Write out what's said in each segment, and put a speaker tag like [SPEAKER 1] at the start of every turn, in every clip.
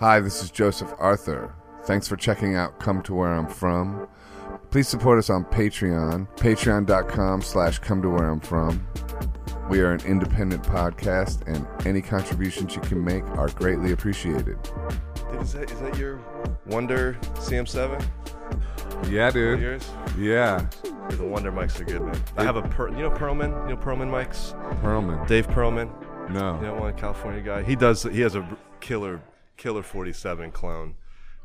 [SPEAKER 1] Hi, this is Joseph Arthur. Thanks for checking out Come to Where I'm From. Please support us on Patreon, patreon.com slash come to where I'm from. We are an independent podcast, and any contributions you can make are greatly appreciated.
[SPEAKER 2] Dude, is that is that your Wonder CM7?
[SPEAKER 1] Yeah, dude.
[SPEAKER 2] Yours?
[SPEAKER 1] Yeah.
[SPEAKER 2] Dude, the Wonder mics are good, man. I have a per, you know Perlman, you know Perlman mics.
[SPEAKER 1] Perlman.
[SPEAKER 2] Dave Perlman, you
[SPEAKER 1] No.
[SPEAKER 2] know one California guy. He does. He has a r- killer killer 47 clone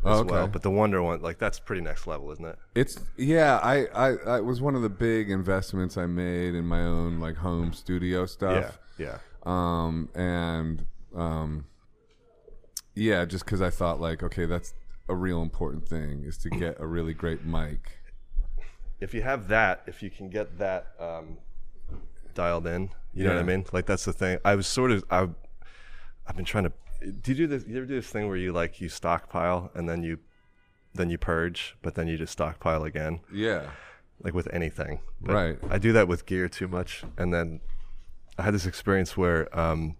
[SPEAKER 2] as
[SPEAKER 1] Oh, okay.
[SPEAKER 2] well. But the Wonder one, like that's pretty next level, isn't it?
[SPEAKER 1] It's yeah. I, I I it was one of the big investments I made in my own like home studio stuff.
[SPEAKER 2] Yeah, yeah.
[SPEAKER 1] um, and um, yeah, just because I thought like, okay, that's a real important thing is to get a really great mic.
[SPEAKER 2] if you have that, if you can get that um, dialed in, you know what I
[SPEAKER 1] Yeah.
[SPEAKER 2] mean? Like that's the thing. I was sort of I, I've been trying to. Do you do this? You ever do this thing where you like you stockpile and then you, then you purge, but then you just stockpile again,
[SPEAKER 1] Yeah,
[SPEAKER 2] like with anything. But
[SPEAKER 1] Right.
[SPEAKER 2] I do that with gear too much, and then I had this experience where um,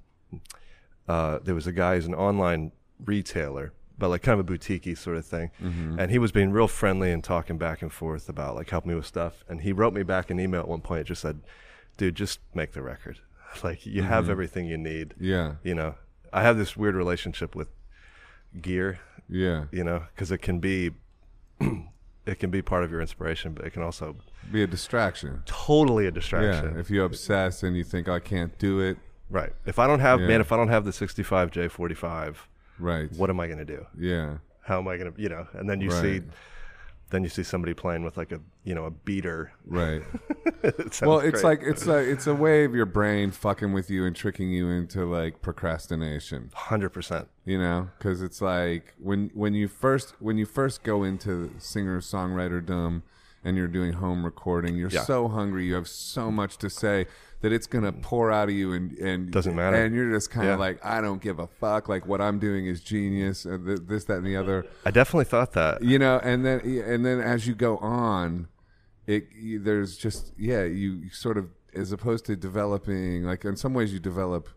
[SPEAKER 2] uh, there was a guy who's an online retailer, but like kind of a boutique sort of thing. And he was being real friendly and talking back and forth about like helping me with stuff. And he wrote me back an email at one point, just said, dude, just make the record. Like you have everything you need.
[SPEAKER 1] yeah,
[SPEAKER 2] You know, I have this weird relationship with gear,
[SPEAKER 1] yeah.
[SPEAKER 2] you know, because it can be. It can be part of your inspiration, but it can also
[SPEAKER 1] Be a distraction.
[SPEAKER 2] totally a distraction.
[SPEAKER 1] Yeah, if you obsess and you think I can't do it,
[SPEAKER 2] right. If I don't have
[SPEAKER 1] Yeah.
[SPEAKER 2] man, if I don't have the 65J45,
[SPEAKER 1] right?
[SPEAKER 2] what am I going to do?
[SPEAKER 1] Yeah,
[SPEAKER 2] how am I gonna you know? And then you see
[SPEAKER 1] Right.
[SPEAKER 2] then you see somebody playing with like a you know a beater.
[SPEAKER 1] right.
[SPEAKER 2] It sounds
[SPEAKER 1] well, it's
[SPEAKER 2] great.
[SPEAKER 1] like it's like it's a way of your brain fucking with you and tricking you into like procrastination.
[SPEAKER 2] hundred percent.
[SPEAKER 1] you know because it's like when when you first when you first go into singer songwriter dumb and you're doing home recording you're
[SPEAKER 2] Yeah.
[SPEAKER 1] so hungry you have so much to say that it's gonna pour out of you and and
[SPEAKER 2] Doesn't matter.
[SPEAKER 1] and you're just kind of
[SPEAKER 2] Yeah.
[SPEAKER 1] like i don't give a fuck like what i'm doing is genius and th- this that and the other
[SPEAKER 2] I definitely thought that.
[SPEAKER 1] you know and then and then as you go on it you- there's just yeah you sort of as opposed to developing like in some ways you develop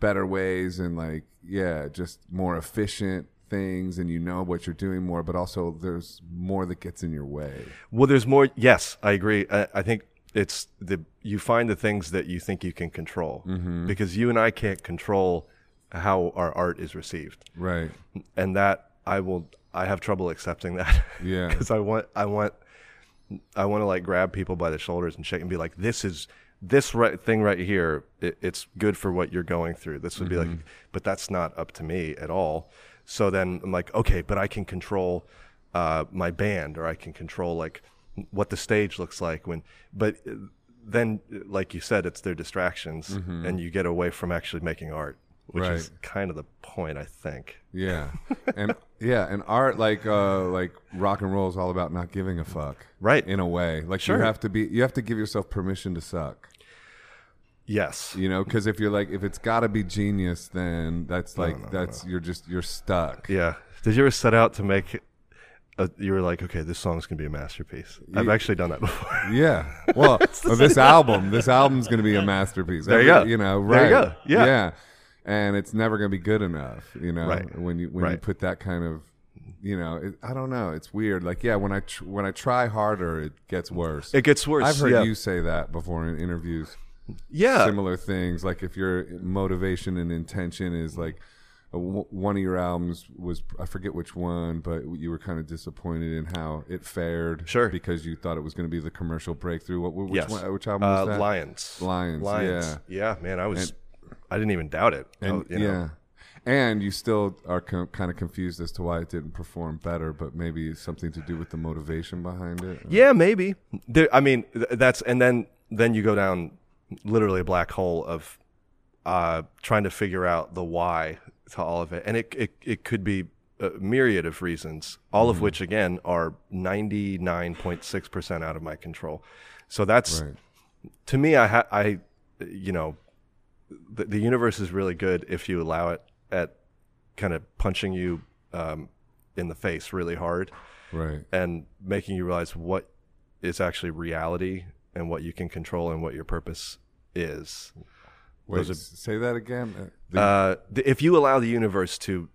[SPEAKER 1] better ways and like yeah just more efficient things and you know what you're doing more but also there's more that gets in your way
[SPEAKER 2] Well, there's more. Yes, I agree. I, I think it's the you find the things that you think you can control
[SPEAKER 1] Mm-hmm.
[SPEAKER 2] because you and I can't control how our art is received,
[SPEAKER 1] right
[SPEAKER 2] and that I will. I have trouble accepting that.
[SPEAKER 1] Yeah.
[SPEAKER 2] because I want. I want. I want to like grab people by the shoulders and shake and be like, "This is this right thing right here. It, it's good for what you're going through." This would be like, but that's not up to me at all. So then I'm like, okay, but I can control uh, my band, or I can control like what the stage looks like when. But uh, then, like you said, it's their distractions, and you get away from actually making art, which is kind of the point, I think.
[SPEAKER 1] yeah and yeah and art like uh like rock and roll is all about not giving a fuck
[SPEAKER 2] Right.
[SPEAKER 1] in a way like
[SPEAKER 2] Sure.
[SPEAKER 1] you have to be you have to give yourself permission to suck
[SPEAKER 2] Yes.
[SPEAKER 1] you know because if you're like if it's got to be genius then that's like that's you're just you're stuck
[SPEAKER 2] Yeah. Did you ever set out to make? A, you were like, okay, this song's gonna be a masterpiece. I've actually done that before.
[SPEAKER 1] yeah well well, this album this album's gonna be a masterpiece
[SPEAKER 2] There you go.
[SPEAKER 1] you know
[SPEAKER 2] There
[SPEAKER 1] right
[SPEAKER 2] you go. Yeah.
[SPEAKER 1] and it's never gonna be good enough you know
[SPEAKER 2] Right.
[SPEAKER 1] when you when you
[SPEAKER 2] Right.
[SPEAKER 1] put that kind of you know it, i don't know it's weird like yeah when i tr- when i try harder it gets worse
[SPEAKER 2] It gets worse.
[SPEAKER 1] i've heard
[SPEAKER 2] yeah.
[SPEAKER 1] you say that before in interviews
[SPEAKER 2] yeah.
[SPEAKER 1] similar things. Like if your motivation and intention is like a w- one of your albums was I forget which one, but you were kind of disappointed in how it fared.
[SPEAKER 2] Sure.
[SPEAKER 1] because you thought it was going to be the commercial breakthrough. What which,
[SPEAKER 2] yes.
[SPEAKER 1] one, which album
[SPEAKER 2] Uh,
[SPEAKER 1] was that?
[SPEAKER 2] Lions.
[SPEAKER 1] Lions,
[SPEAKER 2] Lions. Yeah. Man, I was. I didn't even doubt it. I-
[SPEAKER 1] And,
[SPEAKER 2] you know,
[SPEAKER 1] Yeah. And you still are com- kind of confused as to why it didn't perform better, but maybe something to do with the motivation behind it.
[SPEAKER 2] Yeah, maybe. There, I mean, th- that's and then then you go down literally a black hole of uh, trying to figure out the why to all of it, and it it, it could be a myriad of reasons, all of which again are ninety nine point six percent out of my control. So that's
[SPEAKER 1] Right.
[SPEAKER 2] to me, I ha- I you know, the, the universe is really good if you allow it at kind of punching you um, in the face really hard
[SPEAKER 1] Right.
[SPEAKER 2] and making you realize what is actually reality and what you can control and what your purpose is.
[SPEAKER 1] Wait,
[SPEAKER 2] Those are-
[SPEAKER 1] s- say that again. Uh, the-
[SPEAKER 2] Uh, th- if you allow the universe to,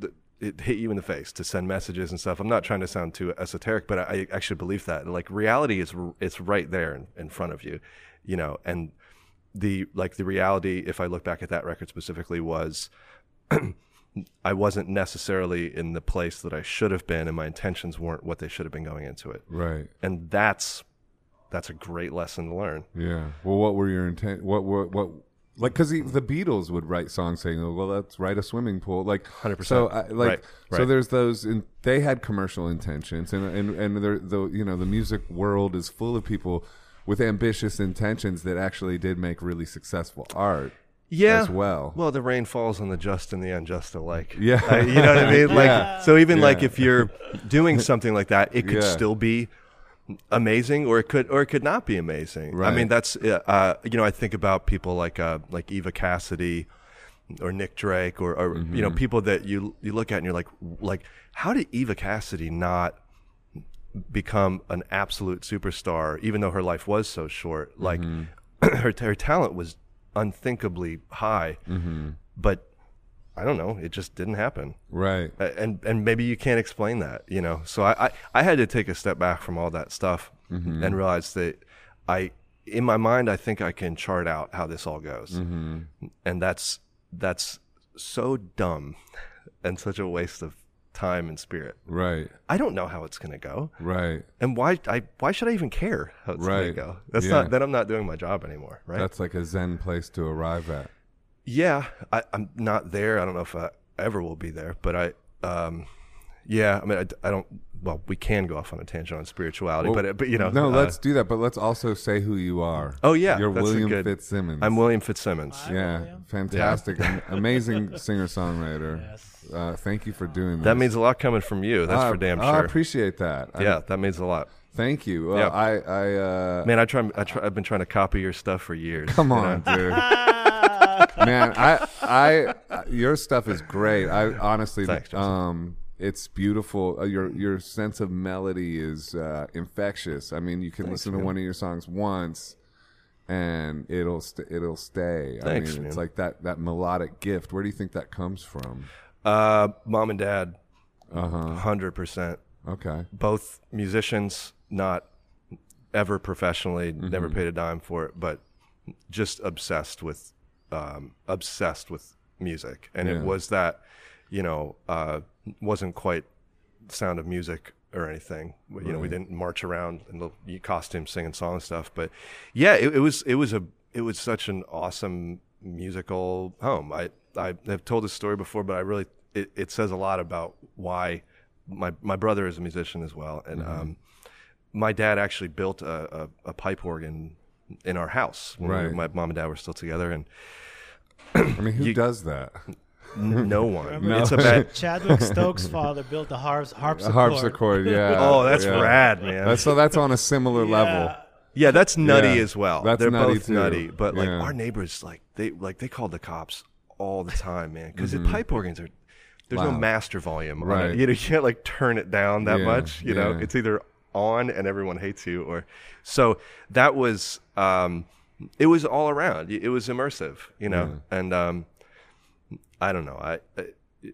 [SPEAKER 2] th- it hit you in the face to send messages and stuff. I'm not trying to sound too esoteric, but I, I actually believe that like reality is r- it's right there in, in front of you, you know. And the like the reality, if I look back at that record specifically, was I wasn't necessarily in the place that I should have been, and my intentions weren't what they should have been going into it.
[SPEAKER 1] Right.
[SPEAKER 2] And that's that's a great lesson to learn.
[SPEAKER 1] Yeah. Well, what were your intent? What were what? Like, because the Beatles would write songs saying, oh, "Well, let's write a swimming pool." Like,
[SPEAKER 2] 100%.
[SPEAKER 1] So, I, like,
[SPEAKER 2] Right,
[SPEAKER 1] so
[SPEAKER 2] right.
[SPEAKER 1] there's those. In, they had commercial intentions, and and and they're- the you know the music world is full of people with ambitious intentions that actually did make really successful art.
[SPEAKER 2] yeah
[SPEAKER 1] as well.
[SPEAKER 2] well the rain falls on the just and the unjust alike
[SPEAKER 1] Yeah.
[SPEAKER 2] Uh, you know what i mean like
[SPEAKER 1] Yeah.
[SPEAKER 2] so even like
[SPEAKER 1] Yeah.
[SPEAKER 2] if you're doing something like that it could
[SPEAKER 1] Yeah.
[SPEAKER 2] still be amazing or it could or it could not be amazing i
[SPEAKER 1] Right.
[SPEAKER 2] mean that's uh, uh, you know i think about people like uh like eva cassidy or Nick Drake or, or you know people that you you look at and you're like like how did Eva Cassidy not become an absolute superstar even though her life was so short like her her talent was unthinkably high but I don't know it just didn't happen
[SPEAKER 1] Right.
[SPEAKER 2] A- and and maybe you can't explain that you know so I I, I had to take a step back from all that stuff
[SPEAKER 1] Mm-hmm.
[SPEAKER 2] and realize that I in my mind I think I can chart out how this all goes
[SPEAKER 1] Mm-hmm.
[SPEAKER 2] and that's that's so dumb and such a waste of time and spirit.
[SPEAKER 1] Right.
[SPEAKER 2] I don't know how it's going to go,
[SPEAKER 1] Right.
[SPEAKER 2] and why I why should I even care how it's going
[SPEAKER 1] Right.
[SPEAKER 2] to go? That's
[SPEAKER 1] Yeah.
[SPEAKER 2] not then I'm not doing my job anymore, right?
[SPEAKER 1] That's like a Zen place to arrive at.
[SPEAKER 2] yeah, I, I'm not there. I don't know if I ever will be there, but I, um, yeah, I mean, I, I don't. Well, we can go off on a tangent on spirituality,
[SPEAKER 1] Well,
[SPEAKER 2] but it- but you know,
[SPEAKER 1] no,
[SPEAKER 2] uh,
[SPEAKER 1] let's do that. But let's also say who you are.
[SPEAKER 2] Oh, yeah,
[SPEAKER 1] you're
[SPEAKER 2] that's a
[SPEAKER 1] William
[SPEAKER 2] good-
[SPEAKER 1] Fitzsimmons.
[SPEAKER 2] I'm William Fitzsimmons.
[SPEAKER 3] Wow.
[SPEAKER 1] Yeah,
[SPEAKER 3] William.
[SPEAKER 1] fantastic, am- amazing singer songwriter.
[SPEAKER 3] Yes.
[SPEAKER 1] Uh, thank you for doing this.
[SPEAKER 2] That means a lot coming from you. That's
[SPEAKER 1] I-
[SPEAKER 2] for damn
[SPEAKER 1] Uh, I
[SPEAKER 2] sure.
[SPEAKER 1] appreciate that. I-
[SPEAKER 2] yeah, that means a lot.
[SPEAKER 1] thank you. Well,
[SPEAKER 2] Yeah.
[SPEAKER 1] I, I uh,
[SPEAKER 2] Man, I try, I try. I've been trying to copy your stuff for years.
[SPEAKER 1] come
[SPEAKER 2] you
[SPEAKER 1] on,
[SPEAKER 2] know?
[SPEAKER 1] dude. Man, I, I, I, your stuff is great. I honestly,
[SPEAKER 2] Thanks, Justin.
[SPEAKER 1] um, it's beautiful. Uh, Your your sense of melody is uh, infectious. I mean, you can listen to one of your songs once, and it'll st- it'll stay.
[SPEAKER 2] Thanks,
[SPEAKER 1] I mean, it's
[SPEAKER 2] man.
[SPEAKER 1] like that that melodic gift. Where do you think that comes from?
[SPEAKER 2] Uh, mom and dad,
[SPEAKER 1] Uh-huh.
[SPEAKER 2] hundred percent.
[SPEAKER 1] Okay.
[SPEAKER 2] Both musicians, not ever professionally, never paid a dime for it, but just obsessed with, um, obsessed with music, and
[SPEAKER 1] Yeah.
[SPEAKER 2] it was that, you know, uh, wasn't quite sound of music or anything. You know, we didn't march around in the costumes singing song stuff, but yeah, it, it was it was a it was such an awesome musical home. I I have told this story before, but I really it, it says a lot about why my my brother is a musician as well, and
[SPEAKER 1] Mm-hmm.
[SPEAKER 2] um, my dad actually built a, a, a pipe organ in our house when we were-
[SPEAKER 1] Right.
[SPEAKER 2] my mom and dad were still together, and
[SPEAKER 1] I mean, who does that? Mm-hmm.
[SPEAKER 2] n- no one.
[SPEAKER 3] No.
[SPEAKER 2] It's a bad.
[SPEAKER 3] Chadwick Stokes' father built the harps, harpsichord.
[SPEAKER 1] harpsichord. Yeah.
[SPEAKER 2] Oh, that's
[SPEAKER 1] yeah.
[SPEAKER 2] rad, man.
[SPEAKER 1] That's- so that's on a similar
[SPEAKER 3] Yeah.
[SPEAKER 1] level.
[SPEAKER 2] Yeah, that's nutty
[SPEAKER 1] Yeah,
[SPEAKER 2] as well.
[SPEAKER 1] that's
[SPEAKER 2] They're
[SPEAKER 1] nutty
[SPEAKER 2] both
[SPEAKER 1] too.
[SPEAKER 2] nutty, but like
[SPEAKER 1] Yeah.
[SPEAKER 2] our neighbors, like they like they called the cops all the time, man, because the pipe organs are there's no
[SPEAKER 1] Loud.
[SPEAKER 2] master volume, right?
[SPEAKER 1] Mm-hmm. Right.
[SPEAKER 2] You know, you can't like turn it down that
[SPEAKER 1] Yeah,
[SPEAKER 2] much. You know,
[SPEAKER 1] yeah.
[SPEAKER 2] it's either on and everyone hates you, or so that was. um It was all around. It was immersive, you know, and um I don't know. I I-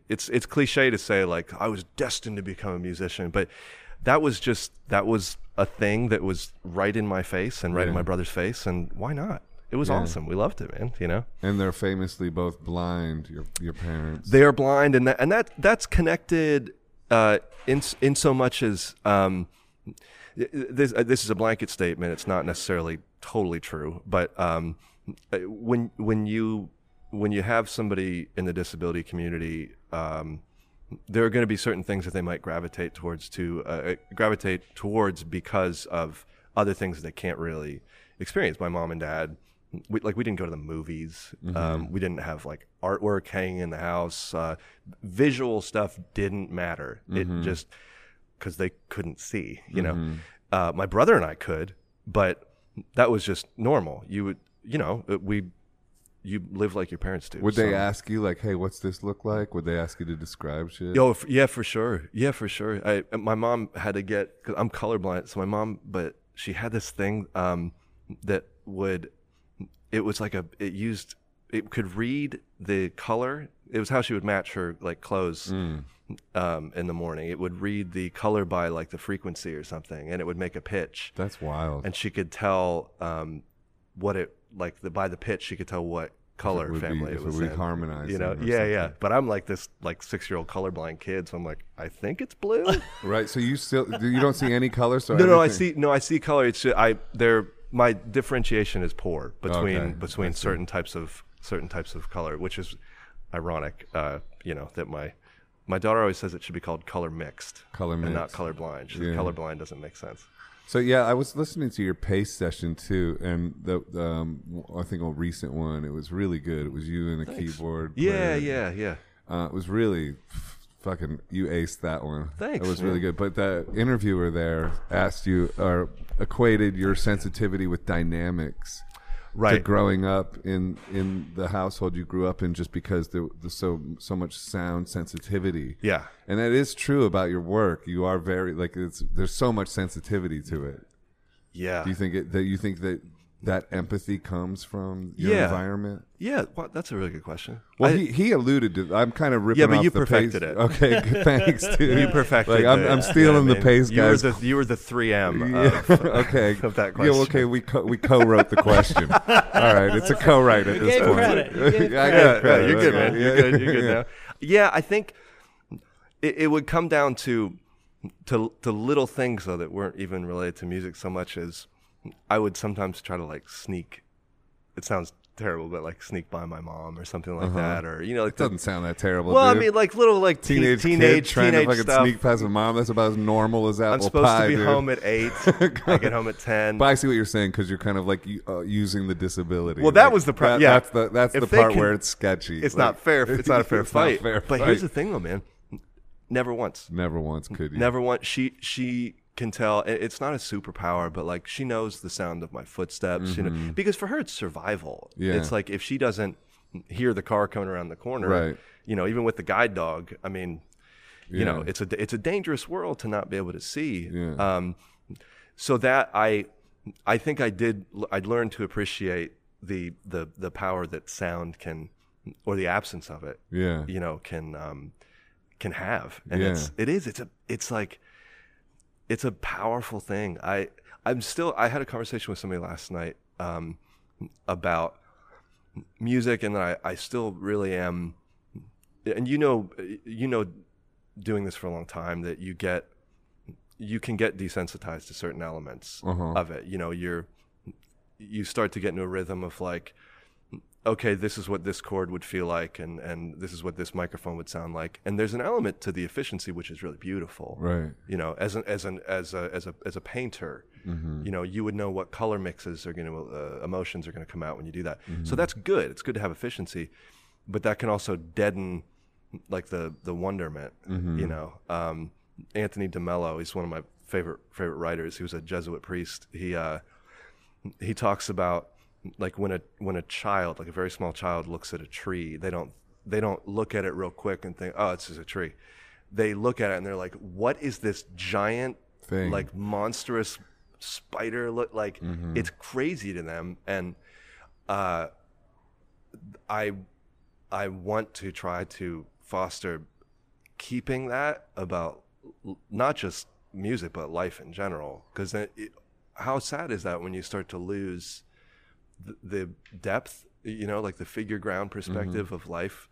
[SPEAKER 2] it's it's cliche to say like I was destined to become a musician, but that was just that was a thing that was right in my face and right
[SPEAKER 1] Yeah.
[SPEAKER 2] in my brother's face, and why not? It was awesome. We loved it, man. You know,
[SPEAKER 1] And they're famously both blind. Your your parents.
[SPEAKER 2] they are blind, and that and that that's connected uh, in s- in so much as um, th- this uh, this is a blanket statement. It's not necessarily totally true, but um, uh, when when you when you have somebody in the disability community. Um, there are going to be certain things that they might gravitate towards to uh, gravitate towards because of other things they can't really experience. My mom and dad, we, like we didn't go to the movies.
[SPEAKER 1] Mm-hmm.
[SPEAKER 2] Um, we didn't have like artwork hanging in the house. Uh, visual stuff didn't matter.
[SPEAKER 1] Mm-hmm.
[SPEAKER 2] It just because they couldn't see. You know, uh, my brother and I could, but that was just normal. You would, you know, uh, we. You live like your parents do.
[SPEAKER 1] Would they
[SPEAKER 2] so-
[SPEAKER 1] ask you like, "Hey, what's this look like?" Would they ask you to describe shit?
[SPEAKER 2] Yo, f- yeah, for sure. Yeah, for sure. I and my mom had to get because I'm colorblind, so my mom, but she had this thing um, that would it was like a it used it could read the color. It was how she would match her like clothes um, in the morning. It would read the color by like the frequency or something, and it would make a pitch.
[SPEAKER 1] That's wild.
[SPEAKER 2] And she could tell um, what it like the by the pitch. She could tell what color
[SPEAKER 1] would be-
[SPEAKER 2] family
[SPEAKER 1] if
[SPEAKER 2] it
[SPEAKER 1] it
[SPEAKER 2] was
[SPEAKER 1] would
[SPEAKER 2] in.
[SPEAKER 1] harmonize
[SPEAKER 2] You know,
[SPEAKER 1] them or
[SPEAKER 2] yeah,
[SPEAKER 1] something.
[SPEAKER 2] yeah. But I'm like this like six year old colorblind kid, so I'm like, I think it's blue.
[SPEAKER 1] right. So you still you don't see any color. So
[SPEAKER 2] No, no, I
[SPEAKER 1] everything-
[SPEAKER 2] see. No, I see color. It's ju- I there. My differentiation is poor between
[SPEAKER 1] Okay,
[SPEAKER 2] between certain types of certain types of color, which is ironic. Uh, you know that my my daughter always says it should be called color mixed,
[SPEAKER 1] Color
[SPEAKER 2] and not
[SPEAKER 1] mixed.
[SPEAKER 2] colorblind. She
[SPEAKER 1] Yeah.
[SPEAKER 2] said colorblind doesn't make sense.
[SPEAKER 1] So yeah, I was listening to your pace session too, and the um, I think a recent one. It was really good. It was you and a keyboard. player.
[SPEAKER 2] Yeah, yeah, yeah.
[SPEAKER 1] Uh, it was really f- fucking. You aced that one.
[SPEAKER 2] Thanks,
[SPEAKER 1] It was
[SPEAKER 2] man.
[SPEAKER 1] really good. But the interviewer there asked you or equated your sensitivity with dynamics. To
[SPEAKER 2] Right.
[SPEAKER 1] growing up in in the household you grew up in, just because there there's so so much sound sensitivity.
[SPEAKER 2] Yeah.
[SPEAKER 1] And that is true about your work. You are very like it's there's so much sensitivity to it.
[SPEAKER 2] Yeah.
[SPEAKER 1] Do you think it, that you think that that empathy comes from your
[SPEAKER 2] Yeah.
[SPEAKER 1] environment?
[SPEAKER 2] yeah. Well, that's a really good question.
[SPEAKER 1] Well,
[SPEAKER 2] I-
[SPEAKER 1] he, he alluded to. I'm kind of ripping.
[SPEAKER 2] Yeah, but
[SPEAKER 1] off
[SPEAKER 2] you
[SPEAKER 1] the pace.
[SPEAKER 2] perfected it.
[SPEAKER 1] Okay, good, thanks, dude.
[SPEAKER 2] you perfected.
[SPEAKER 1] Like, I'm,
[SPEAKER 2] it.
[SPEAKER 1] I'm stealing
[SPEAKER 2] Yeah,
[SPEAKER 1] the
[SPEAKER 2] man.
[SPEAKER 1] pace,
[SPEAKER 2] You were
[SPEAKER 1] guys.
[SPEAKER 2] the you were the three M.
[SPEAKER 1] Yeah,
[SPEAKER 2] Of, uh,
[SPEAKER 1] okay.
[SPEAKER 2] of that
[SPEAKER 1] Yeah,
[SPEAKER 2] question.
[SPEAKER 1] okay. We co- we co-wrote the question. All right, it's a co-write at this
[SPEAKER 3] gave
[SPEAKER 1] point.
[SPEAKER 3] credit. You gave
[SPEAKER 1] I
[SPEAKER 2] yeah,
[SPEAKER 1] got credit.
[SPEAKER 2] yeah, you're good,
[SPEAKER 1] okay.
[SPEAKER 2] man. You're
[SPEAKER 1] Yeah.
[SPEAKER 2] good. You're good
[SPEAKER 1] Yeah.
[SPEAKER 2] now. Yeah, I think it, it would come down to to to little things though that weren't even related to music so much as I would sometimes try to like sneak. It sounds terrible, but like sneak by my mom or something like that, or you know,
[SPEAKER 1] Uh-huh.
[SPEAKER 2] like
[SPEAKER 1] It
[SPEAKER 2] the,
[SPEAKER 1] doesn't sound that terrible.
[SPEAKER 2] well,
[SPEAKER 1] dude.
[SPEAKER 2] I mean, like little like teen-
[SPEAKER 1] teenage
[SPEAKER 2] teenage
[SPEAKER 1] kid
[SPEAKER 2] teenage,
[SPEAKER 1] trying to fucking
[SPEAKER 2] stuff.
[SPEAKER 1] sneak past a mom. That's about as normal as apple
[SPEAKER 2] I'm supposed
[SPEAKER 1] pie,
[SPEAKER 2] to be
[SPEAKER 1] dude.
[SPEAKER 2] home at eight. I get home at ten.
[SPEAKER 1] But I see what you're saying because you're kind of like you- uh, using the disability.
[SPEAKER 2] Well, that
[SPEAKER 1] Like,
[SPEAKER 2] was the pro-
[SPEAKER 1] that-
[SPEAKER 2] yeah.
[SPEAKER 1] that's the that's
[SPEAKER 2] If
[SPEAKER 1] the
[SPEAKER 2] they
[SPEAKER 1] part
[SPEAKER 2] can-
[SPEAKER 1] where it's sketchy.
[SPEAKER 2] it's
[SPEAKER 1] Like,
[SPEAKER 2] not fair. It's not a fair
[SPEAKER 1] it's not
[SPEAKER 2] fight.
[SPEAKER 1] fair
[SPEAKER 2] but here's the
[SPEAKER 1] fight.
[SPEAKER 2] thing, though, man. Never once.
[SPEAKER 1] never once could you.
[SPEAKER 2] Never once. She she can tell. it- It's not a superpower, but like she knows the sound of my footsteps. You know, because for her it's survival.
[SPEAKER 1] Mm-hmm. Yeah.
[SPEAKER 2] It's like if she doesn't hear the car coming around the corner,
[SPEAKER 1] Right.
[SPEAKER 2] You know, even with the guide dog. I mean, you know,
[SPEAKER 1] Yeah.
[SPEAKER 2] it's a it's a dangerous world to not be able to see.
[SPEAKER 1] Yeah.
[SPEAKER 2] Um, so that I I think I did I learned to appreciate the the the power that sound can or the absence of it
[SPEAKER 1] Yeah,
[SPEAKER 2] you know can um can have and
[SPEAKER 1] Yeah.
[SPEAKER 2] it's it is it's a it's like it's a powerful thing i i'm still i had a conversation with somebody last night um about music and i i still really am and you know you know doing this for a long time that you get you can get desensitized to certain elements
[SPEAKER 1] Uh-huh.
[SPEAKER 2] of it you know you're you start to get into a rhythm of like okay, this is what this chord would feel like, and, and this is what this microphone would sound like. And there's an element to the efficiency which is really beautiful.
[SPEAKER 1] right.
[SPEAKER 2] You know, as an as an as a as a as a painter,
[SPEAKER 1] Mm-hmm,
[SPEAKER 2] you know, you would know what color mixes are going to uh, emotions are going to come out when you do that. So that's good. It's good to have efficiency, but that can also deaden like the the wonderment. You know, um, Anthony DeMello, he's one of my favorite favorite writers. He was a Jesuit priest. He uh, he talks about like when a when a child like a very small child looks at a tree they don't they don't look at it real quick and think oh it's just a tree they look at it and they're like what is this giant
[SPEAKER 1] Thing.
[SPEAKER 2] like monstrous spider look like
[SPEAKER 1] Hmm. mm-hmm.
[SPEAKER 2] it's crazy to them and uh i i want to try to foster keeping that about l- not just music but life in general because how sad is that when you start to lose th- the depth you know like the figure ground perspective of life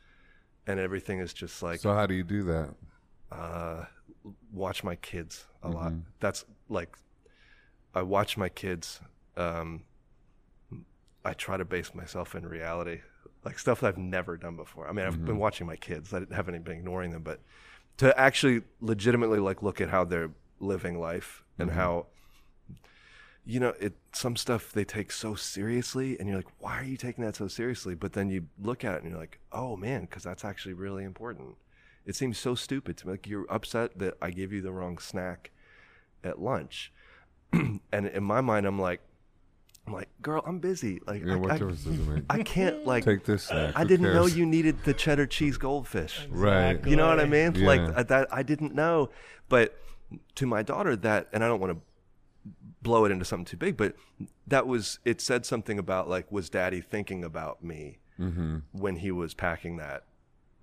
[SPEAKER 2] and everything is just like
[SPEAKER 1] So how do you do that?
[SPEAKER 2] uh, watch my kids a
[SPEAKER 1] Mm-hmm.
[SPEAKER 2] lot that's like i watch my kids um, i try to base myself in reality like stuff that i've never done before i mean i've been watching my kids i haven't been ignoring them but to actually legitimately like look at how they're living life and how you know it some stuff they take so seriously and you're like why are you taking that so seriously but then you look at it and you're like oh man because that's actually really important it seems so stupid to me like you're upset that i gave you the wrong snack at lunch and in my mind i'm like i'm like girl i'm busy like
[SPEAKER 1] Yeah,
[SPEAKER 2] I,
[SPEAKER 1] what
[SPEAKER 2] I-
[SPEAKER 1] difference does it make?
[SPEAKER 2] I can't like
[SPEAKER 1] Take this snack.
[SPEAKER 2] i
[SPEAKER 1] Who
[SPEAKER 2] didn't know
[SPEAKER 1] cares?
[SPEAKER 2] you needed the cheddar cheese goldfish
[SPEAKER 1] Right.
[SPEAKER 3] Exactly.
[SPEAKER 2] you know what I mean? Like
[SPEAKER 1] Yeah.
[SPEAKER 2] uh, that, I didn't know. But to my daughter, that, and I don't want to blow it into something too big, but that was, it said
[SPEAKER 1] Mm-hmm,
[SPEAKER 2] something about like, was daddy thinking about me when he was packing that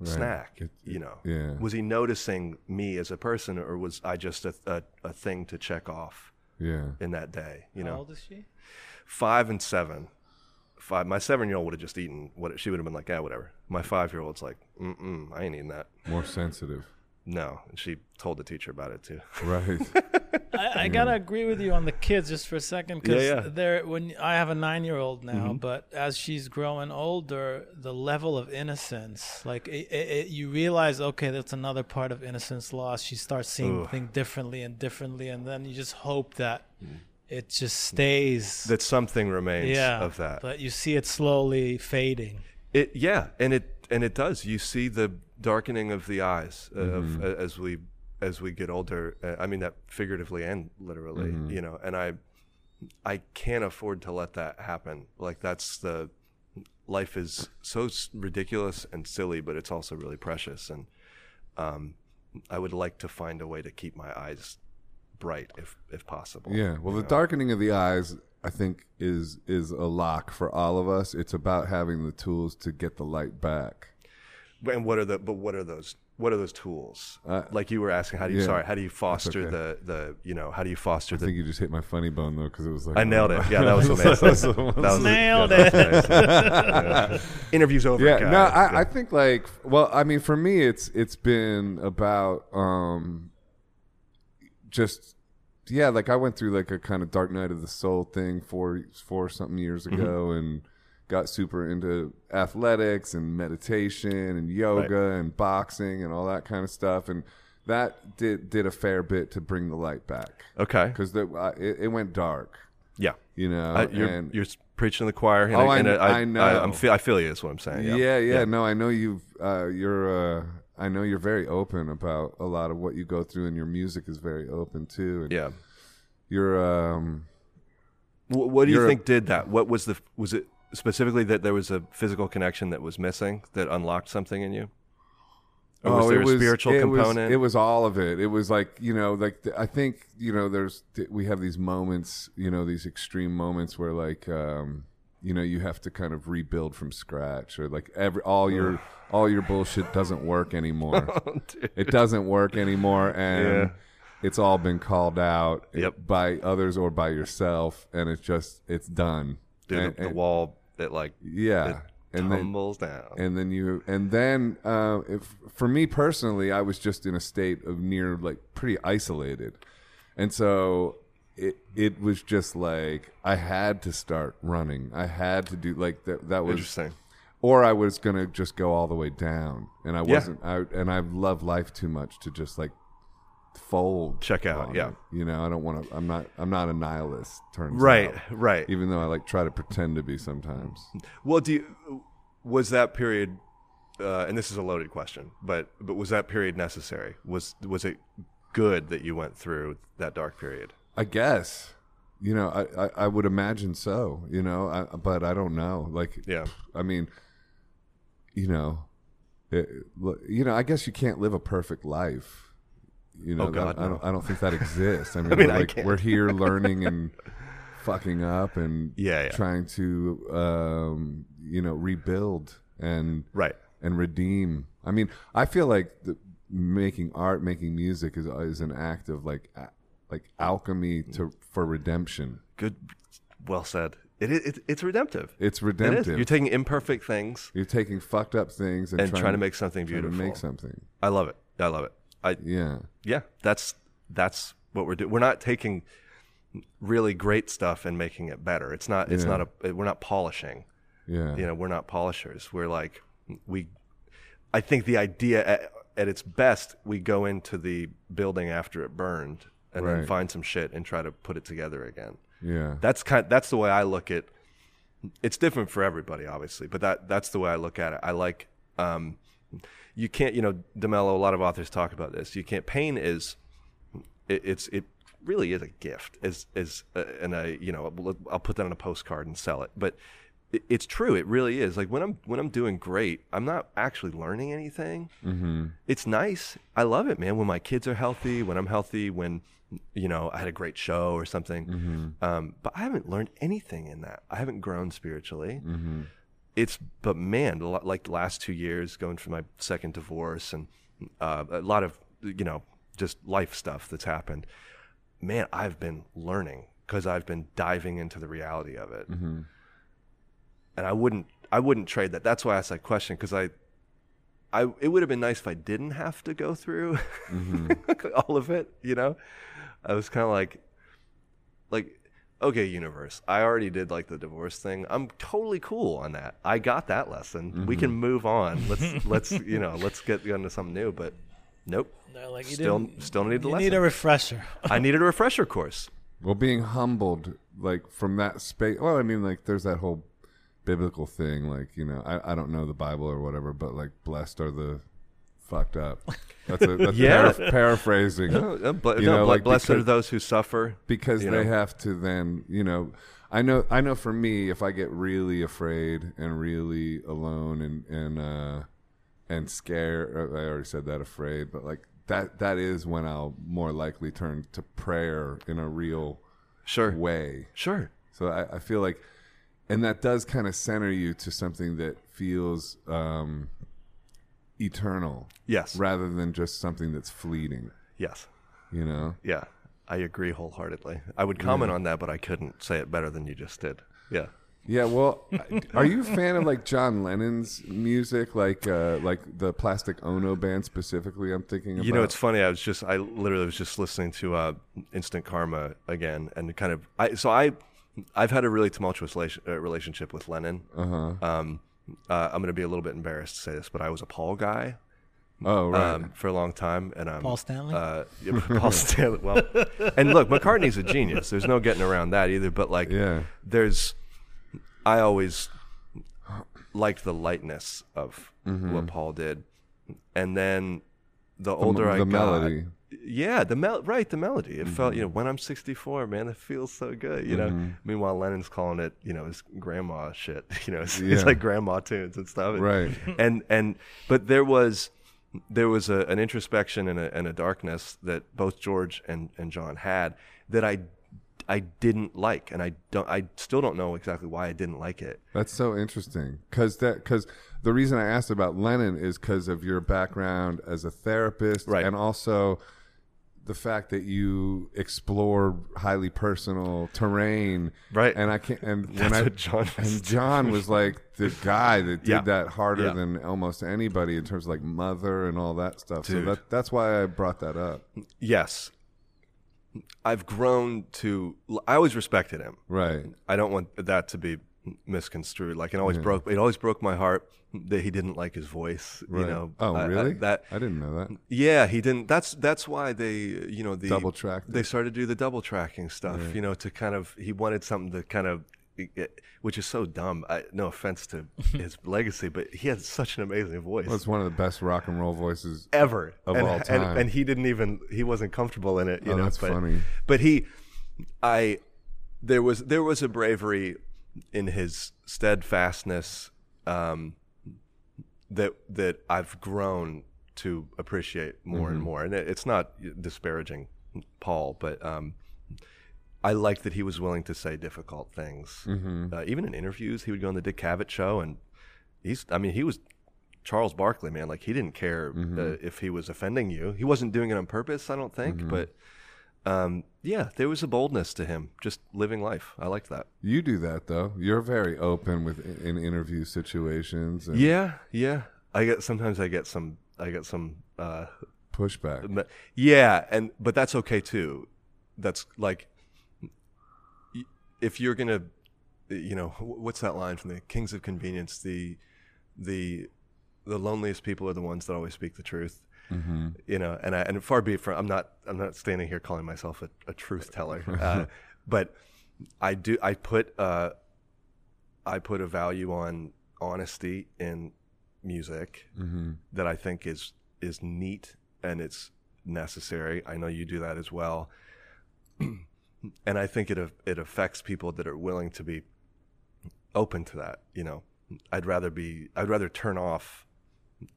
[SPEAKER 2] snack.
[SPEAKER 1] It-
[SPEAKER 2] you know,
[SPEAKER 1] yeah.
[SPEAKER 2] was he noticing me as a person, or was I just a a, a thing to check off
[SPEAKER 1] yeah.
[SPEAKER 2] in that day? You
[SPEAKER 3] How
[SPEAKER 2] know,
[SPEAKER 3] old is she?
[SPEAKER 2] five and seven. Five. My seven-year-old would have just eaten what she would have been like. Yeah, whatever. My five-year-old's like, mm-mm, I ain't eating that.
[SPEAKER 1] More sensitive.
[SPEAKER 2] No, and she told the teacher about it too.
[SPEAKER 1] Right.
[SPEAKER 3] I, I gotta agree with you on the kids just for a second because
[SPEAKER 2] Yeah, Mm-hmm. yeah.
[SPEAKER 3] they're when I have a nine year old now, but as she's growing older, the level of innocence, like it, it, it, you realize, okay, that's another part of innocence lost. She starts seeing things differently and differently, and then you just hope that
[SPEAKER 2] Mm.
[SPEAKER 3] it just stays.
[SPEAKER 2] That something remains
[SPEAKER 3] yeah,
[SPEAKER 2] of that.
[SPEAKER 3] but you see it slowly fading.
[SPEAKER 2] It yeah, and it and it does. You see the darkening of the eyes uh, of, uh, as we as we get older. Uh, I mean that figuratively and literally, you know. And I I can't afford to let that happen. Like that's the life is so s- ridiculous and silly, but it's also really precious. And um, I would like to find a way to keep my eyes bright if if possible.
[SPEAKER 1] Yeah. Well, the darkening of the eyes, I think, is is a lock for all of us. It's about having the tools to get the light back.
[SPEAKER 2] And what are the but what are those what are those tools? like you were asking, how do you
[SPEAKER 1] Uh, yeah.
[SPEAKER 2] sorry, how do you foster the the you know how do you foster
[SPEAKER 1] I
[SPEAKER 2] the
[SPEAKER 1] think you just hit my funny bone though, because it was like
[SPEAKER 2] I nailed it. Yeah, that was amazing. that was
[SPEAKER 3] Nailed
[SPEAKER 2] yeah, that was amazing. Yeah. Interview's over.
[SPEAKER 1] Yeah,
[SPEAKER 2] guys.
[SPEAKER 1] no, I, I think like well, I mean, for me, it's it's been about um, just yeah, like I went through like a kind of dark night of the soul thing four four something years ago, and got super into athletics and meditation and yoga and boxing and all that kind of stuff, and that did did a fair bit to bring the light back
[SPEAKER 2] okay.
[SPEAKER 1] because uh, it, it went dark,
[SPEAKER 2] Yeah,
[SPEAKER 1] you know.
[SPEAKER 2] I, Uh, you're
[SPEAKER 1] Oh, and-
[SPEAKER 2] you're preaching to the choir. And
[SPEAKER 1] Oh,
[SPEAKER 2] I, and
[SPEAKER 1] I-
[SPEAKER 2] I,
[SPEAKER 1] I know.
[SPEAKER 2] I, am feel, I feel you. Is what I'm saying.
[SPEAKER 1] Yeah,
[SPEAKER 2] Yeah.
[SPEAKER 1] yeah. No, I know you've uh, you're uh, I know you're very open about a lot of what you go through, and your music is very open too. And
[SPEAKER 2] Yeah.
[SPEAKER 1] you're um,
[SPEAKER 2] Wh- what do you
[SPEAKER 1] You're-
[SPEAKER 2] think did that? What was the was it specifically that there was a physical connection that was missing that unlocked something in you? Or was
[SPEAKER 1] oh,
[SPEAKER 2] there
[SPEAKER 1] it
[SPEAKER 2] a spiritual
[SPEAKER 1] it was-
[SPEAKER 2] component?
[SPEAKER 1] it was all of it. It was like you know, like th- I think you know, there's th- we have these moments, you know, these extreme moments where like um, you know, you have to kind of rebuild from scratch, or like every all your all your bullshit doesn't work anymore.
[SPEAKER 2] Dude.
[SPEAKER 1] it doesn't work anymore and
[SPEAKER 2] Yeah.
[SPEAKER 1] it's all been called out
[SPEAKER 2] Yep.
[SPEAKER 1] by others or by yourself and it's just it's done
[SPEAKER 2] Dude,
[SPEAKER 1] And-
[SPEAKER 2] the, the
[SPEAKER 1] and-
[SPEAKER 2] wall that like
[SPEAKER 1] yeah and then
[SPEAKER 2] tumbles down.
[SPEAKER 1] and then you and then uh, if, for me personally i was just in a state of near like pretty isolated and so it it was just like i had to start running i had to do like that that was
[SPEAKER 2] Interesting.
[SPEAKER 1] or I was gonna just go all the way down, and I
[SPEAKER 2] Yeah.
[SPEAKER 1] wasn't. I and I love life too much to just like fold.
[SPEAKER 2] Check out,
[SPEAKER 1] on
[SPEAKER 2] yeah.
[SPEAKER 1] it. you know, I don't want to. I'm not. I'm not a nihilist. Turns
[SPEAKER 2] Right.
[SPEAKER 1] out.
[SPEAKER 2] Right.
[SPEAKER 1] Even though I like try to pretend to be sometimes.
[SPEAKER 2] Well, do you, was that period? Uh, and this is a loaded question, but but was that period necessary? Was was it good that you went through that dark period?
[SPEAKER 1] I guess. You know, I, I, I would imagine so. You know, I, but I don't know. Like,
[SPEAKER 2] Yeah.
[SPEAKER 1] I mean, you know, it, you know. I guess you can't live a perfect life. You know,
[SPEAKER 2] Oh, God,
[SPEAKER 1] that- I,
[SPEAKER 2] no.
[SPEAKER 1] don't. I don't think that exists. I mean,
[SPEAKER 2] mean, I
[SPEAKER 1] like
[SPEAKER 2] can't.
[SPEAKER 1] we're here learning and fucking up and
[SPEAKER 2] Yeah, yeah.
[SPEAKER 1] trying to um, you know rebuild and
[SPEAKER 2] Right.
[SPEAKER 1] and redeem. I mean, I feel like the, making art, making music is is an act of like a- like alchemy to for redemption.
[SPEAKER 2] Good. Well said. It, i- it it's redemptive.
[SPEAKER 1] It's
[SPEAKER 2] It is.
[SPEAKER 1] redemptive.
[SPEAKER 2] You're taking imperfect things
[SPEAKER 1] You're taking fucked up things and,
[SPEAKER 2] and trying, to make something
[SPEAKER 1] trying to
[SPEAKER 2] beautiful.
[SPEAKER 1] make something.
[SPEAKER 2] I love it. I love it. I
[SPEAKER 1] Yeah.
[SPEAKER 2] yeah. That's that's what we're doing. We're not taking really great stuff and making it better. It's not. It's
[SPEAKER 1] Yeah.
[SPEAKER 2] not a. We're not polishing.
[SPEAKER 1] Yeah.
[SPEAKER 2] you know we're not polishers we're like we i think the idea at, at its best we go into the building after it burned and then
[SPEAKER 1] Right.
[SPEAKER 2] find some shit and try to put it together again
[SPEAKER 1] Yeah.
[SPEAKER 2] that's kind that's the way i look at it's different for everybody obviously but that that's the way i look at it i like um you can't you know demello a lot of authors talk about this you can't pain is it, it's it really is a gift as as uh, and I you know I'll- I'll put that on a postcard and sell it but it, it's true it really is like when I'm when I'm doing great I'm not actually learning anything mm-hmm. it's nice I love it man when my kids are healthy when I'm healthy when you know I had a great show or something um, but I haven't learned anything in that I haven't grown spiritually it's but man, a lot, like the last two years, going through my second divorce and uh, a lot of you know just life stuff that's happened. Man, I've been learning because I've been diving into the reality of
[SPEAKER 1] Mm-hmm.
[SPEAKER 2] it, and I wouldn't I wouldn't trade that. That's why I asked that question because I. I, it would have been nice if I didn't have to go through
[SPEAKER 1] mm-hmm.
[SPEAKER 2] all of it, you know. I was kind of like, like okay universe i already did like the divorce thing i'm totally cool on that i got that lesson we
[SPEAKER 1] Mm-hmm.
[SPEAKER 2] can move on let's let's you know let's get into something new but nope
[SPEAKER 3] They're like, you
[SPEAKER 2] still
[SPEAKER 3] didn't-
[SPEAKER 2] still need the
[SPEAKER 3] You
[SPEAKER 2] lesson
[SPEAKER 3] need a refresher.
[SPEAKER 2] i needed a refresher course
[SPEAKER 1] Well, being humbled, like from that space. Well, I mean, like there's that whole biblical thing, like you know, I, I don't know the Bible or whatever, but like blessed are the fucked up. That's a that's
[SPEAKER 2] Yeah.
[SPEAKER 1] paraph- paraphrasing.
[SPEAKER 2] Uh, ble-
[SPEAKER 1] You
[SPEAKER 2] no,
[SPEAKER 1] know,
[SPEAKER 2] ble-
[SPEAKER 1] like,
[SPEAKER 2] blessed are
[SPEAKER 1] because-
[SPEAKER 2] those who suffer
[SPEAKER 1] because
[SPEAKER 2] you
[SPEAKER 1] they
[SPEAKER 2] know.
[SPEAKER 1] have to then you know i know i know for me if i get really afraid and really alone and and uh and scared uh, i already said that afraid but like that that is when i'll more likely turn to prayer in a real
[SPEAKER 2] sure
[SPEAKER 1] way
[SPEAKER 2] sure
[SPEAKER 1] so I, I feel like, and that does kind of center you to something that feels um, eternal
[SPEAKER 2] yes
[SPEAKER 1] rather than just something that's fleeting.
[SPEAKER 2] yes
[SPEAKER 1] You know,
[SPEAKER 2] yeah i agree wholeheartedly i would comment on that but i couldn't say it better than you just did yeah
[SPEAKER 1] yeah. Well, I- are you a fan of like John Lennon's music, like uh, like the Plastic Ono band specifically? I'm thinking. About?
[SPEAKER 2] You know, it's funny. I was just, I literally was just listening to uh, Instant Karma again, and kind of, I so I, I've had a really tumultuous relation, uh, relationship with Lennon. Um, uh, I'm going to be a little bit embarrassed to say this, but I was a Paul guy
[SPEAKER 1] oh right.
[SPEAKER 2] um, for a long time, and um,
[SPEAKER 3] Paul Stanley?
[SPEAKER 2] Uh, yeah, Paul Stanley. Well, and look, McCartney's a genius. There's no getting around that either. But like,
[SPEAKER 1] Yeah.
[SPEAKER 2] there's, I always liked the lightness of what Paul did, and then the older I
[SPEAKER 1] Mm-hmm. the
[SPEAKER 2] got,
[SPEAKER 1] melody.
[SPEAKER 2] yeah, the mel- right, the melody. It felt, you
[SPEAKER 1] Mm-hmm.
[SPEAKER 2] know, when I'm 64, man, it feels so good, you know. Meanwhile, Lennon's calling it, you know, his grandma shit, you know, it's, it's
[SPEAKER 1] Yeah.
[SPEAKER 2] like grandma tunes and stuff. And-
[SPEAKER 1] Right.
[SPEAKER 2] And and but there was there was a, an introspection and a, and a darkness that both George and and John had that I I didn't like, and I don't I still don't know exactly why I didn't like it.
[SPEAKER 1] That's so interesting because that because the reason I asked about Lennon is because of your background as a therapist,
[SPEAKER 2] Right.
[SPEAKER 1] and also the fact that you explore highly personal terrain,
[SPEAKER 2] Right.
[SPEAKER 1] And I can't. And when
[SPEAKER 2] That's
[SPEAKER 1] I
[SPEAKER 2] what John was
[SPEAKER 1] and John was like the guy that did
[SPEAKER 2] Yeah.
[SPEAKER 1] that harder
[SPEAKER 2] Yeah.
[SPEAKER 1] than almost anybody in terms of like mother and all that stuff.
[SPEAKER 2] Dude.
[SPEAKER 1] So that that's why I brought that up,
[SPEAKER 2] Yes. I've grown to. I always respected him.
[SPEAKER 1] right?
[SPEAKER 2] I don't want that to be misconstrued. Like it always broke it always broke my heart that he didn't like his voice.
[SPEAKER 1] Right.
[SPEAKER 2] You know,
[SPEAKER 1] oh,
[SPEAKER 2] I- I-
[SPEAKER 1] really?
[SPEAKER 2] that
[SPEAKER 1] I didn't know that.
[SPEAKER 2] yeah, he didn't. That's that's why they you know the
[SPEAKER 1] Double tracked
[SPEAKER 2] They started to do the double tracking stuff. You know, to kind of he wanted something to kind of. Which is so dumb. I, no offense to his legacy, but he had such an amazing voice
[SPEAKER 1] It's one of the best rock and roll voices
[SPEAKER 2] ever
[SPEAKER 1] Of
[SPEAKER 2] and,
[SPEAKER 1] all
[SPEAKER 2] and-
[SPEAKER 1] time.
[SPEAKER 2] And, he didn't even he wasn't comfortable in it. You
[SPEAKER 1] Oh,
[SPEAKER 2] know,
[SPEAKER 1] that's
[SPEAKER 2] but,
[SPEAKER 1] funny.
[SPEAKER 2] But he, I, there was there was a bravery in his steadfastness um, that that I've grown to appreciate more and more. And it, it's not disparaging Paul, but um, I liked that he was willing to say difficult things.
[SPEAKER 1] Mm-hmm.
[SPEAKER 2] Uh, even in interviews, he would go on the Dick Cavett show, and he's, I mean, he was Charles Barkley, man. Like, he didn't care uh, if he was offending you. He wasn't doing it on purpose, I don't think. But um, yeah, there was a boldness to him, just living life. I liked that.
[SPEAKER 1] You do that though. You're very open with in interview situations and
[SPEAKER 2] Yeah, yeah. I get, sometimes I get some, I get some, uh,
[SPEAKER 1] pushback.
[SPEAKER 2] But- Yeah, and but that's okay too. That's like y- if you're gonna, you know, wh- what's that line from the Kings of Convenience? The the the loneliest people are the ones that always speak the truth.
[SPEAKER 1] Mm-hmm.
[SPEAKER 2] You know, and I and far be it from I'm not I'm not standing here calling myself a, a truth teller, uh, but I do I put uh, I put a value on honesty in music
[SPEAKER 1] Mm-hmm.
[SPEAKER 2] that I think is is neat and it's necessary. I know you do that as well, and I think it af- it affects people that are willing to be open to that. You know, I'd rather be I'd rather turn off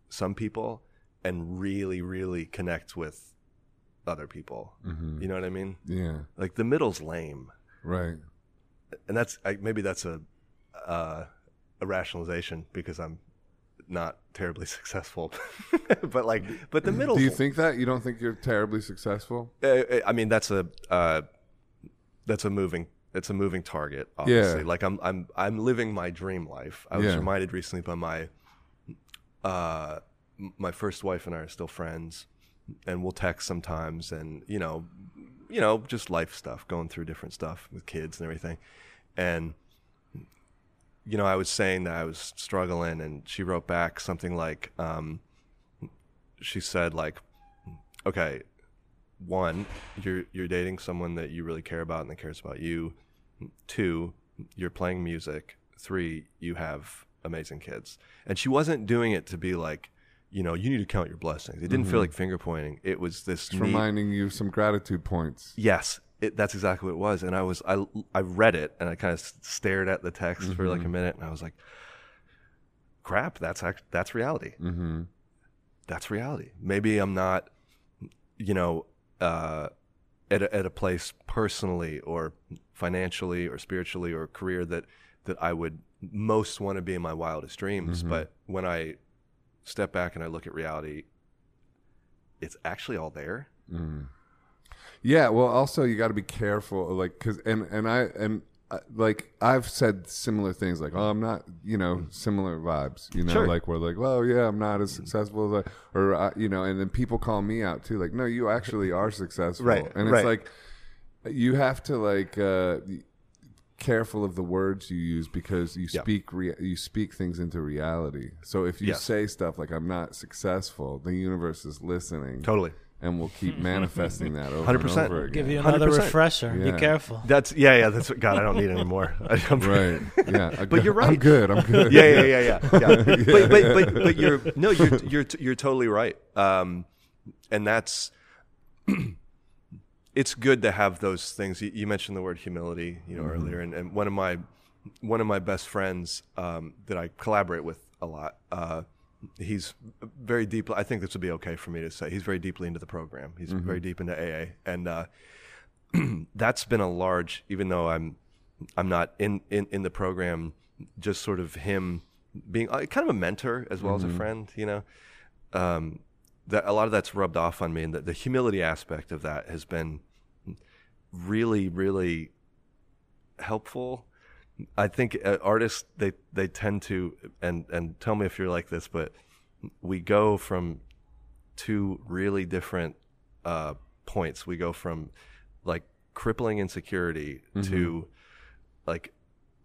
[SPEAKER 2] some people and really really connect with other people. You know what I mean?
[SPEAKER 1] Mm-hmm. Yeah,
[SPEAKER 2] Like the middle's lame
[SPEAKER 1] right.
[SPEAKER 2] and that's I, maybe that's a uh, a rationalization because I'm not terribly successful. but like, but the middle.
[SPEAKER 1] Do you think that? You don't think you're terribly successful?
[SPEAKER 2] Uh, I mean, that's a uh, that's a moving that's a moving target. Obviously,
[SPEAKER 1] Yeah.
[SPEAKER 2] like I'm I'm I'm living my dream life. I was
[SPEAKER 1] Yeah.
[SPEAKER 2] reminded recently by my uh, m- my first wife and I are still friends, and we'll text sometimes, and you know, you know, just life stuff, going through different stuff with kids and everything, and you know, I was saying that I was struggling, and she wrote back something like, um, she said like, okay, one, you're you're dating someone that you really care about and that cares about you. Two, you're playing music. Three, you have amazing kids. And she wasn't doing it to be like, you know, you need to count your blessings. It didn't feel like finger pointing. It was this
[SPEAKER 1] It's
[SPEAKER 2] neat-
[SPEAKER 1] reminding you of some gratitude points.
[SPEAKER 2] Yes, it, that's exactly what it was. And I was I I read it and I kind of stared at the text for like a minute and I was like, crap, that's act- that's reality.
[SPEAKER 1] Mm-hmm.
[SPEAKER 2] That's reality. Maybe I'm not, you know, uh, at a, at a place personally or financially or spiritually or career that that I would most want to be in my wildest dreams. But when I step back and I look at reality, it's actually all there.
[SPEAKER 1] Mm. Yeah, well, also you got to be careful, like, cause and and I and uh, like I've said similar things, like, oh, I'm not, you know, similar vibes, you know,
[SPEAKER 2] Sure.
[SPEAKER 1] like we're like, well, yeah, I'm not as successful as I, or uh, you know, and then people call me out too, like, no, you actually are successful,
[SPEAKER 2] Right,
[SPEAKER 1] And it's
[SPEAKER 2] right.
[SPEAKER 1] like you have to like uh, be careful of the words you use because you
[SPEAKER 2] Yeah.
[SPEAKER 1] speak rea- you speak things into reality. So if you
[SPEAKER 2] Yes.
[SPEAKER 1] say stuff like, I'm not successful, the universe is listening
[SPEAKER 2] Totally.
[SPEAKER 1] and we'll keep manifesting that over
[SPEAKER 2] 100%.
[SPEAKER 1] and over again.
[SPEAKER 3] Give you another
[SPEAKER 2] 100%.
[SPEAKER 3] refresher.
[SPEAKER 1] Yeah.
[SPEAKER 3] Be careful.
[SPEAKER 2] That's yeah, yeah. That's what, God. I don't need any more. I'm-
[SPEAKER 1] right. Yeah. I
[SPEAKER 2] But
[SPEAKER 1] go-
[SPEAKER 2] you're right.
[SPEAKER 1] I'm good. I'm good.
[SPEAKER 2] Yeah, yeah, yeah, yeah. yeah. But, but but but you're no, you're you're t- you're totally right. Um, and that's it's good to have those things. You, you mentioned the word humility, you know, earlier, and, and one of my one of my best friends um, that I collaborate with a lot. Uh, he's very deeply. I think this would be okay for me to say. He's very deeply into the program. He's very deep into AA, and uh, that's been a large even though i'm i'm not in in, in the program just sort of him being uh, kind of a mentor as well as a friend you know um that a lot of that's rubbed off on me and the, the humility aspect of that has been really really helpful i think uh, artists they they tend to and and tell me if you're like this but we go from two really different uh, points. We go from like crippling insecurity to like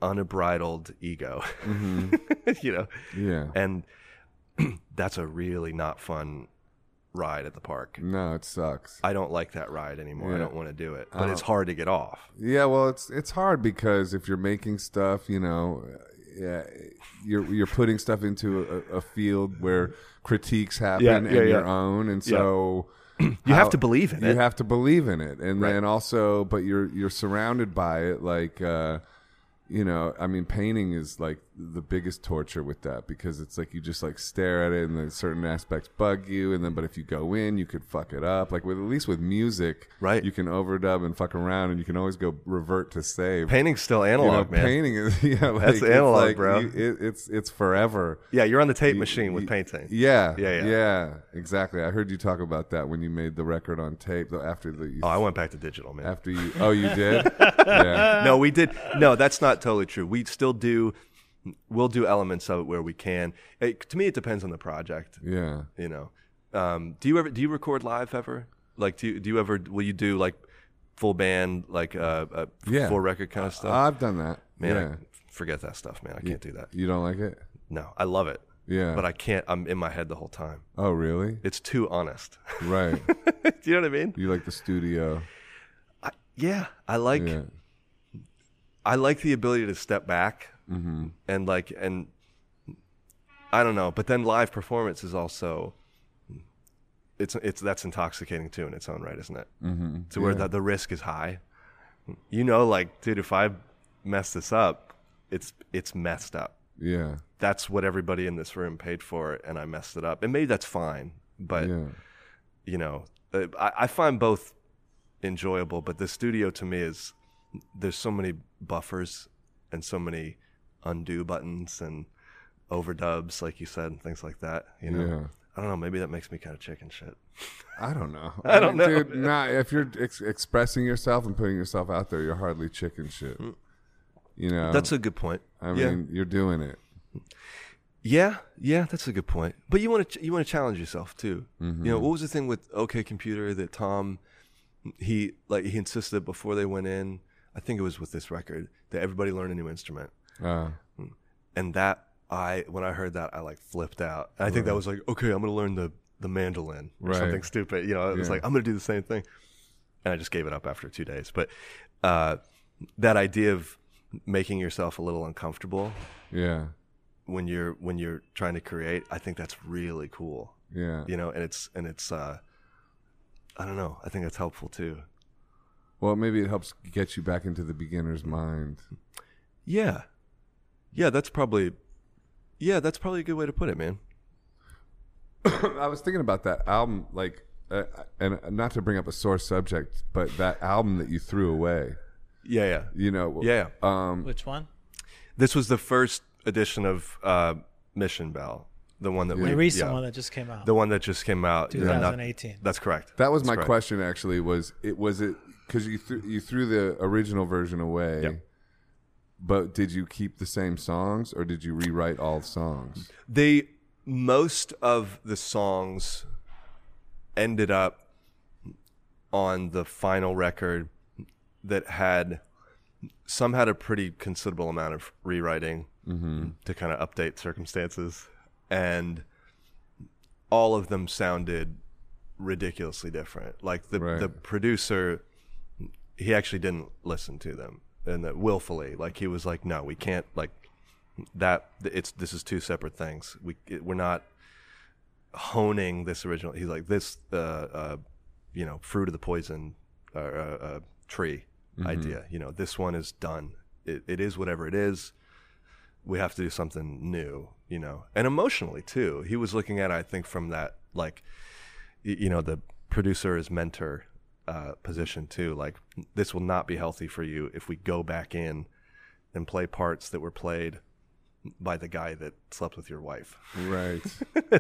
[SPEAKER 2] unbridled ego,
[SPEAKER 1] Mm-hmm.
[SPEAKER 2] you know,
[SPEAKER 1] Yeah.
[SPEAKER 2] and that's a really not fun ride at the park.
[SPEAKER 1] No, it sucks.
[SPEAKER 2] I don't like that ride anymore. I
[SPEAKER 1] Yeah.
[SPEAKER 2] don't want to do it, but it's hard to get off.
[SPEAKER 1] Yeah. Well, it's it's hard because if you're making stuff, you know, uh, yeah, you're you're putting stuff into a, a field where critiques happen
[SPEAKER 2] Yeah,
[SPEAKER 1] and
[SPEAKER 2] yeah, yeah.
[SPEAKER 1] your own, and so.
[SPEAKER 2] You have
[SPEAKER 1] How-
[SPEAKER 2] to believe in
[SPEAKER 1] you
[SPEAKER 2] it.
[SPEAKER 1] have to believe in it and
[SPEAKER 2] Right.
[SPEAKER 1] then also but you're you're surrounded by it like uh you know i mean painting is like the biggest torture with that because it's like you just like stare at it and then certain aspects bug you and then but if you go in you could fuck it up like with at least with music
[SPEAKER 2] Right.
[SPEAKER 1] you can overdub and fuck around and you can always go revert to save
[SPEAKER 2] Painting's still
[SPEAKER 1] you know,
[SPEAKER 2] analog, man.
[SPEAKER 1] painting is yeah like,
[SPEAKER 2] That's
[SPEAKER 1] it's
[SPEAKER 2] analog,
[SPEAKER 1] like
[SPEAKER 2] bro.
[SPEAKER 1] you- it, it's it's forever
[SPEAKER 2] yeah, you're on the tape machine with
[SPEAKER 1] y-
[SPEAKER 2] painting.
[SPEAKER 1] yeah,
[SPEAKER 2] Yeah, yeah.
[SPEAKER 1] exactly. I heard you talk about that when you made the record on tape though, after the you
[SPEAKER 2] Oh, I went back to digital, man.
[SPEAKER 1] after you oh you did yeah
[SPEAKER 2] no, we did. No, that's not totally true. We still do. We'll do elements of it where we can. It, to me, it depends on the project.
[SPEAKER 1] yeah
[SPEAKER 2] You know, um, do you ever do you record live ever? Like, do you, do you ever will you do like full band like uh, uh,
[SPEAKER 1] Yeah.
[SPEAKER 2] full record kind of stuff?
[SPEAKER 1] i've done that
[SPEAKER 2] Oh, man,
[SPEAKER 1] yeah
[SPEAKER 2] I, forget that stuff, man. I can't do that.
[SPEAKER 1] you don't like it
[SPEAKER 2] No, I love it,
[SPEAKER 1] yeah
[SPEAKER 2] but I can't. I'm in my head the whole time.
[SPEAKER 1] oh really
[SPEAKER 2] It's too honest.
[SPEAKER 1] right
[SPEAKER 2] do you know what I mean?
[SPEAKER 1] you like the studio
[SPEAKER 2] Yeah, I like.
[SPEAKER 1] yeah
[SPEAKER 2] I like the ability to step back and like and I don't know, but then live performance is also it's it's that's intoxicating too in its own right, isn't it? Mm-hmm. To where the, the risk is high. You know, like dude, if I mess this up, it's it's messed up.
[SPEAKER 1] yeah
[SPEAKER 2] That's what everybody in this room paid for, and I messed it up. And maybe that's fine, but
[SPEAKER 1] yeah
[SPEAKER 2] you know, uh, I, I find both enjoyable, but the studio to me is there's so many buffers and so many undo buttons and overdubs, like you said, and things like that. You know,
[SPEAKER 1] Yeah.
[SPEAKER 2] I don't know. Maybe that makes me kind of chicken shit.
[SPEAKER 1] I don't know.
[SPEAKER 2] I don't
[SPEAKER 1] mean,
[SPEAKER 2] know,
[SPEAKER 1] Dude, nah, if you're ex- expressing yourself and putting yourself out there, you're hardly chicken shit. You know,
[SPEAKER 2] Mm. That's a good point.
[SPEAKER 1] I
[SPEAKER 2] yeah.
[SPEAKER 1] mean, you're doing it.
[SPEAKER 2] Yeah, yeah, that's a good point. But you want to you want to challenge yourself too. You know,
[SPEAKER 1] Mm-hmm.
[SPEAKER 2] what was the thing with OK Computer that Tom he like he insisted before they went in. I think it was with this record that everybody learn a new instrument,
[SPEAKER 1] Uh,
[SPEAKER 2] and that I when I heard that I like flipped out. And I think that was like okay, I'm gonna learn the the mandolin or
[SPEAKER 1] Right.
[SPEAKER 2] something stupid. You know, it was
[SPEAKER 1] Yeah.
[SPEAKER 2] like I'm gonna do the same thing, and I just gave it up after two days. But uh, that idea of making yourself a little uncomfortable
[SPEAKER 1] yeah,
[SPEAKER 2] when you're when you're trying to create i think that's really cool
[SPEAKER 1] yeah.
[SPEAKER 2] you know and it's and it's uh i don't know i think that's helpful too
[SPEAKER 1] Well, maybe it helps get you back into the beginner's mind.
[SPEAKER 2] yeah yeah that's probably yeah that's probably a good way to put it man
[SPEAKER 1] I was thinking about that album, like, uh, and not to bring up a sore subject, but that album that you threw away.
[SPEAKER 2] yeah yeah
[SPEAKER 1] You know,
[SPEAKER 2] yeah, yeah.
[SPEAKER 1] Um,
[SPEAKER 3] Which one?
[SPEAKER 2] this was the first edition of uh mission bell the one that we
[SPEAKER 3] The recent
[SPEAKER 2] yeah.
[SPEAKER 3] one that just came out,
[SPEAKER 2] the one that just came out you know, not-
[SPEAKER 3] 2018.
[SPEAKER 2] that's correct
[SPEAKER 1] That was my
[SPEAKER 2] correct.
[SPEAKER 1] question. Actually, was it was it because you threw you threw the original version away,
[SPEAKER 2] Yep.
[SPEAKER 1] but did you keep the same songs or did you rewrite all the songs?
[SPEAKER 2] they most of the songs ended up on the final record that had some had a pretty considerable amount of rewriting to kind of update circumstances and all of them sounded ridiculously different like the
[SPEAKER 1] Right.
[SPEAKER 2] the producer he actually didn't listen to them and that willfully like he was like no we can't like that it's this is two separate things we it, we're not honing this original he's like this uh, uh you know fruit of the poison uh, uh, uh tree
[SPEAKER 3] Mm-hmm.
[SPEAKER 1] Mm-hmm.
[SPEAKER 2] idea you know this one is done it, it is whatever it is we have to do something new you know and emotionally too he was looking at it, i think from that like y- you know the producer is mentor uh, position too like this will not be healthy for you if we go back in and play parts that were played by the guy that slept with your wife
[SPEAKER 1] Right.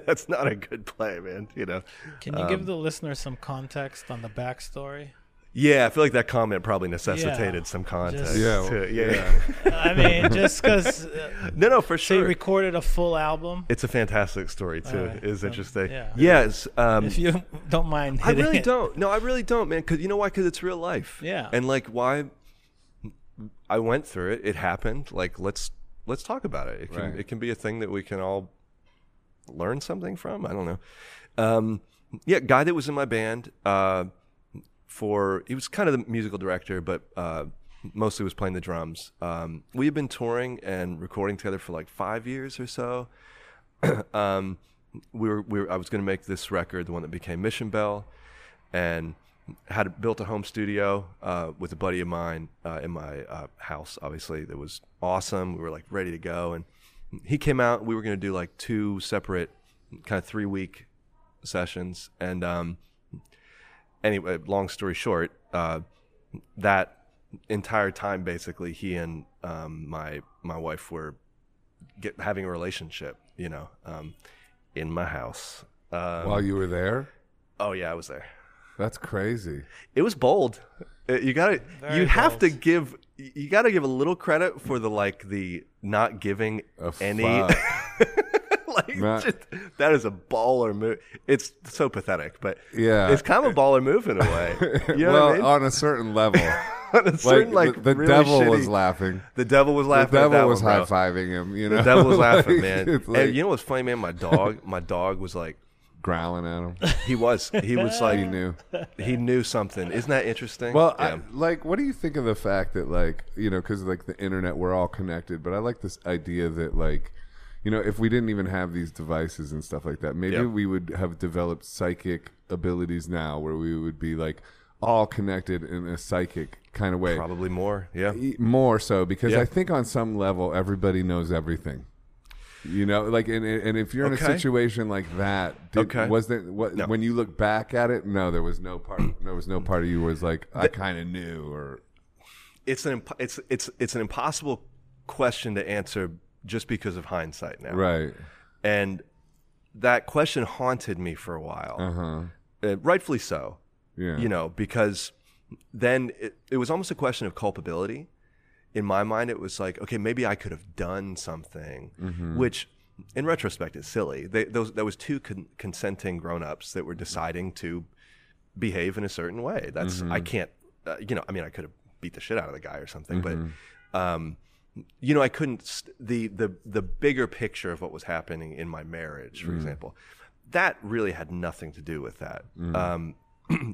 [SPEAKER 2] that's not a good play man you know
[SPEAKER 3] Can you
[SPEAKER 2] Um,
[SPEAKER 3] give the listener some context on the backstory?
[SPEAKER 2] yeah i feel like that comment probably necessitated
[SPEAKER 3] Yeah.
[SPEAKER 2] some context
[SPEAKER 1] Yeah,
[SPEAKER 3] Just-
[SPEAKER 2] to it. yeah,
[SPEAKER 1] yeah.
[SPEAKER 3] I mean, just because uh,
[SPEAKER 2] no no for
[SPEAKER 3] they
[SPEAKER 2] sure
[SPEAKER 3] recorded a full album.
[SPEAKER 2] it's a fantastic story too
[SPEAKER 3] right,
[SPEAKER 2] it is
[SPEAKER 3] so,
[SPEAKER 2] interesting
[SPEAKER 3] yeah.
[SPEAKER 2] yes um,
[SPEAKER 3] If you don't mind,
[SPEAKER 2] I
[SPEAKER 3] hitting
[SPEAKER 2] really
[SPEAKER 3] it.
[SPEAKER 2] don't. No, I really don't, man. Because you know why? Because it's real life.
[SPEAKER 3] Yeah.
[SPEAKER 2] And like, why? I went through it. It happened. Like, let's let's talk about it. It can
[SPEAKER 1] Right.
[SPEAKER 2] it can be a thing that we can all learn something from. I don't know. Um, yeah, guy that was in my band uh, for he was kind of the musical director, but uh, mostly was playing the drums. Um, we had been touring and recording together for like five years or so um, we were, we were I was going to make this record, the one that became Mission Bell, and had built a home studio uh, with a buddy of mine uh, in my uh, house. Obviously, that was awesome. We were like ready to go, and he came out. We were going to do like two separate, kind of three week sessions, and um, anyway, long story short, uh, that entire time basically he and um, my my wife were get having a relationship, you know, um, in my house. Um,
[SPEAKER 1] While you were there,
[SPEAKER 2] oh yeah, I was there.
[SPEAKER 1] that's crazy.
[SPEAKER 2] It was bold. Uh, You got to
[SPEAKER 3] Very
[SPEAKER 2] you have to
[SPEAKER 3] bold.
[SPEAKER 2] give you got to give a little credit for the like the not giving
[SPEAKER 1] A
[SPEAKER 2] any
[SPEAKER 1] fuck.
[SPEAKER 2] like
[SPEAKER 1] Not-
[SPEAKER 2] just, that is a baller move. It's so pathetic, but
[SPEAKER 1] Yeah.
[SPEAKER 2] it's kind of a baller move in a way. You know
[SPEAKER 1] well,
[SPEAKER 2] what I mean?
[SPEAKER 1] on a certain level,
[SPEAKER 2] On a certain,
[SPEAKER 1] like,
[SPEAKER 2] like,
[SPEAKER 1] the, the
[SPEAKER 2] really
[SPEAKER 1] devil was
[SPEAKER 2] shitty-
[SPEAKER 1] laughing.
[SPEAKER 2] The devil was laughing.
[SPEAKER 1] the
[SPEAKER 2] at that
[SPEAKER 1] devil was
[SPEAKER 2] one,
[SPEAKER 1] high
[SPEAKER 2] bro.
[SPEAKER 1] fiving him. You know,
[SPEAKER 2] The devil was laughing,
[SPEAKER 1] Like,
[SPEAKER 2] man.
[SPEAKER 1] it's like
[SPEAKER 2] and you know what's funny, man? My dog, my dog was like,
[SPEAKER 1] growling at him.
[SPEAKER 2] he was, he was
[SPEAKER 1] He
[SPEAKER 2] like,
[SPEAKER 1] knew.
[SPEAKER 2] he knew something. Isn't that interesting?
[SPEAKER 1] Well,
[SPEAKER 2] yeah.
[SPEAKER 1] I, like, what do you think of the fact that, like, you know, because like the internet, we're all connected. But I like this idea that, like, you know, if we didn't even have these devices and stuff like that, maybe
[SPEAKER 2] Yeah.
[SPEAKER 1] we would have developed psychic abilities now, where we would be like all connected in a psychic kind of way.
[SPEAKER 2] probably more. Yeah,
[SPEAKER 1] E- More so because
[SPEAKER 2] Yeah.
[SPEAKER 1] I think on some level everybody knows everything. You know, like, and and if you're in
[SPEAKER 2] Okay.
[SPEAKER 1] a situation like that, did,
[SPEAKER 2] Okay.
[SPEAKER 1] was there what
[SPEAKER 2] No.
[SPEAKER 1] when you look back at it? No, there was no part. There was no part of you was like I kind of knew or
[SPEAKER 2] it's an imp- it's it's it's an impossible question to answer just because of hindsight now.
[SPEAKER 1] Right.
[SPEAKER 2] And that question haunted me for a while,
[SPEAKER 1] Uh huh.
[SPEAKER 2] Uh, rightfully so,
[SPEAKER 1] Yeah.
[SPEAKER 2] you know, because then it, it was almost a question of culpability. In my mind, it was like, okay, maybe I could have done something, which in retrospect is silly. They, those, there was two con- consenting grown-ups that were deciding to behave in a certain way. That's, I can't, uh, you know, I mean, I could have beat the shit out of the guy or something, but, um, you know, I couldn't. St- the the the bigger picture of what was happening in my marriage, for example, that really had nothing to do with that. Um,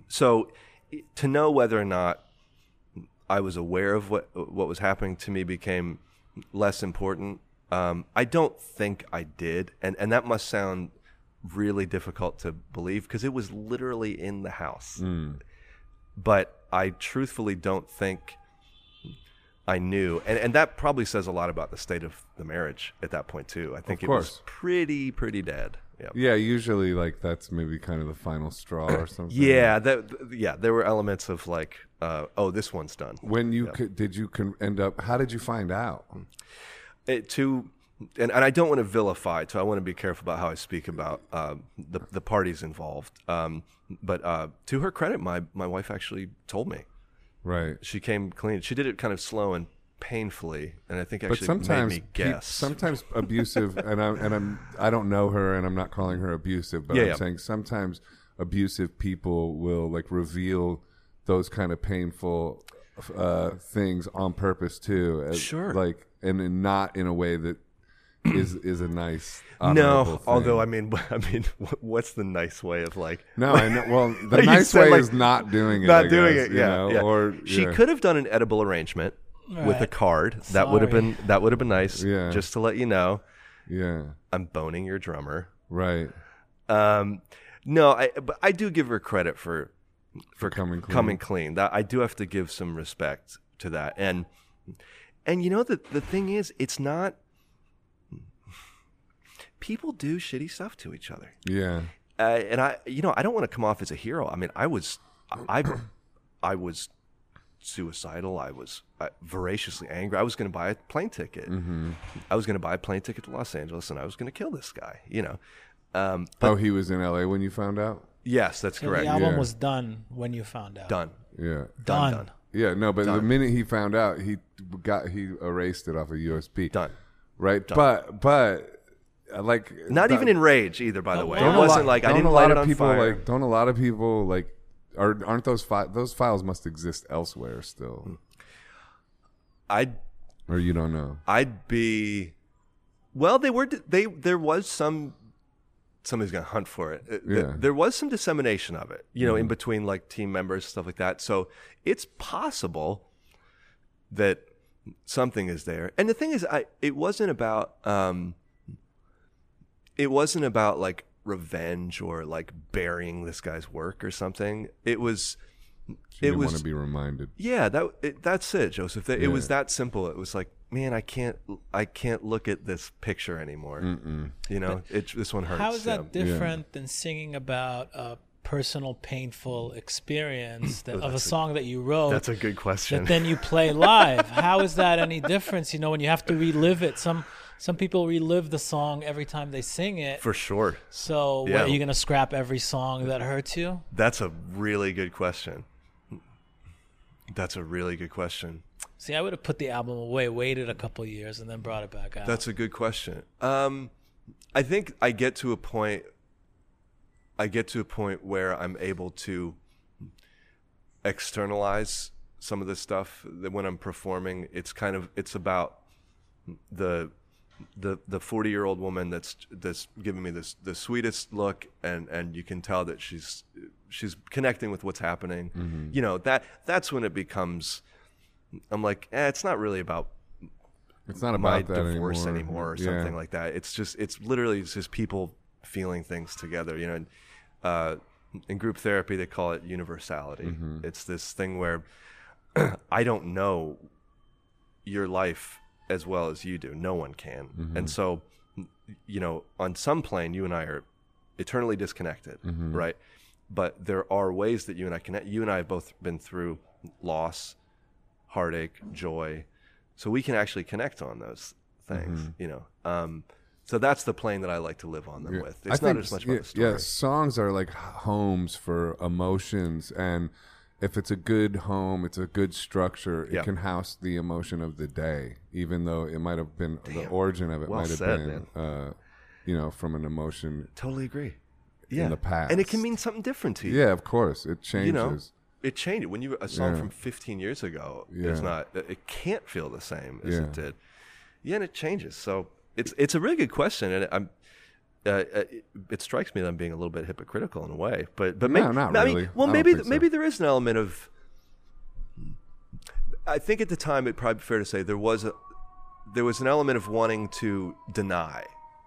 [SPEAKER 2] so, i- to know whether or not I was aware of what what was happening to me became less important. Um, I don't think I did, and and that must sound really difficult to believe because it was literally in the house.
[SPEAKER 1] Mm.
[SPEAKER 2] But I truthfully don't think I knew, and and that probably says a lot about the state of the marriage at that point too. I think
[SPEAKER 1] Of
[SPEAKER 2] it was
[SPEAKER 1] course.
[SPEAKER 2] pretty pretty dead. Yeah.
[SPEAKER 1] Yeah. Usually, like that's maybe kind of the final straw or something.
[SPEAKER 2] Yeah, that th- yeah, there were elements of like, uh, oh, this one's done.
[SPEAKER 1] When you could, did you con- end up? How did you find out?
[SPEAKER 2] it, to and, and I don't want to vilify, so I want to be careful about how I speak about uh, the the parties involved. Um, but uh, to her credit, my my wife actually told me
[SPEAKER 1] Right.
[SPEAKER 2] she came clean. She did it kind of slow and painfully, and I think
[SPEAKER 1] But
[SPEAKER 2] actually
[SPEAKER 1] sometimes,
[SPEAKER 2] made me
[SPEAKER 1] pe-
[SPEAKER 2] guess.
[SPEAKER 1] sometimes abusive, and I'm and I'm I don't know her, and I'm not calling her abusive, but
[SPEAKER 2] Yeah,
[SPEAKER 1] I'm
[SPEAKER 2] yeah.
[SPEAKER 1] saying sometimes abusive people will like reveal those kind of painful uh, things on purpose too. as-
[SPEAKER 2] Sure.
[SPEAKER 1] Like and in, not in a way that is is a nice.
[SPEAKER 2] no,
[SPEAKER 1] honorable thing.
[SPEAKER 2] although I mean, I mean, wh- what's the nice way of like
[SPEAKER 1] no, I know. Well, the
[SPEAKER 2] You
[SPEAKER 1] nice
[SPEAKER 2] said,
[SPEAKER 1] way
[SPEAKER 2] like,
[SPEAKER 1] is not doing it.
[SPEAKER 2] not
[SPEAKER 1] I
[SPEAKER 2] doing
[SPEAKER 1] guess,
[SPEAKER 2] it?
[SPEAKER 1] you
[SPEAKER 2] Yeah,
[SPEAKER 1] know,
[SPEAKER 2] yeah.
[SPEAKER 1] Or
[SPEAKER 2] she
[SPEAKER 1] yeah.
[SPEAKER 2] could have done an edible arrangement with a
[SPEAKER 3] Right.
[SPEAKER 2] card. That would have
[SPEAKER 3] Sorry.
[SPEAKER 2] been that would have been nice.
[SPEAKER 1] Yeah.
[SPEAKER 2] Just to let you know,
[SPEAKER 1] Yeah.
[SPEAKER 2] I'm boning your drummer.
[SPEAKER 1] Right.
[SPEAKER 2] Um, no, I but I do give her credit for for
[SPEAKER 1] coming clean.
[SPEAKER 2] coming clean. That I do have to give some respect to that. And and you know the the thing is, it's not people do shitty stuff to each other.
[SPEAKER 1] Yeah.
[SPEAKER 2] Uh, and I you know I don't want to come off as a hero. I mean, I was I I was suicidal. I was uh, voraciously angry. I was going to buy a plane ticket. I was going to buy a plane ticket to Los Angeles, and I was going to kill this guy. You know. Um,
[SPEAKER 1] oh, he was in L.A. when you found out.
[SPEAKER 2] Yes, that's
[SPEAKER 3] So the
[SPEAKER 2] correct.
[SPEAKER 3] album
[SPEAKER 1] yeah.
[SPEAKER 3] was done when you found out.
[SPEAKER 2] Done.
[SPEAKER 1] Yeah.
[SPEAKER 3] Done.
[SPEAKER 2] done.
[SPEAKER 1] Yeah, no, but the minute he found out, he got he erased it off a USB.
[SPEAKER 2] Done.
[SPEAKER 1] Right, but but uh, like
[SPEAKER 2] Not
[SPEAKER 1] that-
[SPEAKER 2] even in rage either, by the way.
[SPEAKER 3] Don't
[SPEAKER 2] It
[SPEAKER 3] a
[SPEAKER 1] lot-
[SPEAKER 2] wasn't like I
[SPEAKER 1] don't
[SPEAKER 2] didn't
[SPEAKER 1] a lot
[SPEAKER 2] light
[SPEAKER 1] of
[SPEAKER 2] it on
[SPEAKER 1] people
[SPEAKER 2] fire.
[SPEAKER 1] like don't a lot of people like are aren't those fi- those files must exist elsewhere still
[SPEAKER 2] I'd Hmm.
[SPEAKER 1] or you don't know
[SPEAKER 2] I'd be. Well, they were they there was some somebody's gonna hunt for it. Uh, th-
[SPEAKER 1] Yeah. Mm-hmm.
[SPEAKER 2] There was some dissemination of it, you know, in between like team members stuff like that. So it's possible that something is there. And the thing is, I it wasn't about um, it wasn't about like revenge or like burying this guy's work or something. It was
[SPEAKER 1] you
[SPEAKER 2] it
[SPEAKER 1] want
[SPEAKER 2] was
[SPEAKER 1] to be reminded
[SPEAKER 2] yeah, that it, that's it, Joseph. That, It was
[SPEAKER 1] Yeah.
[SPEAKER 2] that simple. It was like, man, I can't, I can't look at this picture anymore. You know, it, this one hurts.
[SPEAKER 3] How is that
[SPEAKER 2] yeah.
[SPEAKER 3] different than singing about a personal painful experience that, of a song that you wrote?
[SPEAKER 2] That's a good question.
[SPEAKER 3] that then you play live. How is that any difference? You know, when you have to relive it. Some some people relive the song every time they sing it.
[SPEAKER 2] For sure,
[SPEAKER 3] so what,
[SPEAKER 2] Yeah.
[SPEAKER 3] are you gonna scrap every song that hurts you?
[SPEAKER 2] that's a really good question. That's a really good question.
[SPEAKER 3] See, I would have put the album away, waited a couple years, and then brought it back out.
[SPEAKER 2] That's a good question. Um, I think I get to a point. I get to a point where I'm able to externalize some of this stuff that when I'm performing. It's kind of it's about the the the 40 year old woman that's that's giving me this the sweetest look and and you can tell that she's she's connecting with what's happening you know that that's when it becomes i'm like eh, it's not really about
[SPEAKER 1] it's not
[SPEAKER 2] my
[SPEAKER 1] about that
[SPEAKER 2] divorce anymore, or
[SPEAKER 1] Yeah.
[SPEAKER 2] something like that. It's just it's literally it's just people feeling things together, you know. And, uh, in group therapy, they call it universality.
[SPEAKER 1] Mm-hmm.
[SPEAKER 2] It's this thing where I don't know your life as well as you do. No one can,
[SPEAKER 1] Mm-hmm.
[SPEAKER 2] and so you know, on some plane, you and I are eternally disconnected,
[SPEAKER 1] Mm-hmm.
[SPEAKER 2] right? But there are ways that you and I connect. You and I have both been through loss, heartache, joy, so we can actually connect on those things
[SPEAKER 1] Mm-hmm.
[SPEAKER 2] you know um so that's the plane that i like to live on them with it's not as much about
[SPEAKER 1] yeah,
[SPEAKER 2] the story
[SPEAKER 1] yeah, songs are like h- homes for emotions, and if it's a good home, it's a good structure. It
[SPEAKER 2] Yeah.
[SPEAKER 1] can house the emotion of the day, even though it might have been the origin of it
[SPEAKER 2] Well
[SPEAKER 1] might have
[SPEAKER 2] said,
[SPEAKER 1] been, uh, you know, from an emotion.
[SPEAKER 2] totally agree yeah
[SPEAKER 1] the past.
[SPEAKER 2] and it can mean something different to you
[SPEAKER 1] Yeah, of course, it changes.
[SPEAKER 2] you know it changed when you a song
[SPEAKER 1] Yeah.
[SPEAKER 2] from 15 years ago
[SPEAKER 1] Yeah.
[SPEAKER 2] is not it can't feel the same as
[SPEAKER 1] Yeah.
[SPEAKER 2] it did yeah and it changes so it's it's a really good question and i'm uh, uh, it, it strikes me that I'm being a little bit hypocritical in a way, but but
[SPEAKER 1] No,
[SPEAKER 2] maybe
[SPEAKER 1] not
[SPEAKER 2] I
[SPEAKER 1] really.
[SPEAKER 2] mean,
[SPEAKER 1] I
[SPEAKER 2] well,
[SPEAKER 1] don't
[SPEAKER 2] maybe
[SPEAKER 1] think so.
[SPEAKER 2] maybe there is an element of. I think at the time it probably be fair to say there was a there was an element of wanting to deny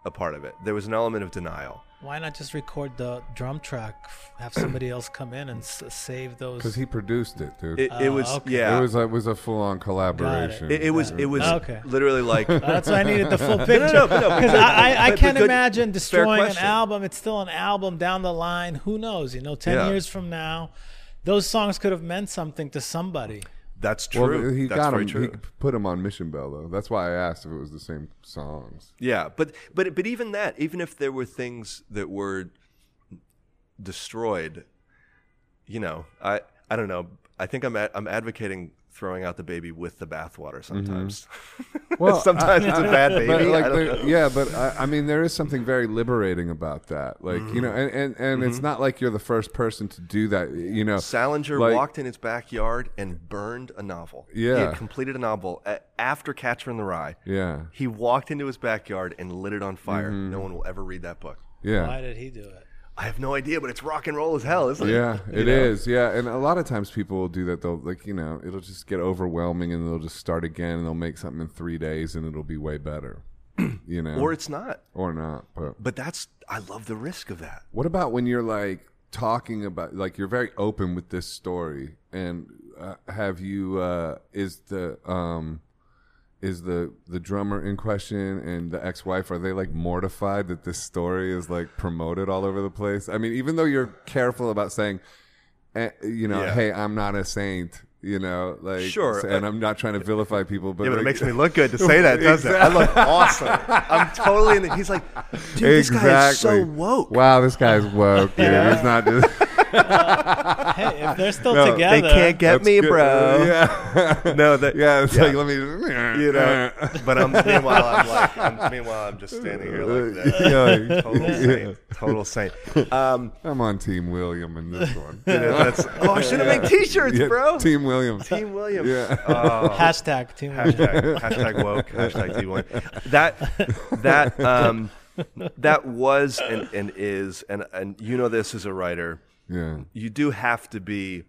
[SPEAKER 2] a part of it. There was an element of denial.
[SPEAKER 3] Why not just record the drum track, f- have somebody else come in and s- save those?
[SPEAKER 1] because he produced it, dude.
[SPEAKER 2] It,
[SPEAKER 1] It,
[SPEAKER 2] it
[SPEAKER 3] Ah,
[SPEAKER 2] was
[SPEAKER 3] okay.
[SPEAKER 2] yeah.
[SPEAKER 1] was it was a full on collaboration.
[SPEAKER 2] It, it was it was
[SPEAKER 3] Ah, Okay.
[SPEAKER 2] literally like
[SPEAKER 3] That's why I needed the full picture.
[SPEAKER 2] no, no, but-
[SPEAKER 3] Because I, I, I
[SPEAKER 2] but- but
[SPEAKER 3] can't
[SPEAKER 2] good-
[SPEAKER 3] imagine
[SPEAKER 2] fair
[SPEAKER 3] destroying an
[SPEAKER 2] question.
[SPEAKER 3] album. It's still an album down the line. Who knows? You know, 10
[SPEAKER 2] Yeah.
[SPEAKER 3] years from now, those songs could have meant something to somebody.
[SPEAKER 2] that's
[SPEAKER 1] Well,
[SPEAKER 2] true.
[SPEAKER 1] he
[SPEAKER 2] that's
[SPEAKER 1] got
[SPEAKER 2] very
[SPEAKER 1] him.
[SPEAKER 2] true.
[SPEAKER 1] He put him on Mission Bell though. That's why I asked if it was the same songs.
[SPEAKER 2] Yeah, but but but even that, even if there were things that were destroyed, you know, I I don't know. I think I'm ad- I'm advocating throwing out the baby with the bathwater sometimes.
[SPEAKER 1] Mm-hmm. Well,
[SPEAKER 2] sometimes it's a bad baby.
[SPEAKER 1] But like,
[SPEAKER 2] I don't
[SPEAKER 1] there-
[SPEAKER 2] know.
[SPEAKER 1] yeah, but I, I mean, there is something very liberating about that. Like, you know,
[SPEAKER 2] Mm-hmm.
[SPEAKER 1] and and, and it's not like you're the first person to do that. You know,
[SPEAKER 2] Salinger
[SPEAKER 1] Like-
[SPEAKER 2] walked in its backyard and burned a novel. he
[SPEAKER 1] Yeah.
[SPEAKER 2] had completed a novel a- after Catcher in the Rye.
[SPEAKER 1] yeah, Mm-hmm.
[SPEAKER 2] He walked into his backyard and lit it on fire. No one will ever read that book.
[SPEAKER 3] Why
[SPEAKER 1] yeah,
[SPEAKER 3] did he do it?
[SPEAKER 2] I have no idea, but it's rock and roll as hell, isn't it?
[SPEAKER 1] yeah.
[SPEAKER 2] You
[SPEAKER 1] It
[SPEAKER 2] know?
[SPEAKER 1] is, yeah. And a lot of times people will do that. They'll like, you know, it'll just get overwhelming, and they'll just start again, and they'll make something in three days, and it'll be way better. You know,
[SPEAKER 2] Or it's not.
[SPEAKER 1] or not, but
[SPEAKER 2] But that's I love the risk of that.
[SPEAKER 1] What about when you're like talking about like you're very open with this story and uh, have you uh is the um is the the drummer in question and the ex-wife are they like mortified that this story is like promoted all over the place? I mean, even though you're careful about saying eh, you know,
[SPEAKER 2] Yeah.
[SPEAKER 1] hey, I'm not a saint, you know, like
[SPEAKER 2] Sure,
[SPEAKER 1] and I'm not trying to vilify people, but,
[SPEAKER 2] Yeah, but it
[SPEAKER 1] like-
[SPEAKER 2] makes me look good to say that, doesn't it? I look awesome. I'm totally in the, he's like, dude, this guy is so woke.
[SPEAKER 1] Wow, this guy's woke, dude. He's not just
[SPEAKER 3] Hey, if they're still
[SPEAKER 1] No, they
[SPEAKER 3] together,
[SPEAKER 2] They can't get
[SPEAKER 1] That's
[SPEAKER 2] me,
[SPEAKER 1] good.
[SPEAKER 2] bro.
[SPEAKER 1] Yeah.
[SPEAKER 2] No, that
[SPEAKER 1] yeah, it's
[SPEAKER 2] yeah.
[SPEAKER 1] like let me you
[SPEAKER 2] you know. but I'm meanwhile I'm like I'm, meanwhile I'm just standing here like that. Total saint. Total saint. Um
[SPEAKER 1] I'm on Team William in this one.
[SPEAKER 2] you know, that's, oh I should have made t shirts,
[SPEAKER 1] Yeah,
[SPEAKER 2] bro.
[SPEAKER 1] Team William.
[SPEAKER 2] Team William.
[SPEAKER 1] Yeah.
[SPEAKER 2] Oh.
[SPEAKER 3] Hashtag team.
[SPEAKER 2] hashtag, hashtag woke hashtag t1 that that um that was and, and is and and you know this as a writer
[SPEAKER 1] Yeah.
[SPEAKER 2] you do have to be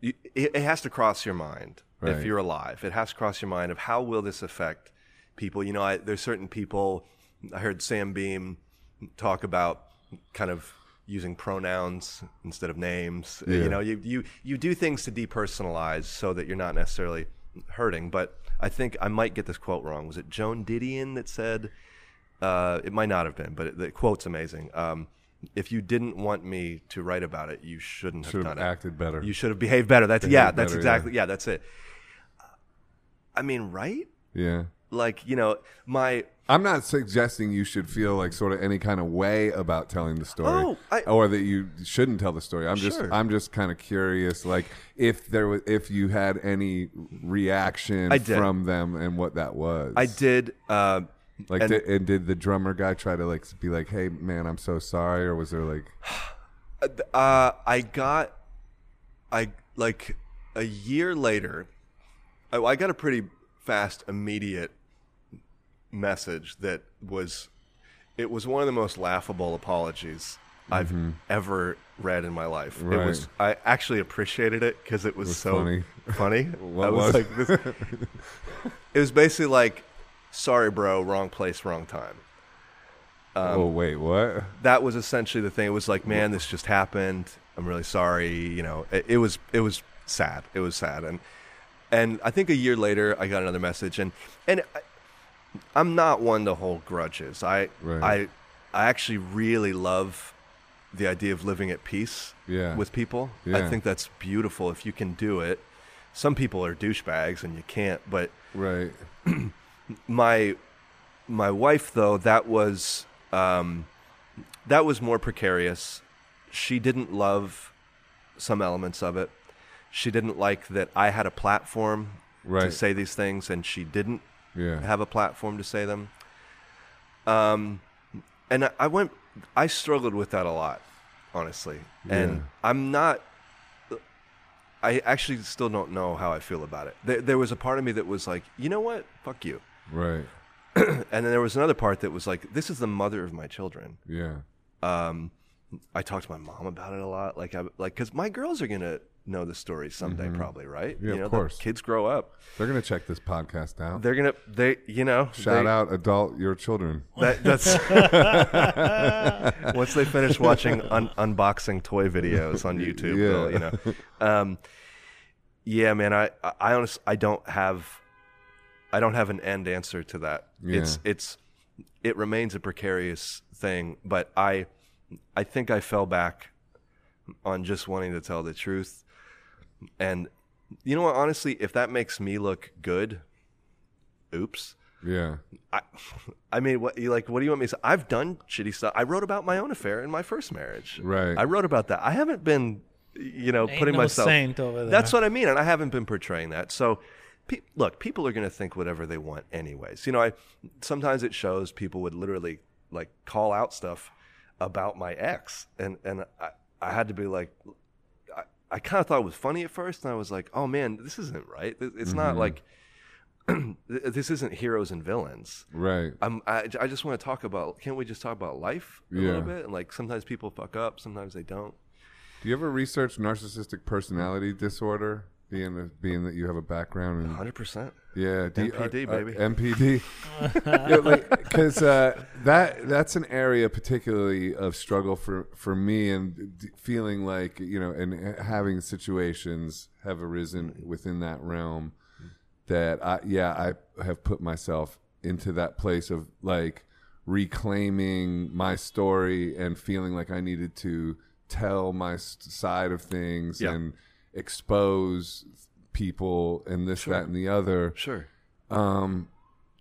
[SPEAKER 2] you, it, it has to cross your mind
[SPEAKER 1] Right.
[SPEAKER 2] if you're alive it has to cross your mind of how will this affect people you know I, there's certain people i heard sam beam talk about kind of using pronouns instead of names
[SPEAKER 1] Yeah.
[SPEAKER 2] you know you, you you do things to depersonalize so that you're not necessarily hurting but i think i might get this quote wrong was it joan didion that said uh, it might not have been, but it, the quote's amazing. Um, if you didn't want me to write about it, you shouldn't have
[SPEAKER 1] Should have
[SPEAKER 2] done
[SPEAKER 1] acted better.
[SPEAKER 2] it. You should have behaved better. That's yeah,
[SPEAKER 1] Behaved
[SPEAKER 2] that's
[SPEAKER 1] better,
[SPEAKER 2] exactly yeah. that's it. I mean, right?
[SPEAKER 1] yeah.
[SPEAKER 2] Like you know, my
[SPEAKER 1] I'm not suggesting you should feel like sort of any kind of way about telling the story,
[SPEAKER 2] Oh, I-
[SPEAKER 1] or that you shouldn't tell the story. I'm just
[SPEAKER 2] Sure.
[SPEAKER 1] I'm just kind of curious, like if there was if you had any reaction
[SPEAKER 2] I did.
[SPEAKER 1] from them and what that was.
[SPEAKER 2] I did. Uh,
[SPEAKER 1] Like,
[SPEAKER 2] And-
[SPEAKER 1] did, and did the drummer guy try to like be like, "Hey, man, I'm so sorry," or was there like,
[SPEAKER 2] uh, I got, I like a year later, I, I got a pretty fast, immediate message that was, it was one of the most laughable apologies I've ever read in my life. It was, I actually appreciated it because it was, so
[SPEAKER 1] funny.
[SPEAKER 2] funny.
[SPEAKER 1] What
[SPEAKER 2] I was,
[SPEAKER 1] was-
[SPEAKER 2] like, this, it was basically like, sorry, bro, wrong place, wrong time Um,
[SPEAKER 1] "Oh, wait, what?"
[SPEAKER 2] that was essentially the thing. It was like, man, this just happened. I'm really sorry. You know, it, it was it was sad. It was sad, and and I think a year later, I got another message, and and I, I'm not one to hold grudges. I
[SPEAKER 1] Right.
[SPEAKER 2] I I actually really love the idea of living at peace
[SPEAKER 1] Yeah.
[SPEAKER 2] with people.
[SPEAKER 1] Yeah.
[SPEAKER 2] I think that's beautiful if you can do it. some people are douchebags and you can't. But
[SPEAKER 1] Right.
[SPEAKER 2] my my wife though that was um, that was more precarious. She didn't love some elements of it. She didn't like that I had a platform to
[SPEAKER 1] Right.
[SPEAKER 2] say these things, and she didn't
[SPEAKER 1] Yeah.
[SPEAKER 2] have a platform to say them. Um, and I, I went, I struggled with that a lot, honestly. And
[SPEAKER 1] Yeah.
[SPEAKER 2] I'm not, I actually still don't know how I feel about it. There, there was a part of me that was like, you know what, fuck you.
[SPEAKER 1] right.
[SPEAKER 2] And then there was another part that was like, this is the mother of my children.
[SPEAKER 1] Yeah.
[SPEAKER 2] Um, I talked to my mom about it a lot, like I like because my girls are gonna know the story someday, probably, right?
[SPEAKER 1] Mm-hmm. Yeah,
[SPEAKER 2] you know,
[SPEAKER 1] of
[SPEAKER 2] the
[SPEAKER 1] course.
[SPEAKER 2] kids grow up.
[SPEAKER 1] They're gonna check this podcast out.
[SPEAKER 2] They're gonna, they, you know,
[SPEAKER 1] Shout
[SPEAKER 2] they-
[SPEAKER 1] out, adult your children.
[SPEAKER 2] That, that's once they finish watching un- unboxing toy videos on YouTube.
[SPEAKER 1] Yeah.
[SPEAKER 2] they'll, you know, um, yeah, man. I I- I honest I don't have I don't have an end answer to that. It's it's it remains a precarious thing, but I I think I fell back on just wanting to tell the truth, and you know what? Honestly, if that makes me look good, oops.
[SPEAKER 1] Yeah.
[SPEAKER 2] I, I mean, what you like? What do you want me to say? I've done shitty stuff. I wrote about my own affair in my first marriage.
[SPEAKER 1] Right.
[SPEAKER 2] I wrote about that. I haven't been, you know,
[SPEAKER 3] Ain't
[SPEAKER 2] putting
[SPEAKER 3] no
[SPEAKER 2] myself.
[SPEAKER 3] saint over there.
[SPEAKER 2] That's what I mean, and I haven't been portraying that. So, pe- look, people are going to think whatever they want, anyways. You know, I sometimes it shows people would literally like call out stuff about my ex, and and I, I had to be like, I, I kind of thought it was funny at first, and I was like, oh man, this isn't right. It- It's not like this isn't heroes and villains.
[SPEAKER 1] Right.
[SPEAKER 2] I'm, I, I just want to talk about. Can't we just talk about life a little
[SPEAKER 1] Yeah.
[SPEAKER 2] bit? And like sometimes people fuck up, sometimes they don't.
[SPEAKER 1] Do you ever research narcissistic personality disorder? Being being that you have a background in
[SPEAKER 2] Hundred percent.
[SPEAKER 1] Yeah, do you-
[SPEAKER 2] MPD,
[SPEAKER 1] uh, uh,
[SPEAKER 2] baby.
[SPEAKER 1] MPD. Because uh, that that's an area particularly of struggle for for me, and d- feeling like you know, and having situations have arisen within that realm that I yeah I have put myself into that place of like reclaiming my story and feeling like I needed to tell my s- side of things
[SPEAKER 2] Yeah.
[SPEAKER 1] and expose people and this that and the other
[SPEAKER 2] Sure.
[SPEAKER 1] um,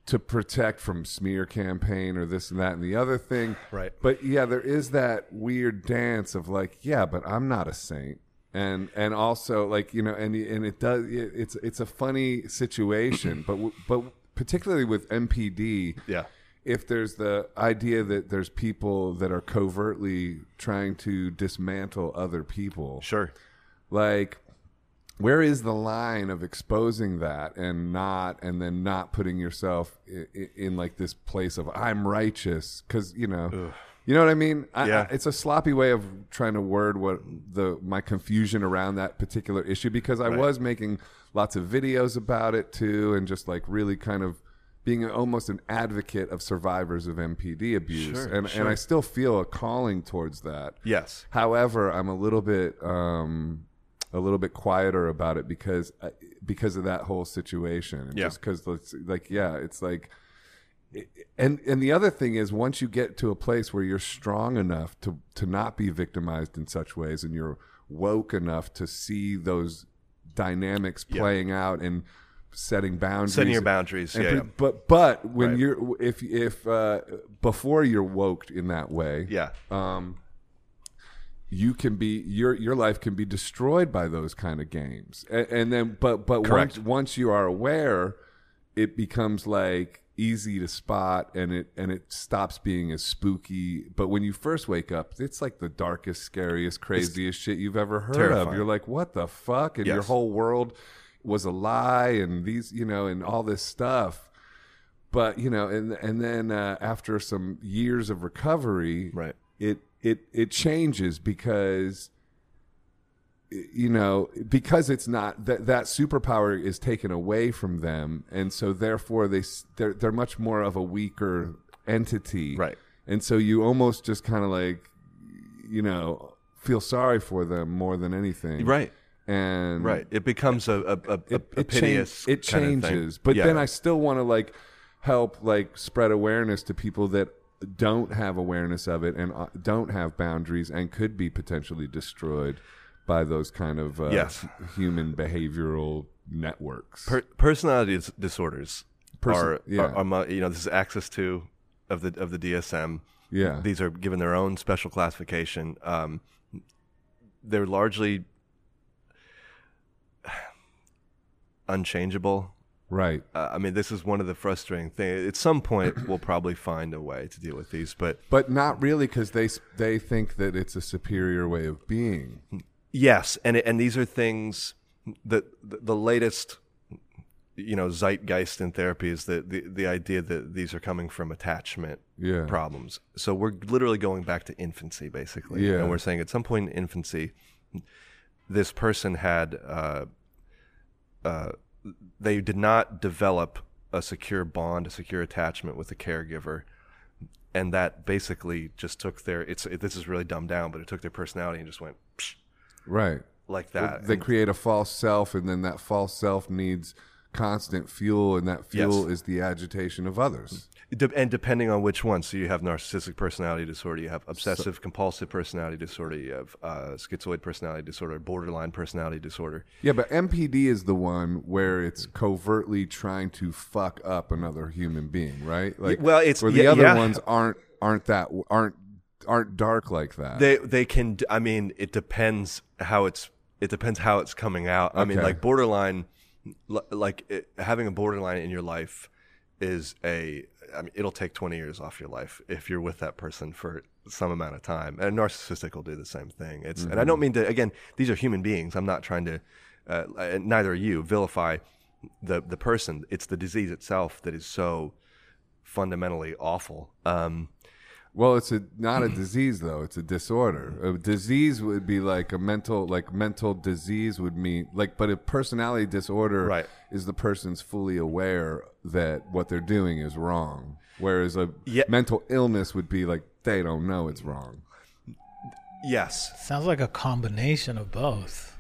[SPEAKER 1] to protect from smear campaign or this and that and the other thing.
[SPEAKER 2] Right.
[SPEAKER 1] But yeah, there is that weird dance of like, yeah, but I'm not a saint. And and also like you know and and it does it, it's it's a funny situation, but w- but particularly with MPD,
[SPEAKER 2] Yeah.
[SPEAKER 1] if there's the idea that there's people that are covertly trying to dismantle other people,
[SPEAKER 2] Sure.
[SPEAKER 1] like where is the line of exposing that and not and then not putting yourself in, in like this place of i'm righteous because you know you know what i mean I,
[SPEAKER 2] Yeah.
[SPEAKER 1] I- it's a sloppy way of trying to word what the my confusion around that particular issue because i was making lots of videos about it too and just like really kind of being almost an advocate of survivors of mpd abuse
[SPEAKER 2] Sure,
[SPEAKER 1] and, and i still feel a calling towards that
[SPEAKER 2] Yes.
[SPEAKER 1] However, I'm a little bit um, a little bit quieter about it because uh, because of that whole situation. And
[SPEAKER 2] Yeah.
[SPEAKER 1] Just because like yeah, it's like. And and the other thing is, once you get to a place where you're strong enough to to not be victimized in such ways, and you're woke enough to see those dynamics playing out and setting boundaries,
[SPEAKER 2] Setting your boundaries.
[SPEAKER 1] and
[SPEAKER 2] Yeah.
[SPEAKER 1] pre-
[SPEAKER 2] yeah.
[SPEAKER 1] But but when
[SPEAKER 2] Right.
[SPEAKER 1] you're if if uh, before you're woke in that way,
[SPEAKER 2] Yeah.
[SPEAKER 1] um, you can be your your life can be destroyed by those kind of games, and, and then but but
[SPEAKER 2] Correct.
[SPEAKER 1] once once you are aware, it becomes like easy to spot, and it and it stops being as spooky. But when you first wake up, it's like the darkest, scariest, craziest shit you've ever heard of.
[SPEAKER 2] terrifying.
[SPEAKER 1] You're like, what the fuck, and your
[SPEAKER 2] Yes.
[SPEAKER 1] whole world was a lie, and these you know, and all this stuff but you know and and then uh, after some years of recovery
[SPEAKER 2] Right.
[SPEAKER 1] it it it changes because i- you know because it's not that that superpower is taken away from them and so therefore they s- they're they're much more of a weaker entity
[SPEAKER 2] Right.
[SPEAKER 1] and so you almost just kind of like you know feel sorry for them more than anything
[SPEAKER 2] Right.
[SPEAKER 1] and
[SPEAKER 2] Right. It becomes a a, a, a, a
[SPEAKER 1] change-
[SPEAKER 2] piteous.
[SPEAKER 1] it
[SPEAKER 2] kind of thing.
[SPEAKER 1] changes, but
[SPEAKER 2] Yeah.
[SPEAKER 1] then I still want to like help like spread awareness to people that don't have awareness of it and uh, don't have boundaries and could be potentially destroyed by those kind of uh,
[SPEAKER 2] Yes.
[SPEAKER 1] human behavioral networks.
[SPEAKER 2] Per- personality dis- disorders
[SPEAKER 1] Person-
[SPEAKER 2] are,
[SPEAKER 1] yeah.
[SPEAKER 2] are, are mu- you know this is access to of the of the DSM.
[SPEAKER 1] yeah.
[SPEAKER 2] These are given their own special classification. Um, they're largely unchangeable.
[SPEAKER 1] right.
[SPEAKER 2] Uh, I mean, this is one of the frustrating things. At some point, we'll probably find a way to deal with these, but
[SPEAKER 1] But not really because they, s- they think that it's a superior way of being.
[SPEAKER 2] Yes, and and these are things that the, the latest, you know, zeitgeist in therapy is the, the the idea that these are coming from attachment
[SPEAKER 1] Yeah.
[SPEAKER 2] problems. So we're literally going back to infancy, basically,
[SPEAKER 1] Yeah.
[SPEAKER 2] and we're saying at some point in infancy, this person had, uh, uh, they did not develop a secure bond, a secure attachment with the caregiver. And that basically just took their. It's it, this is really dumbed down, but it took their personality and just went psh,
[SPEAKER 1] Right.
[SPEAKER 2] like that.
[SPEAKER 1] They
[SPEAKER 2] uh, And-
[SPEAKER 1] create a false self, and then that false self needs constant fuel, and that fuel
[SPEAKER 2] Yes.
[SPEAKER 1] is the agitation of others.
[SPEAKER 2] De- and depending on which one, so you have narcissistic personality disorder, you have obsessive compulsive personality disorder, you have uh, schizoid personality disorder, borderline personality disorder.
[SPEAKER 1] Yeah, but MPD is the one where it's covertly trying to fuck up another human being, right? Like,
[SPEAKER 2] well, it's-
[SPEAKER 1] where the
[SPEAKER 2] yeah,
[SPEAKER 1] other
[SPEAKER 2] yeah.
[SPEAKER 1] ones aren't aren't that aren't aren't dark like that.
[SPEAKER 2] They they can. d- I mean, it depends how it's it depends how it's coming out. I mean,
[SPEAKER 1] Okay.
[SPEAKER 2] like borderline, l- like it, having a borderline in your life is a. I mean, it'll take twenty years off your life if you're with that person for some amount of time. And a narcissistic will do the same thing. It's and I don't mean to. Again, these are human beings. I'm not trying to. Uh, and neither are you vilify the the person. It's the disease itself that is so fundamentally awful. Um,
[SPEAKER 1] well, it's a not a disease though; it's a disorder. A disease would be like a mental like mental disease would mean like, but a personality disorder
[SPEAKER 2] Right.
[SPEAKER 1] is the person's fully aware that what they're doing is wrong, whereas a
[SPEAKER 2] Yeah.
[SPEAKER 1] mental illness would be like they don't know it's wrong.
[SPEAKER 2] yes,
[SPEAKER 3] Sounds like a combination of both.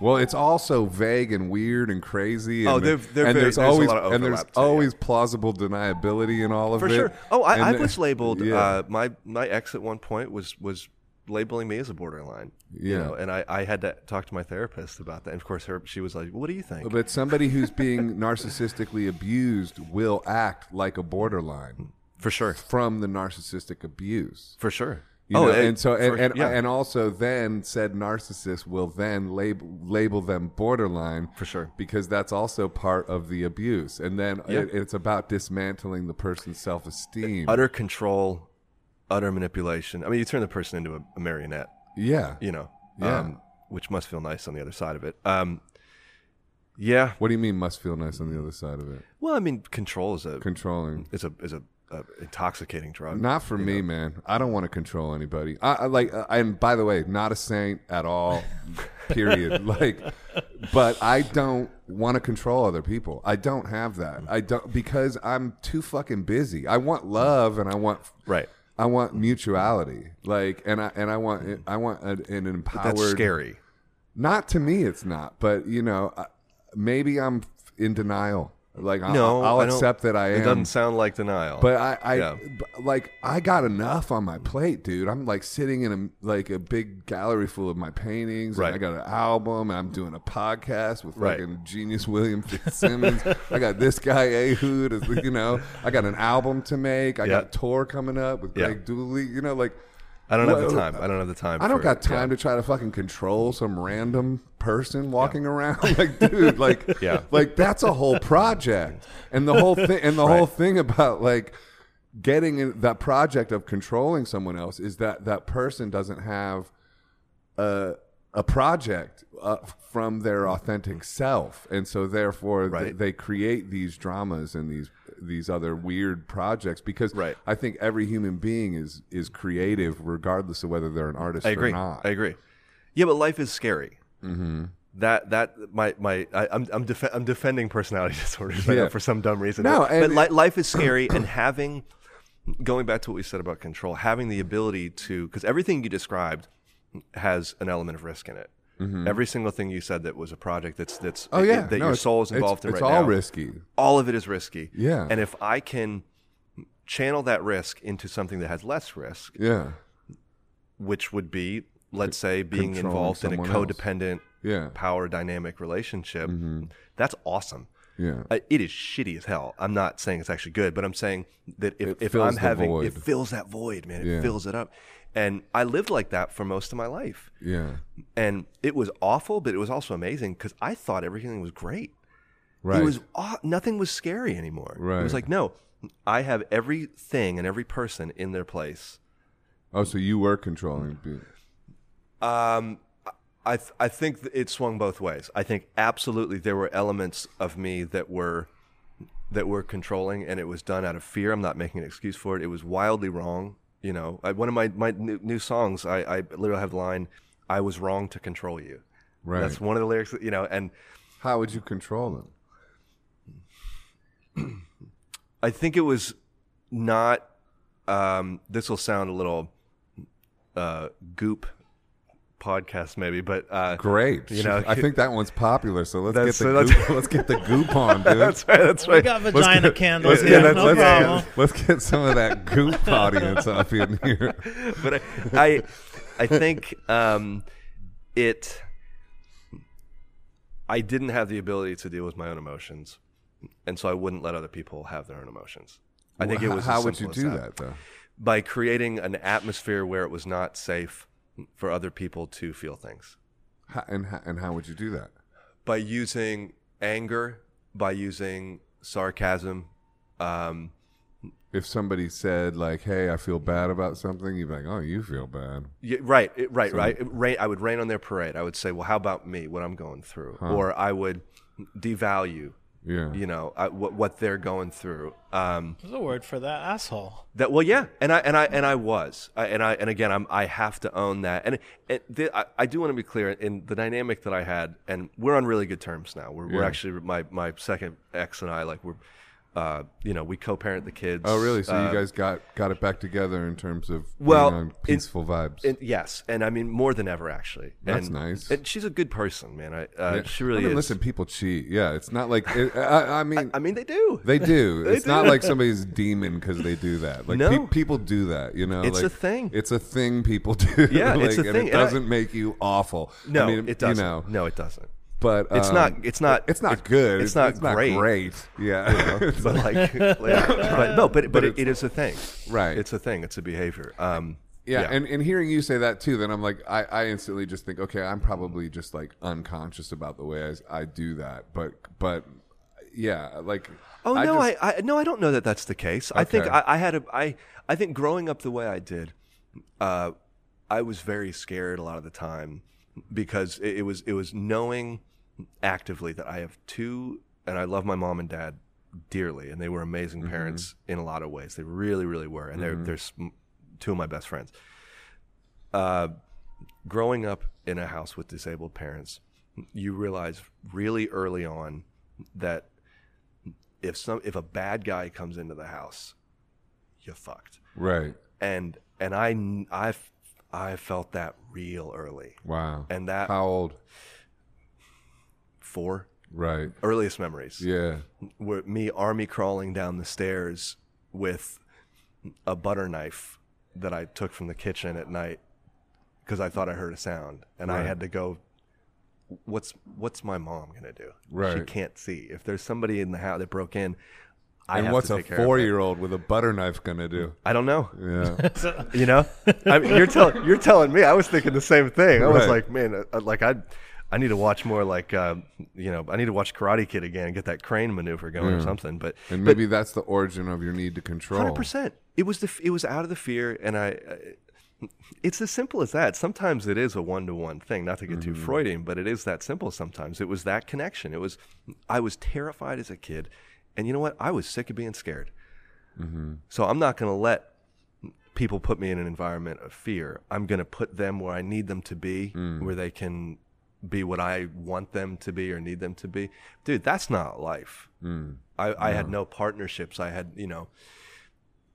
[SPEAKER 1] Well, it's also vague and weird and crazy. And
[SPEAKER 2] Oh, they're- they're
[SPEAKER 1] and
[SPEAKER 2] very-
[SPEAKER 1] there's,
[SPEAKER 2] there's a
[SPEAKER 1] always
[SPEAKER 2] lot of
[SPEAKER 1] and there's
[SPEAKER 2] overlap, too, yeah.
[SPEAKER 1] always plausible deniability in all of
[SPEAKER 2] for
[SPEAKER 1] it.
[SPEAKER 2] sure. Oh, I,
[SPEAKER 1] And
[SPEAKER 2] I
[SPEAKER 1] the-
[SPEAKER 2] was labeled.
[SPEAKER 1] Yeah.
[SPEAKER 2] Uh, my my ex at one point was was labeling me as a borderline. You
[SPEAKER 1] Yeah.
[SPEAKER 2] know, and I, I had to talk to my therapist about that. And of course, her she was like, "What do you think?"
[SPEAKER 1] but somebody who's being narcissistically abused will act like a borderline
[SPEAKER 2] For sure,
[SPEAKER 1] from the narcissistic abuse.
[SPEAKER 2] for sure. Oh,
[SPEAKER 1] You know, and so and
[SPEAKER 2] eh, for-
[SPEAKER 1] and,
[SPEAKER 2] yeah,
[SPEAKER 1] and also then said narcissist will then label label them borderline
[SPEAKER 2] for sure.
[SPEAKER 1] because that's also part of the abuse. And then
[SPEAKER 2] Yeah.
[SPEAKER 1] it, it's about dismantling the person's self esteem.
[SPEAKER 2] Utter control, utter manipulation. I mean, you turn the person into a, a marionette.
[SPEAKER 1] yeah.
[SPEAKER 2] You know,
[SPEAKER 1] Yeah.
[SPEAKER 2] um, which must feel nice on the other side of it. Um, yeah.
[SPEAKER 1] What do you mean must feel nice on the other side of it?
[SPEAKER 2] Well, I mean, control is a
[SPEAKER 1] Controlling.
[SPEAKER 2] is a is a, a intoxicating drug.
[SPEAKER 1] Not for me, man. I don't want to control anybody. I, I like, I- and by the way, not a saint at all. period. Like, but I don't want to control other people. I don't have that. I don't because I'm too fucking busy. I want love and I want
[SPEAKER 2] Right.
[SPEAKER 1] I want mutuality. Like, and I and I want I want an, an empowered.
[SPEAKER 2] That's scary.
[SPEAKER 1] Not to me, it's not. But you know, I- maybe I'm in denial. Like, I-
[SPEAKER 2] No,
[SPEAKER 1] I'll,
[SPEAKER 2] I don't-
[SPEAKER 1] accept that I am.
[SPEAKER 2] It doesn't sound like denial.
[SPEAKER 1] But I, I
[SPEAKER 2] Yeah.
[SPEAKER 1] b- like I got enough on my plate, dude. I'm like sitting in a like a big gallery full of my paintings. And
[SPEAKER 2] Right.
[SPEAKER 1] I got an album. And I'm doing a podcast with
[SPEAKER 2] Right.
[SPEAKER 1] fucking genius William Fitzsimmons. I got this guy Ehud. as- You know, I got an album to make. I
[SPEAKER 2] Yeah.
[SPEAKER 1] got tour coming up with
[SPEAKER 2] Yeah.
[SPEAKER 1] Greg Dooley. You know, like
[SPEAKER 2] I don't have the
[SPEAKER 1] Well,
[SPEAKER 2] time. I don't have the time.
[SPEAKER 1] I don't
[SPEAKER 2] for-
[SPEAKER 1] got time
[SPEAKER 2] yeah.
[SPEAKER 1] to try to fucking control some random person walking around. like, dude, like,
[SPEAKER 2] Yeah.
[SPEAKER 1] like that's a whole project, and the whole thing, and the whole thing about like getting in that project of controlling someone else is that that person doesn't have a a project uh, from their authentic self, and so therefore th-
[SPEAKER 2] Right.
[SPEAKER 1] they create these dramas and these these other weird projects because
[SPEAKER 2] Right.
[SPEAKER 1] I think every human being is is creative regardless of whether they're an artist
[SPEAKER 2] I
[SPEAKER 1] or
[SPEAKER 2] agree.
[SPEAKER 1] not.
[SPEAKER 2] I agree. Yeah, but life is scary. Mm-hmm. That that my my I, I'm I'm, def- I'm defending personality disorders right
[SPEAKER 1] Yeah.
[SPEAKER 2] now for some dumb reason.
[SPEAKER 1] No,
[SPEAKER 2] but,
[SPEAKER 1] and-
[SPEAKER 2] but li- life is scary, and having going back to what we said about control, having the ability to because everything you described has an element of risk in it. Every single thing you said that was a project that's that's
[SPEAKER 1] Mm-hmm. Oh yeah,
[SPEAKER 2] that
[SPEAKER 1] No,
[SPEAKER 2] your
[SPEAKER 1] it's-
[SPEAKER 2] soul is
[SPEAKER 1] it's,
[SPEAKER 2] involved in
[SPEAKER 1] It's
[SPEAKER 2] right
[SPEAKER 1] all
[SPEAKER 2] now.
[SPEAKER 1] risky.
[SPEAKER 2] all of it is risky.
[SPEAKER 1] Yeah.
[SPEAKER 2] And if I can channel that risk into something that has less risk,
[SPEAKER 1] Yeah,
[SPEAKER 2] which would be, let's say, being
[SPEAKER 1] Controlling
[SPEAKER 2] involved in a
[SPEAKER 1] someone else. Mm-hmm.
[SPEAKER 2] codependent
[SPEAKER 1] Yeah.
[SPEAKER 2] power dynamic relationship. That's awesome.
[SPEAKER 1] Yeah.
[SPEAKER 2] Uh, it is shitty as hell. I'm not saying it's actually good, but I'm saying that if,
[SPEAKER 1] It
[SPEAKER 2] if
[SPEAKER 1] fills
[SPEAKER 2] I'm
[SPEAKER 1] the
[SPEAKER 2] having it
[SPEAKER 1] void.
[SPEAKER 2] fills that void, man. It
[SPEAKER 1] Yeah.
[SPEAKER 2] fills it up. And I lived like that for most of my life.
[SPEAKER 1] Yeah.
[SPEAKER 2] And it was awful, but it was also amazing because I thought everything was great.
[SPEAKER 1] Right.
[SPEAKER 2] It was aw- nothing was scary anymore. It
[SPEAKER 1] Right.
[SPEAKER 2] was like, no, I have everything and every person in their place.
[SPEAKER 1] oh, so you were controlling. be-
[SPEAKER 2] Um, I th- I think th- it swung both ways. I think absolutely there were elements of me that were that were controlling, and it was done out of fear. I'm not making an excuse for it. It was wildly wrong. You know, I, one of my my new, new songs, I, I literally have the line, "I was wrong to control you."
[SPEAKER 1] Right.
[SPEAKER 2] That's one of the lyrics. You know, and
[SPEAKER 1] How would you control them?
[SPEAKER 2] I think it was not. Um, this will sound a little uh, goop podcast maybe, but uh,
[SPEAKER 1] Great.
[SPEAKER 2] You know,
[SPEAKER 1] I think that one's popular. So let's
[SPEAKER 2] That's-
[SPEAKER 1] get the
[SPEAKER 2] so that's-
[SPEAKER 1] goop, let's get the goop on, dude.
[SPEAKER 2] that's right. That's
[SPEAKER 3] We
[SPEAKER 2] right.
[SPEAKER 3] got vagina candles
[SPEAKER 1] yeah,
[SPEAKER 3] here.
[SPEAKER 1] let's,
[SPEAKER 3] no
[SPEAKER 1] let's
[SPEAKER 3] problem.
[SPEAKER 1] Get, let's get some of that goop audience up in here.
[SPEAKER 2] but I, I, I think um, it. I didn't have the ability to deal with my own emotions, and so I wouldn't let other people have their own emotions. I think it was as
[SPEAKER 1] how would you
[SPEAKER 2] simple
[SPEAKER 1] do
[SPEAKER 2] as
[SPEAKER 1] that though?
[SPEAKER 2] by creating an atmosphere where it was not safe for other people to feel things
[SPEAKER 1] How, and how, and how would you do that?
[SPEAKER 2] by using anger, by using sarcasm. Um,
[SPEAKER 1] If somebody said like, "Hey, I feel bad about something," you'd be like, "Oh, you feel bad."
[SPEAKER 2] Yeah, right, it- right, right. It rain- I would rain on their parade. I would say, "Well, how about me? What I'm going through?" Or I would devalue,
[SPEAKER 1] Yeah.
[SPEAKER 2] you know, I, what what they're going through. Um,
[SPEAKER 3] There's a word for that, asshole.
[SPEAKER 2] that well, yeah, and I and I and I was, I, and I and again, I'm I have to own that. And it, the, I, I do want to be clear in the dynamic that I had, and we're on really good terms now. We're, we're
[SPEAKER 1] Yeah.
[SPEAKER 2] actually my my second ex and I like we're, uh, you know, we co-parent the kids.
[SPEAKER 1] Oh, really? So
[SPEAKER 2] uh,
[SPEAKER 1] you guys got got it back together in terms of
[SPEAKER 2] Well,
[SPEAKER 1] being on
[SPEAKER 2] in-
[SPEAKER 1] peaceful vibes.
[SPEAKER 2] And yes, and I mean more than ever, actually.
[SPEAKER 1] That's
[SPEAKER 2] And-
[SPEAKER 1] nice.
[SPEAKER 2] And she's a good person, man. I, uh, She really
[SPEAKER 1] I mean,
[SPEAKER 2] is.
[SPEAKER 1] Listen, people cheat. Yeah, it's not like it, I, I mean.
[SPEAKER 2] I mean, they do.
[SPEAKER 1] They do. it's
[SPEAKER 2] do.
[SPEAKER 1] not like somebody's a demon because they do that. Like
[SPEAKER 2] No.
[SPEAKER 1] pe- people do that, you know.
[SPEAKER 2] It's a
[SPEAKER 1] like,
[SPEAKER 2] thing.
[SPEAKER 1] It's a thing people do.
[SPEAKER 2] Yeah, it's
[SPEAKER 1] Like,
[SPEAKER 2] a
[SPEAKER 1] and
[SPEAKER 2] thing.
[SPEAKER 1] It
[SPEAKER 2] And I-
[SPEAKER 1] doesn't make you awful.
[SPEAKER 2] no,
[SPEAKER 1] I mean,
[SPEAKER 2] it doesn't.
[SPEAKER 1] You know,
[SPEAKER 2] No, it doesn't.
[SPEAKER 1] but
[SPEAKER 2] It's
[SPEAKER 1] um,
[SPEAKER 2] not. It's not.
[SPEAKER 1] It's not good.
[SPEAKER 2] It's not great.
[SPEAKER 1] Yeah.
[SPEAKER 2] But like, yeah, but no, but but, it, it is a thing,
[SPEAKER 1] Right.
[SPEAKER 2] It's a thing. It's a behavior. Um,
[SPEAKER 1] yeah. And and hearing you say that too, then I'm like, I, I instantly just think, okay, I'm probably just like unconscious about the way I, I do that. But but yeah, like
[SPEAKER 2] oh no,
[SPEAKER 1] just-
[SPEAKER 2] I, I no, I don't know that that's the case. I think
[SPEAKER 1] Okay.
[SPEAKER 2] I, I had a I I think growing up the way I did, uh, I was very scared a lot of the time because it, it was it was knowing actively that I have two and I love my mom and dad dearly and they were amazing
[SPEAKER 1] Mm-hmm.
[SPEAKER 2] parents in a lot of ways. They really really were and they're they're s- two of my best friends. Uh, growing up in a house with disabled parents, you realize really early on that if some if a bad guy comes into the house, you're fucked.
[SPEAKER 1] right.
[SPEAKER 2] And and I kn- I f- I felt that real early.
[SPEAKER 1] Wow.
[SPEAKER 2] And uh, that
[SPEAKER 1] how old?
[SPEAKER 2] four
[SPEAKER 1] Right.
[SPEAKER 2] earliest memories
[SPEAKER 1] Yeah.
[SPEAKER 2] were me army crawling down the stairs with a butter knife that I took from the kitchen at night because I thought I heard a sound and I
[SPEAKER 1] Right.
[SPEAKER 2] had to go what's what's my mom going to do? She
[SPEAKER 1] Right.
[SPEAKER 2] can't see. If there's somebody in the house that broke in, I
[SPEAKER 1] and
[SPEAKER 2] have
[SPEAKER 1] what's
[SPEAKER 2] to
[SPEAKER 1] a
[SPEAKER 2] take care of it.
[SPEAKER 1] four-year-old with a butter knife gonna do?
[SPEAKER 2] I don't know.
[SPEAKER 1] Yeah.
[SPEAKER 2] You know, I mean, you're telling you're telling me. I was thinking the same thing. I was
[SPEAKER 1] Right.
[SPEAKER 2] like, man, uh, like I, I need to watch more. Like, uh, you know, I need to watch Karate Kid again and get that crane maneuver going
[SPEAKER 1] Mm.
[SPEAKER 2] or something. But
[SPEAKER 1] and maybe that's the origin of your need to control.
[SPEAKER 2] hundred percent, it was the f- it was out of the fear, and I. I- It's as simple as that. Sometimes it is a one to one thing. Not to get too Freudian, but it is that simple. Sometimes it was that connection. It was, I was terrified as a kid, and you know what? I was sick of being scared. So I'm not going to let people put me in an environment of fear. I'm going to put them where I need them to be, where they can be what I want them to be or need them to be. Dude, that's not life. I, I had no partnerships. I had, you know,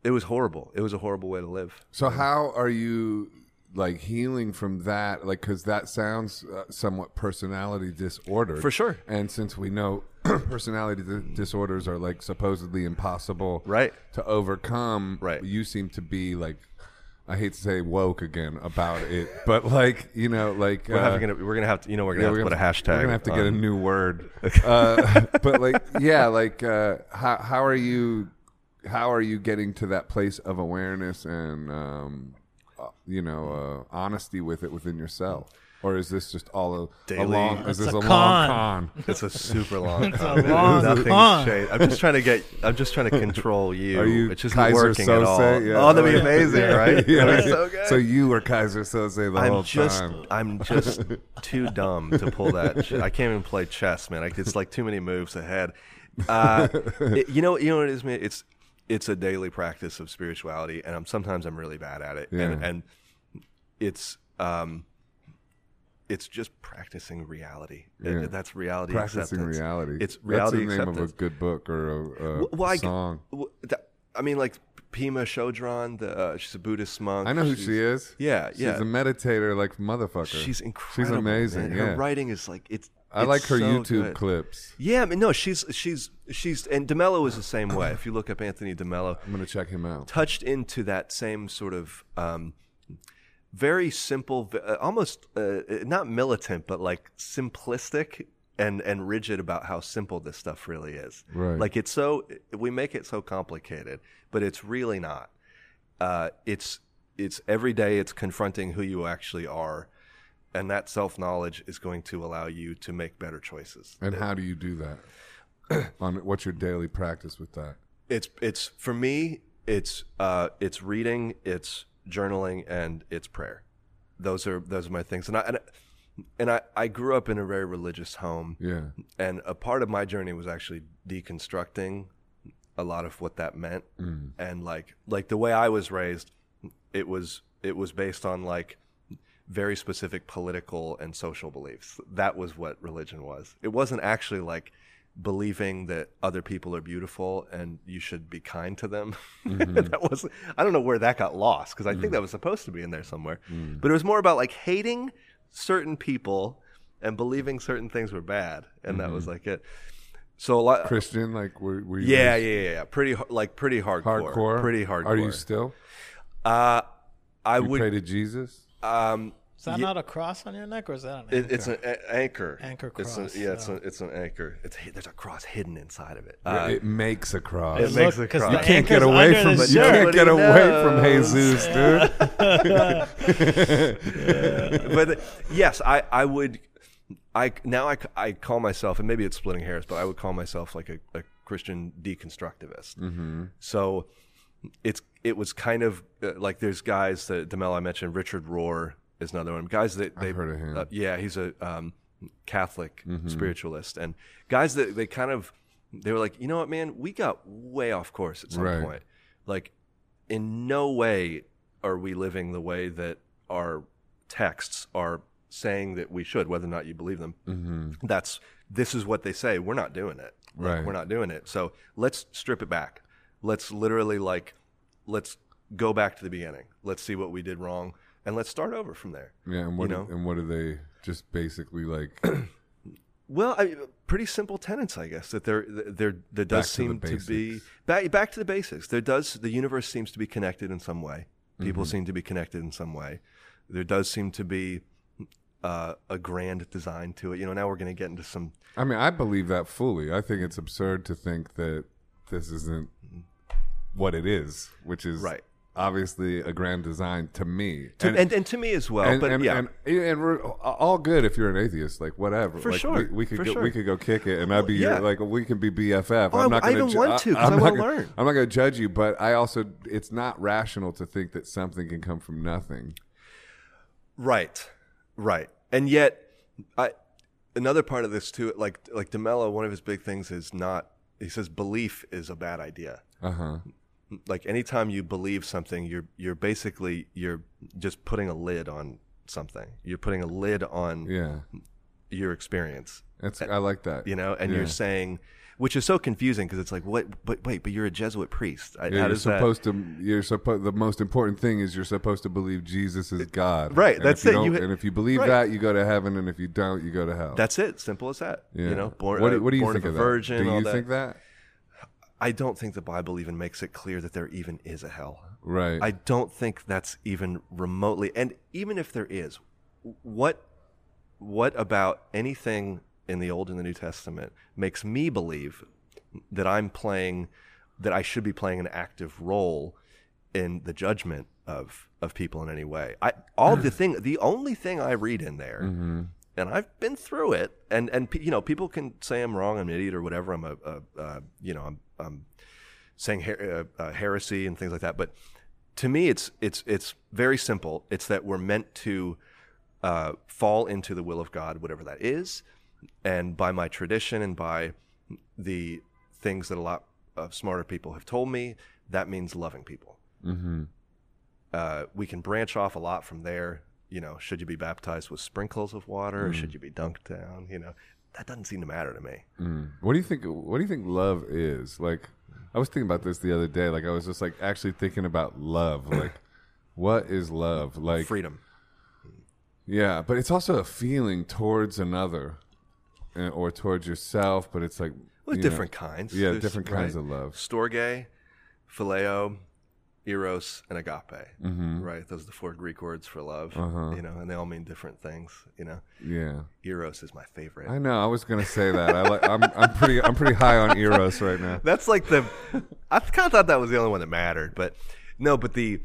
[SPEAKER 2] it was horrible. It was a horrible way to live.
[SPEAKER 1] So how are you like healing from that? Like, because that sounds uh, somewhat personality disordered
[SPEAKER 2] For sure.
[SPEAKER 1] And since we know personality di- disorders are like supposedly impossible,
[SPEAKER 2] Right.
[SPEAKER 1] to overcome,
[SPEAKER 2] Right.
[SPEAKER 1] You seem to be like I hate to say woke again about it, but like you know, like
[SPEAKER 2] We're,
[SPEAKER 1] uh,
[SPEAKER 2] having gonna, we're gonna have to, you know, we're gonna have to
[SPEAKER 1] we're
[SPEAKER 2] put a
[SPEAKER 1] gonna-
[SPEAKER 2] hashtag.
[SPEAKER 1] We're gonna have to get a
[SPEAKER 2] on-
[SPEAKER 1] new word. Uh, but like, yeah, like uh, how how are you how are you getting to that place of awareness and um, uh, you know uh, honesty with it within yourself, or is this just all a, a
[SPEAKER 2] Daily.
[SPEAKER 1] long? Is
[SPEAKER 3] It's
[SPEAKER 1] this
[SPEAKER 3] a
[SPEAKER 1] a, long
[SPEAKER 3] con.
[SPEAKER 1] con?
[SPEAKER 2] It's a super long.
[SPEAKER 3] It's a
[SPEAKER 2] con.
[SPEAKER 3] long
[SPEAKER 2] Nothing's
[SPEAKER 3] con.
[SPEAKER 2] changed. I'm just trying to get. I'm just trying to control you,
[SPEAKER 1] Are you
[SPEAKER 2] which isn't
[SPEAKER 1] Kaiser
[SPEAKER 2] working
[SPEAKER 1] Sose?
[SPEAKER 2] at all.
[SPEAKER 1] Yeah.
[SPEAKER 2] Oh, that'd be
[SPEAKER 1] Yeah.
[SPEAKER 2] amazing, right?
[SPEAKER 1] Yeah.
[SPEAKER 2] That'd be so good.
[SPEAKER 1] you were Kaiser Sose the whole
[SPEAKER 2] I'm just.
[SPEAKER 1] time.
[SPEAKER 2] I'm just too dumb to pull that. Shit. I can't even play chess, man. I, it's like too many moves ahead. Uh, it- you know. You know what it is, man. It's it's a daily practice of spirituality, and I'm sometimes I'm really bad at it, and,
[SPEAKER 1] Yeah.
[SPEAKER 2] and it's um, it's just practicing reality.
[SPEAKER 1] Yeah.
[SPEAKER 2] That's reality.
[SPEAKER 1] Practicing
[SPEAKER 2] acceptance.
[SPEAKER 1] reality.
[SPEAKER 2] It's reality
[SPEAKER 1] That's the name
[SPEAKER 2] acceptance.
[SPEAKER 1] of a good book or a, a
[SPEAKER 2] Well, well, I,
[SPEAKER 1] song.
[SPEAKER 2] well, that- I mean, like Pima Chodron, the uh, she's a Buddhist monk.
[SPEAKER 1] I know who
[SPEAKER 2] she's,
[SPEAKER 1] she is.
[SPEAKER 2] Yeah, yeah.
[SPEAKER 1] She's a meditator like motherfucker.
[SPEAKER 2] She's incredible.
[SPEAKER 1] amazing,
[SPEAKER 2] man.
[SPEAKER 1] yeah.
[SPEAKER 2] Her writing is like it's.
[SPEAKER 1] I
[SPEAKER 2] it's
[SPEAKER 1] like her
[SPEAKER 2] so
[SPEAKER 1] YouTube
[SPEAKER 2] good.
[SPEAKER 1] clips.
[SPEAKER 2] Yeah, I mean, no, she's she's she's and Demello is the same way. If you look up Anthony Demello,
[SPEAKER 1] I'm gonna check him out.
[SPEAKER 2] touched into that same sort of um, very simple, v- uh, almost uh, not militant, but like simplistic and and rigid about how simple this stuff really is.
[SPEAKER 1] Right.
[SPEAKER 2] Like it's so we make it so complicated, but it's really not. Uh, it's it's every day. It's confronting who you actually are, and that self knowledge is going to allow you to make better choices.
[SPEAKER 1] And how do you do that? On what's your daily practice with that?
[SPEAKER 2] it's it's for me it's uh it's reading it's journaling and it's prayer those are those are my things and i and, I- and i i grew up in a very religious home
[SPEAKER 1] Yeah,
[SPEAKER 2] and a part of my journey was actually deconstructing a lot of what that meant and like like the way i was raised it was it was based on like very specific political and social beliefs that was what religion was it wasn't actually like believing that other people are beautiful and you should be kind to them that was i don't know where that got lost because i think that was supposed to be in there somewhere but it was more about like hating certain people and believing certain things were bad and that was like it so a lot
[SPEAKER 1] Christian. Like, were, were you
[SPEAKER 2] yeah, yeah, yeah, yeah. Pretty har- like pretty hardcore.
[SPEAKER 1] hardcore?
[SPEAKER 2] Pretty hardcore.
[SPEAKER 1] Are you still?
[SPEAKER 2] uh, I
[SPEAKER 1] You
[SPEAKER 2] would.
[SPEAKER 1] pray to Jesus?
[SPEAKER 2] um,
[SPEAKER 3] Is that
[SPEAKER 2] Ye-
[SPEAKER 3] not a cross on your neck, or is that an?
[SPEAKER 2] it, it's an a- anchor.
[SPEAKER 3] Anchor
[SPEAKER 2] It's
[SPEAKER 3] cross,
[SPEAKER 2] a, yeah, it's,
[SPEAKER 3] yeah.
[SPEAKER 2] a, it's an anchor. It's hi- there's a cross hidden inside of it.
[SPEAKER 1] Yeah,
[SPEAKER 2] Uh,
[SPEAKER 1] it makes a cross.
[SPEAKER 2] it makes a
[SPEAKER 3] 'cause
[SPEAKER 2] cross.
[SPEAKER 3] the
[SPEAKER 2] You
[SPEAKER 1] you can't get
[SPEAKER 3] anchor's
[SPEAKER 1] away
[SPEAKER 3] under
[SPEAKER 1] from
[SPEAKER 3] the
[SPEAKER 1] it. You can't
[SPEAKER 2] shirt.
[SPEAKER 1] get
[SPEAKER 2] Nobody
[SPEAKER 1] away from
[SPEAKER 2] knows.
[SPEAKER 1] Jesus, dude.
[SPEAKER 2] but yes, I I would. I now I, c- I call myself, and maybe it's splitting hairs, but I would call myself like a, a Christian deconstructivist. Mm-hmm. So it's it was kind of uh, like there's guys that Demel I mentioned, Richard Rohr is another one. Guys that they
[SPEAKER 1] heard of him.
[SPEAKER 2] uh, yeah, he's a um, Catholic
[SPEAKER 1] Mm-hmm.
[SPEAKER 2] spiritualist, and guys that they kind of they were like, you know what, man, we got way off course at some
[SPEAKER 1] Right.
[SPEAKER 2] point. Like, in no way are we living the way that our texts are saying that we should, whether or not you believe them. Mm-hmm. That's this is what they say. We're not doing it. Like,
[SPEAKER 1] Right.
[SPEAKER 2] We're not doing it. So let's strip it back. Let's literally like, let's go back to the beginning. Let's see what we did wrong, and let's start over from there.
[SPEAKER 1] Yeah, and what
[SPEAKER 2] You know?
[SPEAKER 1] and what are they? Just basically like
[SPEAKER 2] Well, I, pretty simple tenets, I guess. That there, there, there does
[SPEAKER 1] Back to the
[SPEAKER 2] seem to, be
[SPEAKER 1] basics.
[SPEAKER 2] back, back to the basics. There does the universe seems to be connected in some way. People
[SPEAKER 1] Mm-hmm.
[SPEAKER 2] seem to be connected in some way. There does seem to be uh, a grand design to it. You know, now we're going to get into some.
[SPEAKER 1] I mean, I believe that fully. I think it's absurd to think that this isn't what it is, which is
[SPEAKER 2] Right.
[SPEAKER 1] obviously a grand design to me.
[SPEAKER 2] To, and, and, to me as well,
[SPEAKER 1] and,
[SPEAKER 2] but
[SPEAKER 1] and,
[SPEAKER 2] yeah,
[SPEAKER 1] and, and we're all good if you're an atheist, like whatever.
[SPEAKER 2] For
[SPEAKER 1] Like,
[SPEAKER 2] sure.
[SPEAKER 1] we, we could
[SPEAKER 2] For
[SPEAKER 1] go,
[SPEAKER 2] sure.
[SPEAKER 1] we could go kick it, and I'd be
[SPEAKER 2] yeah.
[SPEAKER 1] your, like we can be BFF.
[SPEAKER 2] Oh, I-
[SPEAKER 1] I'm not
[SPEAKER 2] I
[SPEAKER 1] going
[SPEAKER 2] even want to, 'cause I
[SPEAKER 1] I'm not
[SPEAKER 2] wanna
[SPEAKER 1] gonna-
[SPEAKER 2] learn.
[SPEAKER 1] I'm not going to judge you, but I also it's not rational to think that something can come from nothing.
[SPEAKER 2] Right, right, and yet, I another part of this too, like like Demello, one of his big things is not. He says belief is a bad idea.
[SPEAKER 1] Uh huh.
[SPEAKER 2] Like anytime you believe something, you're you're basically you're just putting a lid on something. You're putting a lid on
[SPEAKER 1] Yeah.
[SPEAKER 2] your experience,
[SPEAKER 1] That's I like that.
[SPEAKER 2] you know, and
[SPEAKER 1] Yeah.
[SPEAKER 2] you're saying, which is so confusing because it's like, what? But wait, but you're a Jesuit priest. I,
[SPEAKER 1] Yeah,
[SPEAKER 2] how
[SPEAKER 1] you're
[SPEAKER 2] does that?
[SPEAKER 1] supposed to. You're supposed. The most important thing is you're supposed to believe Jesus is God.
[SPEAKER 2] Right,
[SPEAKER 1] And
[SPEAKER 2] that's
[SPEAKER 1] if you
[SPEAKER 2] it,
[SPEAKER 1] don't-
[SPEAKER 2] you ha-
[SPEAKER 1] and if you believe
[SPEAKER 2] right.
[SPEAKER 1] that, you go to heaven, and if you don't, you go to hell.
[SPEAKER 2] That's it. Simple as that.
[SPEAKER 1] Yeah.
[SPEAKER 2] You know, born,
[SPEAKER 1] what,
[SPEAKER 2] uh,
[SPEAKER 1] do- what do you
[SPEAKER 2] born
[SPEAKER 1] think
[SPEAKER 2] of a
[SPEAKER 1] that?
[SPEAKER 2] virgin.
[SPEAKER 1] Do
[SPEAKER 2] all
[SPEAKER 1] you
[SPEAKER 2] that.
[SPEAKER 1] think that?
[SPEAKER 2] I don't think the Bible even makes it clear that there even is a hell.
[SPEAKER 1] Right.
[SPEAKER 2] I don't think that's even remotely. And even if there is, what what about anything in the Old and the New Testament makes me believe that I'm playing that I should be playing an active role in the judgment of of people in any way? I all the thing the only thing I read in there and I've been through it. And and pe- you know, people can say I'm wrong, I'm an idiot, or whatever. I'm a, a uh, you know, I'm, I'm saying her- uh, uh, heresy and things like that. But to me, it's it's it's very simple. It's that we're meant to uh, fall into the will of God, whatever that is, and by my tradition and by the things that a lot of smarter people have told me, that means loving people
[SPEAKER 1] mm-hmm.
[SPEAKER 2] uh, we can branch off a lot from there. You know, should you be baptized with sprinkles of water or should you be dunked down? You know, that doesn't seem to matter to me.
[SPEAKER 1] Mm. What do you think? What do you think love is? Like, I was thinking about this the other day. Like, I was just like actually thinking about love. Like, what is love? Like,
[SPEAKER 2] Freedom.
[SPEAKER 1] yeah, but it's also a feeling towards another eh, or towards yourself. But it's like
[SPEAKER 2] Well,
[SPEAKER 1] you know,
[SPEAKER 2] different kinds.
[SPEAKER 1] Yeah,
[SPEAKER 2] There's-
[SPEAKER 1] different kinds
[SPEAKER 2] right?
[SPEAKER 1] of love.
[SPEAKER 2] Storge, phileo, eros, and agape.
[SPEAKER 1] Mm-hmm.
[SPEAKER 2] Right, those are the four Greek words for love.
[SPEAKER 1] Uh-huh.
[SPEAKER 2] You know, and they all mean different things. You know,
[SPEAKER 1] Yeah,
[SPEAKER 2] eros is my favorite.
[SPEAKER 1] I know. I was gonna say that. I like. I'm, I'm pretty. I'm pretty high on eros right now.
[SPEAKER 2] That's like the. I kind of thought that was the only one that mattered, but no. But the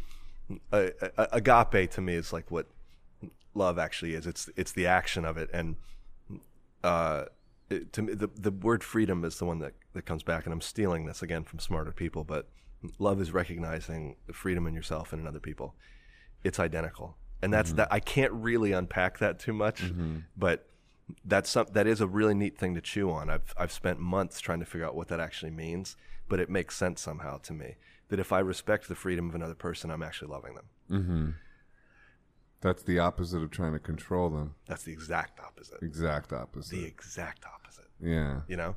[SPEAKER 2] uh, uh, agape to me is like what love actually is. It's it's the action of it, and uh, it, to me the the word freedom is the one that that comes back. And I'm stealing this again from smarter people, but love is recognizing the freedom in yourself and in other people. It's identical, and that's that. I can't really unpack that too much, but that's some, that is a really neat thing to chew on. I've I've spent months trying to figure out what that actually means, but it makes sense somehow to me that if I respect the freedom of another person, I'm actually loving them.
[SPEAKER 1] Mm-hmm. That's the opposite of trying to control them.
[SPEAKER 2] That's the exact opposite.
[SPEAKER 1] Exact
[SPEAKER 2] The
[SPEAKER 1] opposite.
[SPEAKER 2] exact opposite.
[SPEAKER 1] Yeah.
[SPEAKER 2] You know?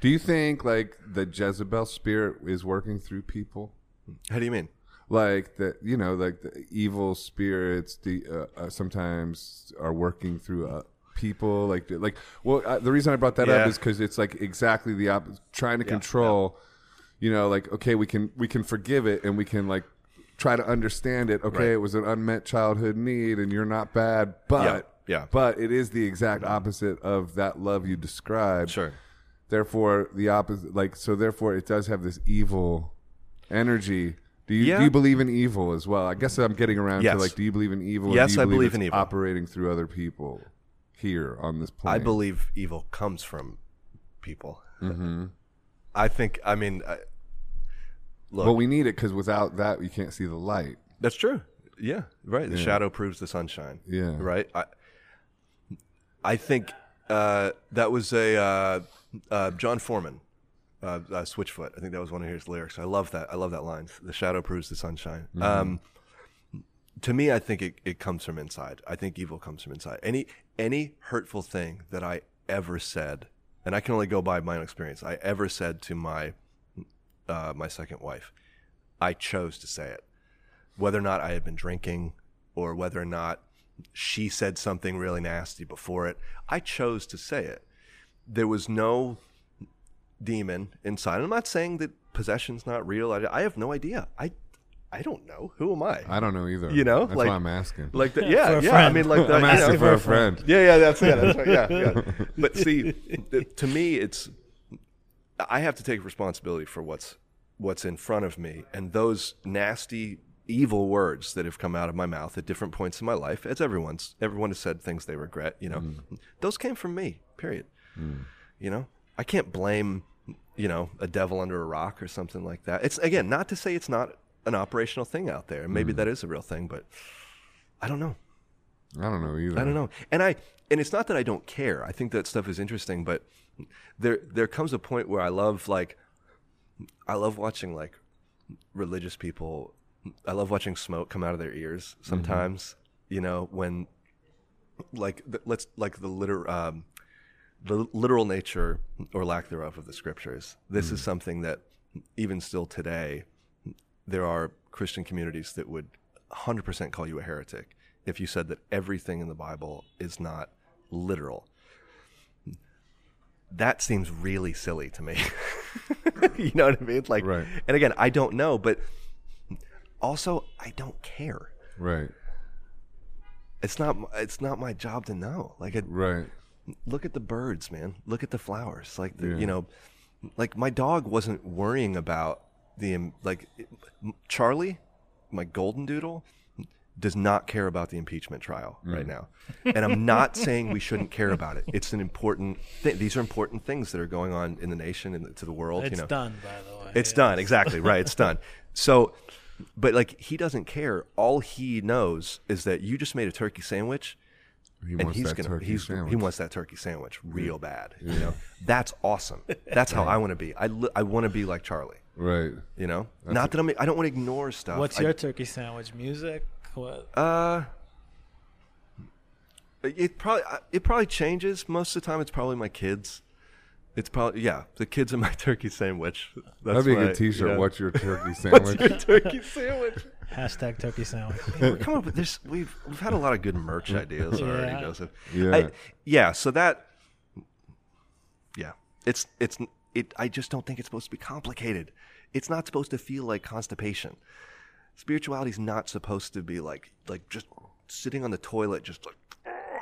[SPEAKER 1] Do you think like the Jezebel spirit is working through people?
[SPEAKER 2] How do you mean?
[SPEAKER 1] Like the you know like the evil spirits the uh, uh, sometimes are working through uh, people like like well uh, the reason I brought that up
[SPEAKER 2] Yeah.
[SPEAKER 1] is because it's like exactly the opposite trying to control you know like okay we can we can forgive it and we can like try to understand it okay
[SPEAKER 2] Right.
[SPEAKER 1] it was an unmet childhood need and you're not bad but
[SPEAKER 2] yeah. Mm-hmm.
[SPEAKER 1] but it is the exact opposite of that love you described
[SPEAKER 2] Sure.
[SPEAKER 1] therefore the opposite like so therefore it does have this evil energy do you,
[SPEAKER 2] Yeah.
[SPEAKER 1] do you believe in evil as well i guess i'm getting around
[SPEAKER 2] Yes.
[SPEAKER 1] to like do you believe in evil and
[SPEAKER 2] Yes,
[SPEAKER 1] do you
[SPEAKER 2] I believe in
[SPEAKER 1] it's
[SPEAKER 2] evil.
[SPEAKER 1] operating through other people here on this
[SPEAKER 2] I
[SPEAKER 1] planet
[SPEAKER 2] believe evil comes from people.
[SPEAKER 1] Mm-hmm.
[SPEAKER 2] I think. I mean, I, look,
[SPEAKER 1] but we need it because without that you can't see the light
[SPEAKER 2] that's true. Yeah. Right. The shadow proves the sunshine.
[SPEAKER 1] yeah
[SPEAKER 2] right? I, I think uh, that was a uh, uh, John Foreman, uh, uh, Switchfoot. I think that was one of his lyrics. I love that. I love that line. The shadow proves the sunshine. Um, to me, I think it, it comes from inside. I think evil comes from inside. Any any hurtful thing that I ever said, and I can only go by my own experience. I ever said to my uh, my second wife, I chose to say it whether or not I had been drinking or whether or not she said something really nasty before it, I chose to say it. There was no demon inside. And I'm not saying that possession's not real. I, I have no idea. I I don't know. Who am I?
[SPEAKER 1] i don't know either
[SPEAKER 2] You know,
[SPEAKER 1] that's
[SPEAKER 2] like-
[SPEAKER 1] why i'm asking
[SPEAKER 2] Like the,
[SPEAKER 3] For
[SPEAKER 2] yeah,
[SPEAKER 3] a
[SPEAKER 2] yeah. I
[SPEAKER 3] friend.
[SPEAKER 2] mean, like the,
[SPEAKER 1] i'm
[SPEAKER 2] you know-
[SPEAKER 1] asking for a friend
[SPEAKER 2] yeah, yeah, that's yeah, that's right. Yeah, yeah. But see, th- to me, it's I have to take responsibility for what's what's in front of me, and those nasty, evil words that have come out of my mouth at different points in my life, as everyone's everyone has said things they regret. You know, those came from me. Period. You know, I can't blame you know a devil under a rock or something like that. It's again not to say it's not an operational thing out there. Maybe that is a real thing, but I don't know.
[SPEAKER 1] i don't know either
[SPEAKER 2] I don't know. And I and it's not that I don't care. I think that stuff is interesting, but there there comes a point where I love like I love watching like religious people. I love watching smoke come out of their ears sometimes. You know when like the, let's like the liter um, the literal nature or lack thereof of the scriptures. This is something that even still today there are Christian communities that would 100% call you a heretic if you said that everything in the Bible is not literal. that seems really silly to me. you know what I mean? Like,
[SPEAKER 1] Right.
[SPEAKER 2] and again, I don't know, but also I don't care.
[SPEAKER 1] Right.
[SPEAKER 2] It's not. It's not my job to know. Like, it,
[SPEAKER 1] Right.
[SPEAKER 2] look at the birds, man. Look at the flowers. Like, the,
[SPEAKER 1] Yeah.
[SPEAKER 2] you know, like my dog wasn't worrying about the im- like it- m- Charlie, my golden doodle, does not care about the impeachment trial right now. And I'm not saying we shouldn't care about it. It's an important thing. These are important things that are going on in the nation and to the world.
[SPEAKER 3] It's
[SPEAKER 2] you know,
[SPEAKER 3] done, by the way.
[SPEAKER 2] it's
[SPEAKER 3] Yeah.
[SPEAKER 2] done. Exactly. Right. It's done. So, but like he doesn't care. All he knows is that you just made a turkey sandwich
[SPEAKER 1] He
[SPEAKER 2] and
[SPEAKER 1] wants
[SPEAKER 2] he's
[SPEAKER 1] that
[SPEAKER 2] gonna
[SPEAKER 1] turkey
[SPEAKER 2] he's,
[SPEAKER 1] sandwich.
[SPEAKER 2] he wants that turkey sandwich real bad. You know, that's awesome. That's how I want to be. I li- I want to be like Charlie.
[SPEAKER 1] right.
[SPEAKER 2] You know, not that I'm I don't want to ignore stuff.
[SPEAKER 3] What's
[SPEAKER 2] I-
[SPEAKER 3] your turkey sandwich? Music? What?
[SPEAKER 2] uh? It probably I- it probably changes most of the time. It's probably my kids. It's probably yeah, the kids in my turkey sandwich. That's
[SPEAKER 1] That'd be a
[SPEAKER 2] what I-
[SPEAKER 1] good T-shirt.
[SPEAKER 2] yeah.
[SPEAKER 1] What's your turkey sandwich?
[SPEAKER 2] turkey sandwich?
[SPEAKER 3] Hashtag turkey sandwich.
[SPEAKER 2] We're coming up with this. We've we've had a lot of good merch ideas already,
[SPEAKER 3] Yeah.
[SPEAKER 2] Joseph.
[SPEAKER 1] Yeah.
[SPEAKER 2] I, yeah. So that. Yeah, it's it's it. I just don't think it's supposed to be complicated. It's not supposed to feel like constipation. Spirituality's not supposed to be like like just sitting on the toilet, just like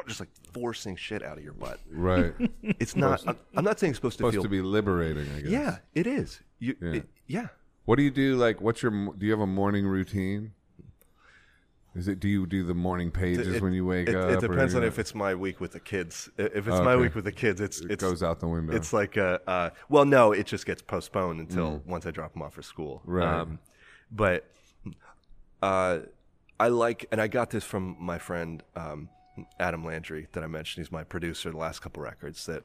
[SPEAKER 2] just like forcing shit out of your butt.
[SPEAKER 1] right. Supposed
[SPEAKER 2] It's not. I'm, I'm not saying it's supposed, to feel.
[SPEAKER 1] to be liberating, I guess.
[SPEAKER 2] yeah, it is. You.
[SPEAKER 1] Yeah.
[SPEAKER 2] it- yeah.
[SPEAKER 1] What do you do? Like, what's your? Do you have a morning routine? Is it? Do you do the morning pages
[SPEAKER 2] It-
[SPEAKER 1] when you wake
[SPEAKER 2] it,
[SPEAKER 1] up?
[SPEAKER 2] It depends
[SPEAKER 1] or,
[SPEAKER 2] on if it's my week with the kids. I- If it's
[SPEAKER 1] Oh,
[SPEAKER 2] my
[SPEAKER 1] okay.
[SPEAKER 2] week with the kids, it's
[SPEAKER 1] it
[SPEAKER 2] it's
[SPEAKER 1] goes out the window.
[SPEAKER 2] It's like a uh, well, no, it just gets postponed until once I drop them off for school. Um,
[SPEAKER 1] Right.
[SPEAKER 2] but uh, I like, and I got this from my friend um, Adam Landry that I mentioned. He's my producer the last couple records. That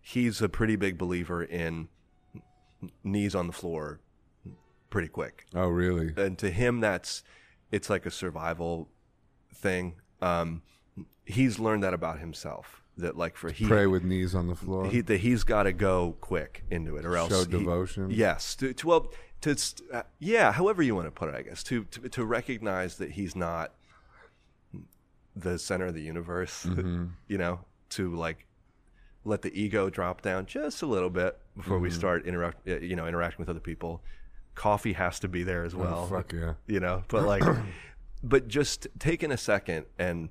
[SPEAKER 2] he's a pretty big believer in knees on the floor, pretty quick
[SPEAKER 1] oh, really?
[SPEAKER 2] and to him that's it's like a survival thing um he's learned that about himself that like for he,
[SPEAKER 1] Pray with knees on the floor.
[SPEAKER 2] he that he's got to go quick into it or else
[SPEAKER 1] Show
[SPEAKER 2] he-
[SPEAKER 1] devotion.
[SPEAKER 2] yes to, to well to st- uh, yeah however you want to put it i guess to, to to recognize that he's not the center of the universe
[SPEAKER 1] Mm-hmm.
[SPEAKER 2] you know to like let the ego drop down just a little bit before
[SPEAKER 1] Mm-hmm.
[SPEAKER 2] we start interact uh, you know interacting with other people coffee has to be there as well
[SPEAKER 1] Oh, fuck yeah.
[SPEAKER 2] you know but like but just taking a second and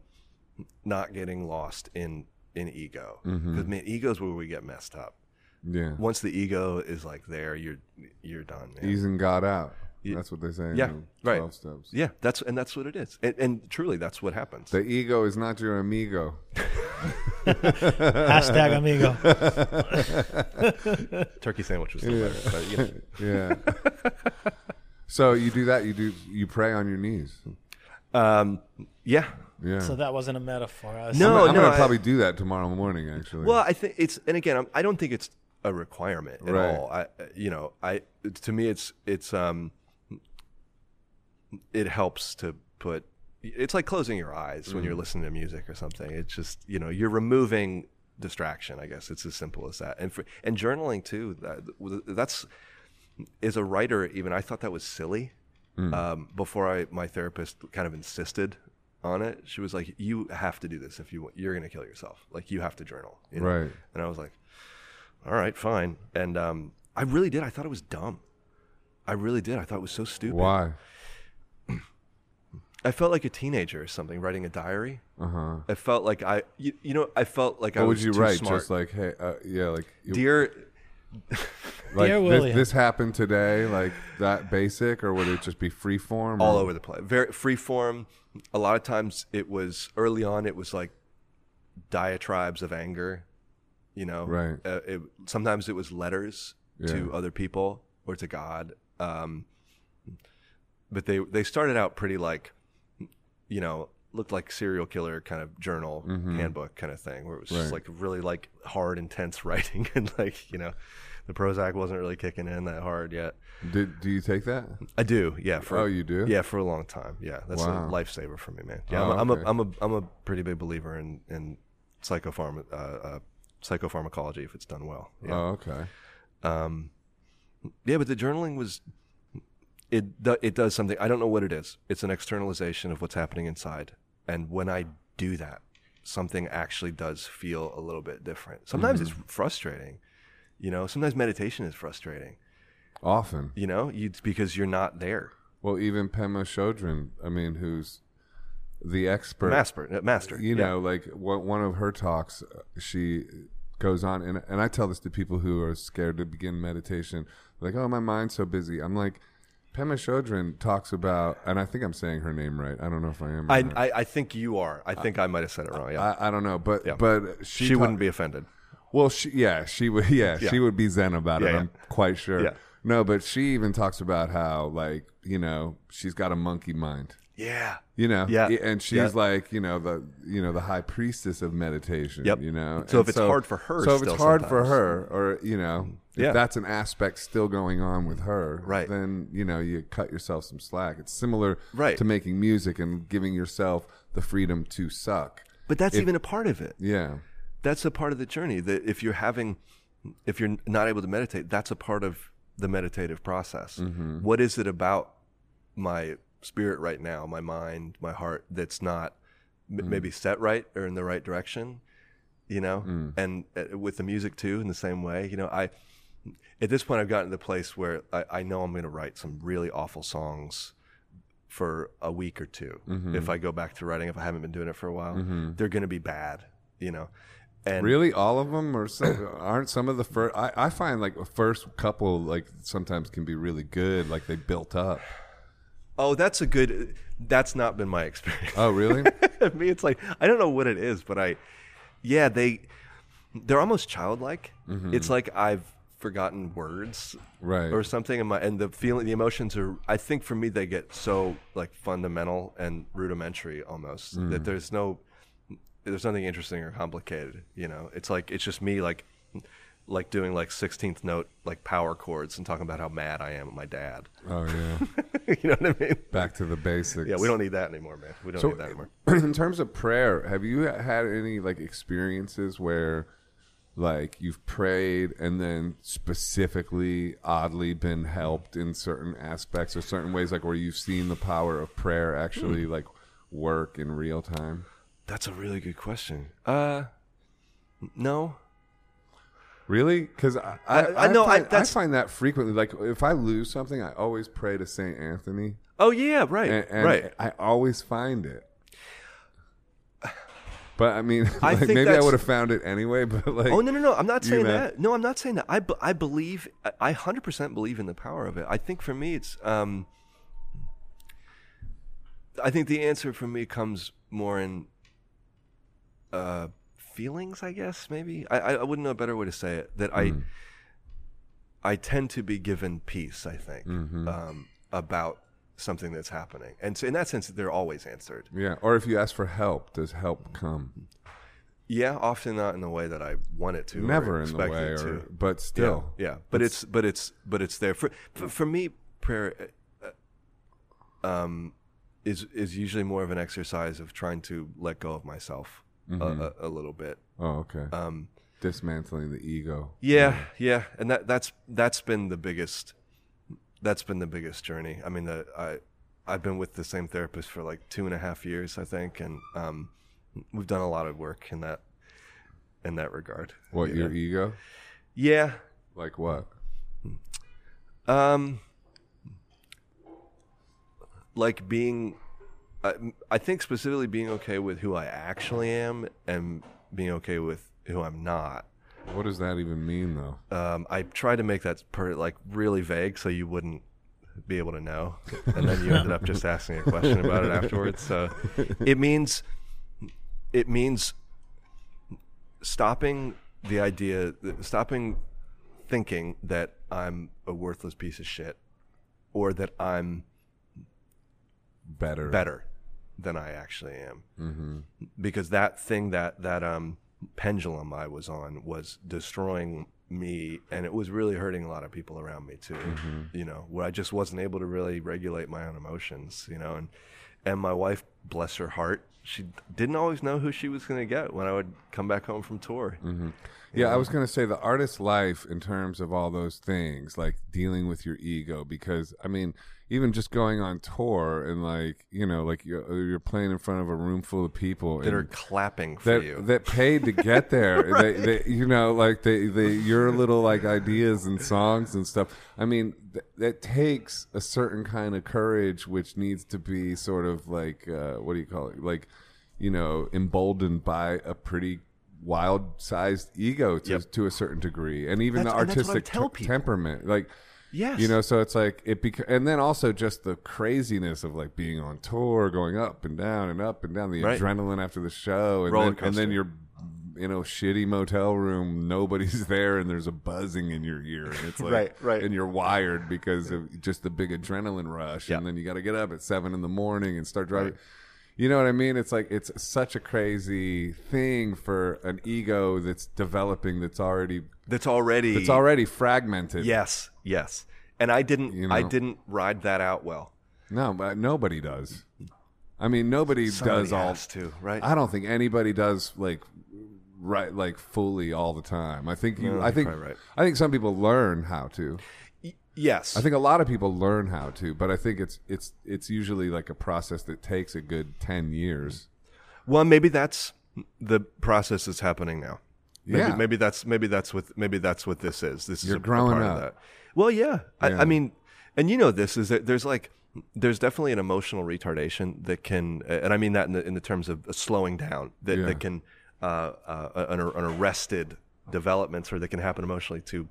[SPEAKER 2] not getting lost in in ego because man ego's where we get messed up
[SPEAKER 1] Yeah.
[SPEAKER 2] once the ego is like there you're you're done man
[SPEAKER 1] Easing God out. That's what they say. in
[SPEAKER 2] yeah,
[SPEAKER 1] the
[SPEAKER 2] right.
[SPEAKER 1] 12 steps.
[SPEAKER 2] yeah that's and that's what it is and, and truly that's what happens
[SPEAKER 1] The ego is not your amigo.
[SPEAKER 3] Hashtag amigo.
[SPEAKER 2] turkey sandwich was still better but, you know.
[SPEAKER 1] Yeah. so you do that. You do. You pray on your knees.
[SPEAKER 2] um yeah
[SPEAKER 1] Yeah.
[SPEAKER 3] So that wasn't a metaphor. I was
[SPEAKER 2] No.
[SPEAKER 1] I'm
[SPEAKER 2] no,
[SPEAKER 1] gonna
[SPEAKER 2] I-
[SPEAKER 1] probably do that tomorrow morning. Actually.
[SPEAKER 2] well i think it's and again I'm, i don't think it's a requirement at
[SPEAKER 1] Right.
[SPEAKER 2] all i you know i to me it's it's um it helps to put it's like closing your eyes when you're listening to music or something it's just you know you're removing distraction i guess it's as simple as that and for, and journaling too that, that's as a writer even i thought that was silly
[SPEAKER 1] Hmm.
[SPEAKER 2] um, before i my therapist kind of insisted on it she was like you have to do this if you want you're going to kill yourself like you have to journal you know?
[SPEAKER 1] Right.
[SPEAKER 2] and i was like all right fine and um, i really did i thought it was dumb i really did i thought it was so stupid
[SPEAKER 1] Why?
[SPEAKER 2] I felt like a teenager or something writing a diary.
[SPEAKER 1] Uh huh.
[SPEAKER 2] I felt like I, you, you know, I felt like I
[SPEAKER 1] What
[SPEAKER 2] was
[SPEAKER 1] would you
[SPEAKER 2] too
[SPEAKER 1] write?
[SPEAKER 2] smart.
[SPEAKER 1] Just like, hey, uh, yeah, like, you-
[SPEAKER 2] dear.
[SPEAKER 1] like
[SPEAKER 3] Dear
[SPEAKER 1] this,
[SPEAKER 3] William.
[SPEAKER 1] this happened today, like that basic, or would it just be free form?
[SPEAKER 2] All
[SPEAKER 1] or-
[SPEAKER 2] over the place, very free form. A lot of times, it was early on. It was like diatribes of anger, you know.
[SPEAKER 1] Right.
[SPEAKER 2] Uh, it, sometimes it was letters to
[SPEAKER 1] Yeah.
[SPEAKER 2] other people or to God. Um, but they they started out pretty like, you know, looked like serial killer kind of journal
[SPEAKER 1] Mm-hmm.
[SPEAKER 2] handbook kind of thing, where it was just like really like hard, intense writing, and like you know, the Prozac wasn't really kicking in that hard yet.
[SPEAKER 1] Did do you take that?
[SPEAKER 2] I do, yeah. For,
[SPEAKER 1] Oh, you do?
[SPEAKER 2] Yeah, for a long time. Yeah, that's
[SPEAKER 1] Wow.
[SPEAKER 2] a lifesaver for me, man. Yeah,
[SPEAKER 1] Oh,
[SPEAKER 2] I'm, a,
[SPEAKER 1] okay.
[SPEAKER 2] I'm a I'm a I'm a pretty big believer in in psychopharm uh, uh, psychopharmacology if it's done well. Yeah.
[SPEAKER 1] Oh, okay.
[SPEAKER 2] Yeah, but the journaling was it do- it does something. I don't know what it is. It's an externalization of what's happening inside. And when I
[SPEAKER 1] Mm-hmm.
[SPEAKER 2] do that, something actually does feel a little bit different. Sometimes it's frustrating. You know, sometimes meditation is frustrating.
[SPEAKER 1] Often.
[SPEAKER 2] You know, you, it's because you're not there.
[SPEAKER 1] Well, even Pema Chodron, I mean, who's the expert.
[SPEAKER 2] Master, uh, master.
[SPEAKER 1] You
[SPEAKER 2] Yeah.
[SPEAKER 1] know, like one one of her talks, uh, she goes on, and, and I tell this to people who are scared to begin meditation. Like, oh, my mind's so busy. I'm like, Pema Chodron talks about, and I think I'm saying her name right. I don't know if I am. or
[SPEAKER 2] I,
[SPEAKER 1] not.
[SPEAKER 2] I I think you are. I think I might have said it wrong. Yeah,
[SPEAKER 1] I, I don't know, but
[SPEAKER 2] Yeah.
[SPEAKER 1] but
[SPEAKER 2] she,
[SPEAKER 1] she,
[SPEAKER 2] wouldn't be offended.
[SPEAKER 1] Well, she, yeah, she would. Yeah,
[SPEAKER 2] Yeah.
[SPEAKER 1] she would be zen about it.
[SPEAKER 2] Yeah, yeah.
[SPEAKER 1] I'm quite sure.
[SPEAKER 2] Yeah.
[SPEAKER 1] No, but she even talks about how, like, you know, she's got a monkey mind.
[SPEAKER 2] Yeah,
[SPEAKER 1] You know,
[SPEAKER 2] Yeah.
[SPEAKER 1] and she's
[SPEAKER 2] Yeah.
[SPEAKER 1] like, you know, the you know the high priestess of meditation.
[SPEAKER 2] Yep.
[SPEAKER 1] You know,
[SPEAKER 2] So if it's hard for her
[SPEAKER 1] so if
[SPEAKER 2] still
[SPEAKER 1] it's hard for
[SPEAKER 2] sometimes.
[SPEAKER 1] her, or you know, if
[SPEAKER 2] Yeah.
[SPEAKER 1] that's an aspect still going on with her,
[SPEAKER 2] Right.
[SPEAKER 1] Then you know, you cut yourself some slack. It's similar,
[SPEAKER 2] Right.
[SPEAKER 1] to making music and giving yourself the freedom to suck.
[SPEAKER 2] but that's even a part of it.
[SPEAKER 1] Yeah.
[SPEAKER 2] That's a part of the journey. That if you're having, if you're not able to meditate, that's a part of the meditative process. What is it about my spirit right now, my mind, my heart that's not m- maybe set right or in the right direction? You know, and uh, with the music too, in the same way. You know, I at this point I've gotten to the place where I, I know I'm going to write some really awful songs for a week or 2 If I go back to writing, if I haven't been doing it for a while, they're going to be bad, you know. And
[SPEAKER 1] Really, all of them are some, aren't some of the first. I, I find like the first couple like sometimes can be really good, like they built up.
[SPEAKER 2] oh, that's a good. That's not been my experience.
[SPEAKER 1] Oh, really?
[SPEAKER 2] Me, it's like I don't know what it is, but I, yeah, they, they're almost childlike. It's like I've forgotten words
[SPEAKER 1] right.
[SPEAKER 2] or something and my and the feeling the emotions are i think for me they get so like fundamental and rudimentary almost that there's no there's nothing interesting or complicated you know it's like it's just me like like doing like 16th note like power chords and talking about how mad i am at my dad
[SPEAKER 1] oh yeah.
[SPEAKER 2] you know what i mean
[SPEAKER 1] Back to the basics.
[SPEAKER 2] yeah we don't need that anymore man we don't
[SPEAKER 1] So,
[SPEAKER 2] need that anymore
[SPEAKER 1] in terms of prayer, have you had any like experiences where, like, you've prayed and then specifically, oddly, been helped in certain aspects or certain ways, like where you've seen the power of prayer actually
[SPEAKER 2] Hmm.
[SPEAKER 1] like work in real time?
[SPEAKER 2] that's a really good question uh no
[SPEAKER 1] Really? Because I, I,
[SPEAKER 2] I- I know, I-
[SPEAKER 1] find,
[SPEAKER 2] that's-
[SPEAKER 1] find that frequently. Like if I lose something, I always pray to Saint Anthony,
[SPEAKER 2] oh yeah right
[SPEAKER 1] and, and
[SPEAKER 2] right
[SPEAKER 1] I always find it. But I mean,
[SPEAKER 2] I
[SPEAKER 1] like,
[SPEAKER 2] think
[SPEAKER 1] maybe I
[SPEAKER 2] that's-
[SPEAKER 1] would have found it anyway. But like,
[SPEAKER 2] Oh no no no! I'm not
[SPEAKER 1] you
[SPEAKER 2] saying
[SPEAKER 1] know.
[SPEAKER 2] that. No, I'm not saying that. I, b- I believe I- I hundred percent believe in the power of it. I think for me it's um. I think the answer for me comes more in. Uh, feelings, I guess maybe I I I wouldn't know a better way to say it. That
[SPEAKER 1] Mm.
[SPEAKER 2] I. I tend to be given peace. I think
[SPEAKER 1] Mm-hmm.
[SPEAKER 2] um, about something that's happening, and so in that sense, they're always answered.
[SPEAKER 1] yeah. Or if you ask for help, does help come?
[SPEAKER 2] Yeah, often not in the way that I want it to. or
[SPEAKER 1] Never in the
[SPEAKER 2] expect
[SPEAKER 1] way,
[SPEAKER 2] it
[SPEAKER 1] or,
[SPEAKER 2] to.
[SPEAKER 1] but still,
[SPEAKER 2] Yeah, yeah. but it's, but it's but it's there for for, for me. Prayer, uh, um, is is usually more of an exercise of trying to let go of myself a- a, a little bit.
[SPEAKER 1] Oh, okay.
[SPEAKER 2] Um,
[SPEAKER 1] Dismantling the ego.
[SPEAKER 2] yeah, yeah, and that that's that's been the biggest that's been the biggest journey. I mean, the, I I've been with the same therapist for like two and a half years, I think, and um, we've done a lot of work in that in that regard.
[SPEAKER 1] What
[SPEAKER 2] Yeah.
[SPEAKER 1] your ego?
[SPEAKER 2] Yeah,
[SPEAKER 1] Like what?
[SPEAKER 2] Um, like being, I, I think specifically being okay with who I actually am and being okay with who I'm not.
[SPEAKER 1] What does that even mean, though?
[SPEAKER 2] Um, I tried to make that per, like really vague so you wouldn't be able to know, and then you ended up just asking a question about it afterwards. So it means, it means stopping the idea, stopping thinking that I'm a worthless piece of shit or that I'm
[SPEAKER 1] Better.
[SPEAKER 2] better than I actually am.
[SPEAKER 1] Mm-hmm.
[SPEAKER 2] Because that thing that that um pendulum I was on was destroying me and it was really hurting a lot of people around me too.
[SPEAKER 1] Mm-hmm.
[SPEAKER 2] You know, where I just wasn't able to really regulate my own emotions, you know, and and my wife bless her heart, she didn't always know who she was going to get when I would come back home from tour.
[SPEAKER 1] Mm-hmm. Yeah, I was going to say the artist's life in terms of all those things, like dealing with your ego, because I mean, even just going on tour and like you know, like you're, you're playing in front of a room full of people
[SPEAKER 2] That
[SPEAKER 1] and-
[SPEAKER 2] are clapping for
[SPEAKER 1] that,
[SPEAKER 2] you.
[SPEAKER 1] that paid to get there. they, they, you know, like they, they, your little like ideas and songs and stuff. I mean, th- that takes a certain kind of courage, which needs to be sort of like uh, what do you call it? Like, you know, emboldened by a pretty wild-sized ego to
[SPEAKER 2] Yep.
[SPEAKER 1] to a certain degree, and even the
[SPEAKER 2] That's- and that's what I
[SPEAKER 1] artistic
[SPEAKER 2] tell
[SPEAKER 1] te-
[SPEAKER 2] people.
[SPEAKER 1] temperament, like.
[SPEAKER 2] Yes.
[SPEAKER 1] You know, so it's like it bec- and then also just the craziness of like being on tour, going up and down and up and down, the
[SPEAKER 2] Right.
[SPEAKER 1] adrenaline after the show, and
[SPEAKER 2] Roller
[SPEAKER 1] then, and then
[SPEAKER 2] coaster.
[SPEAKER 1] you're in a shitty motel room, nobody's there, and there's a buzzing in your ear, and it's like
[SPEAKER 2] Right, right.
[SPEAKER 1] and you're wired because of just the big adrenaline rush,
[SPEAKER 2] Yeah.
[SPEAKER 1] and then you got to get up at seven in the morning and start driving. You know what I mean? It's like it's such a crazy thing for an ego that's developing, that's already
[SPEAKER 2] that's already
[SPEAKER 1] it's already fragmented.
[SPEAKER 2] Yes, yes. And I didn't
[SPEAKER 1] You
[SPEAKER 2] I
[SPEAKER 1] know.
[SPEAKER 2] didn't ride that out well.
[SPEAKER 1] No, but nobody does. I mean, nobody
[SPEAKER 2] Somebody
[SPEAKER 1] does all.
[SPEAKER 2] has to, right?
[SPEAKER 1] I don't think anybody does like right like fully all the time. I think you.
[SPEAKER 2] No,
[SPEAKER 1] I
[SPEAKER 2] you're
[SPEAKER 1] think.
[SPEAKER 2] probably right.
[SPEAKER 1] I think some people learn how to.
[SPEAKER 2] Y- yes.
[SPEAKER 1] I think a lot of people learn how to, but I think it's it's it's usually like a process that takes a good ten years.
[SPEAKER 2] well, maybe that's the process that's happening now. Maybe,
[SPEAKER 1] Yeah.
[SPEAKER 2] maybe that's maybe that's what maybe that's what this is. This is
[SPEAKER 1] You're
[SPEAKER 2] a, a
[SPEAKER 1] growing
[SPEAKER 2] part
[SPEAKER 1] up.
[SPEAKER 2] of that. Well, yeah. I,
[SPEAKER 1] Yeah.
[SPEAKER 2] I mean, and you know this is that there's like there's definitely an emotional retardation that can, and I mean that in the in the terms of slowing down that,
[SPEAKER 1] Yeah.
[SPEAKER 2] that can uh, uh, an, an arrested developments or that can happen emotionally to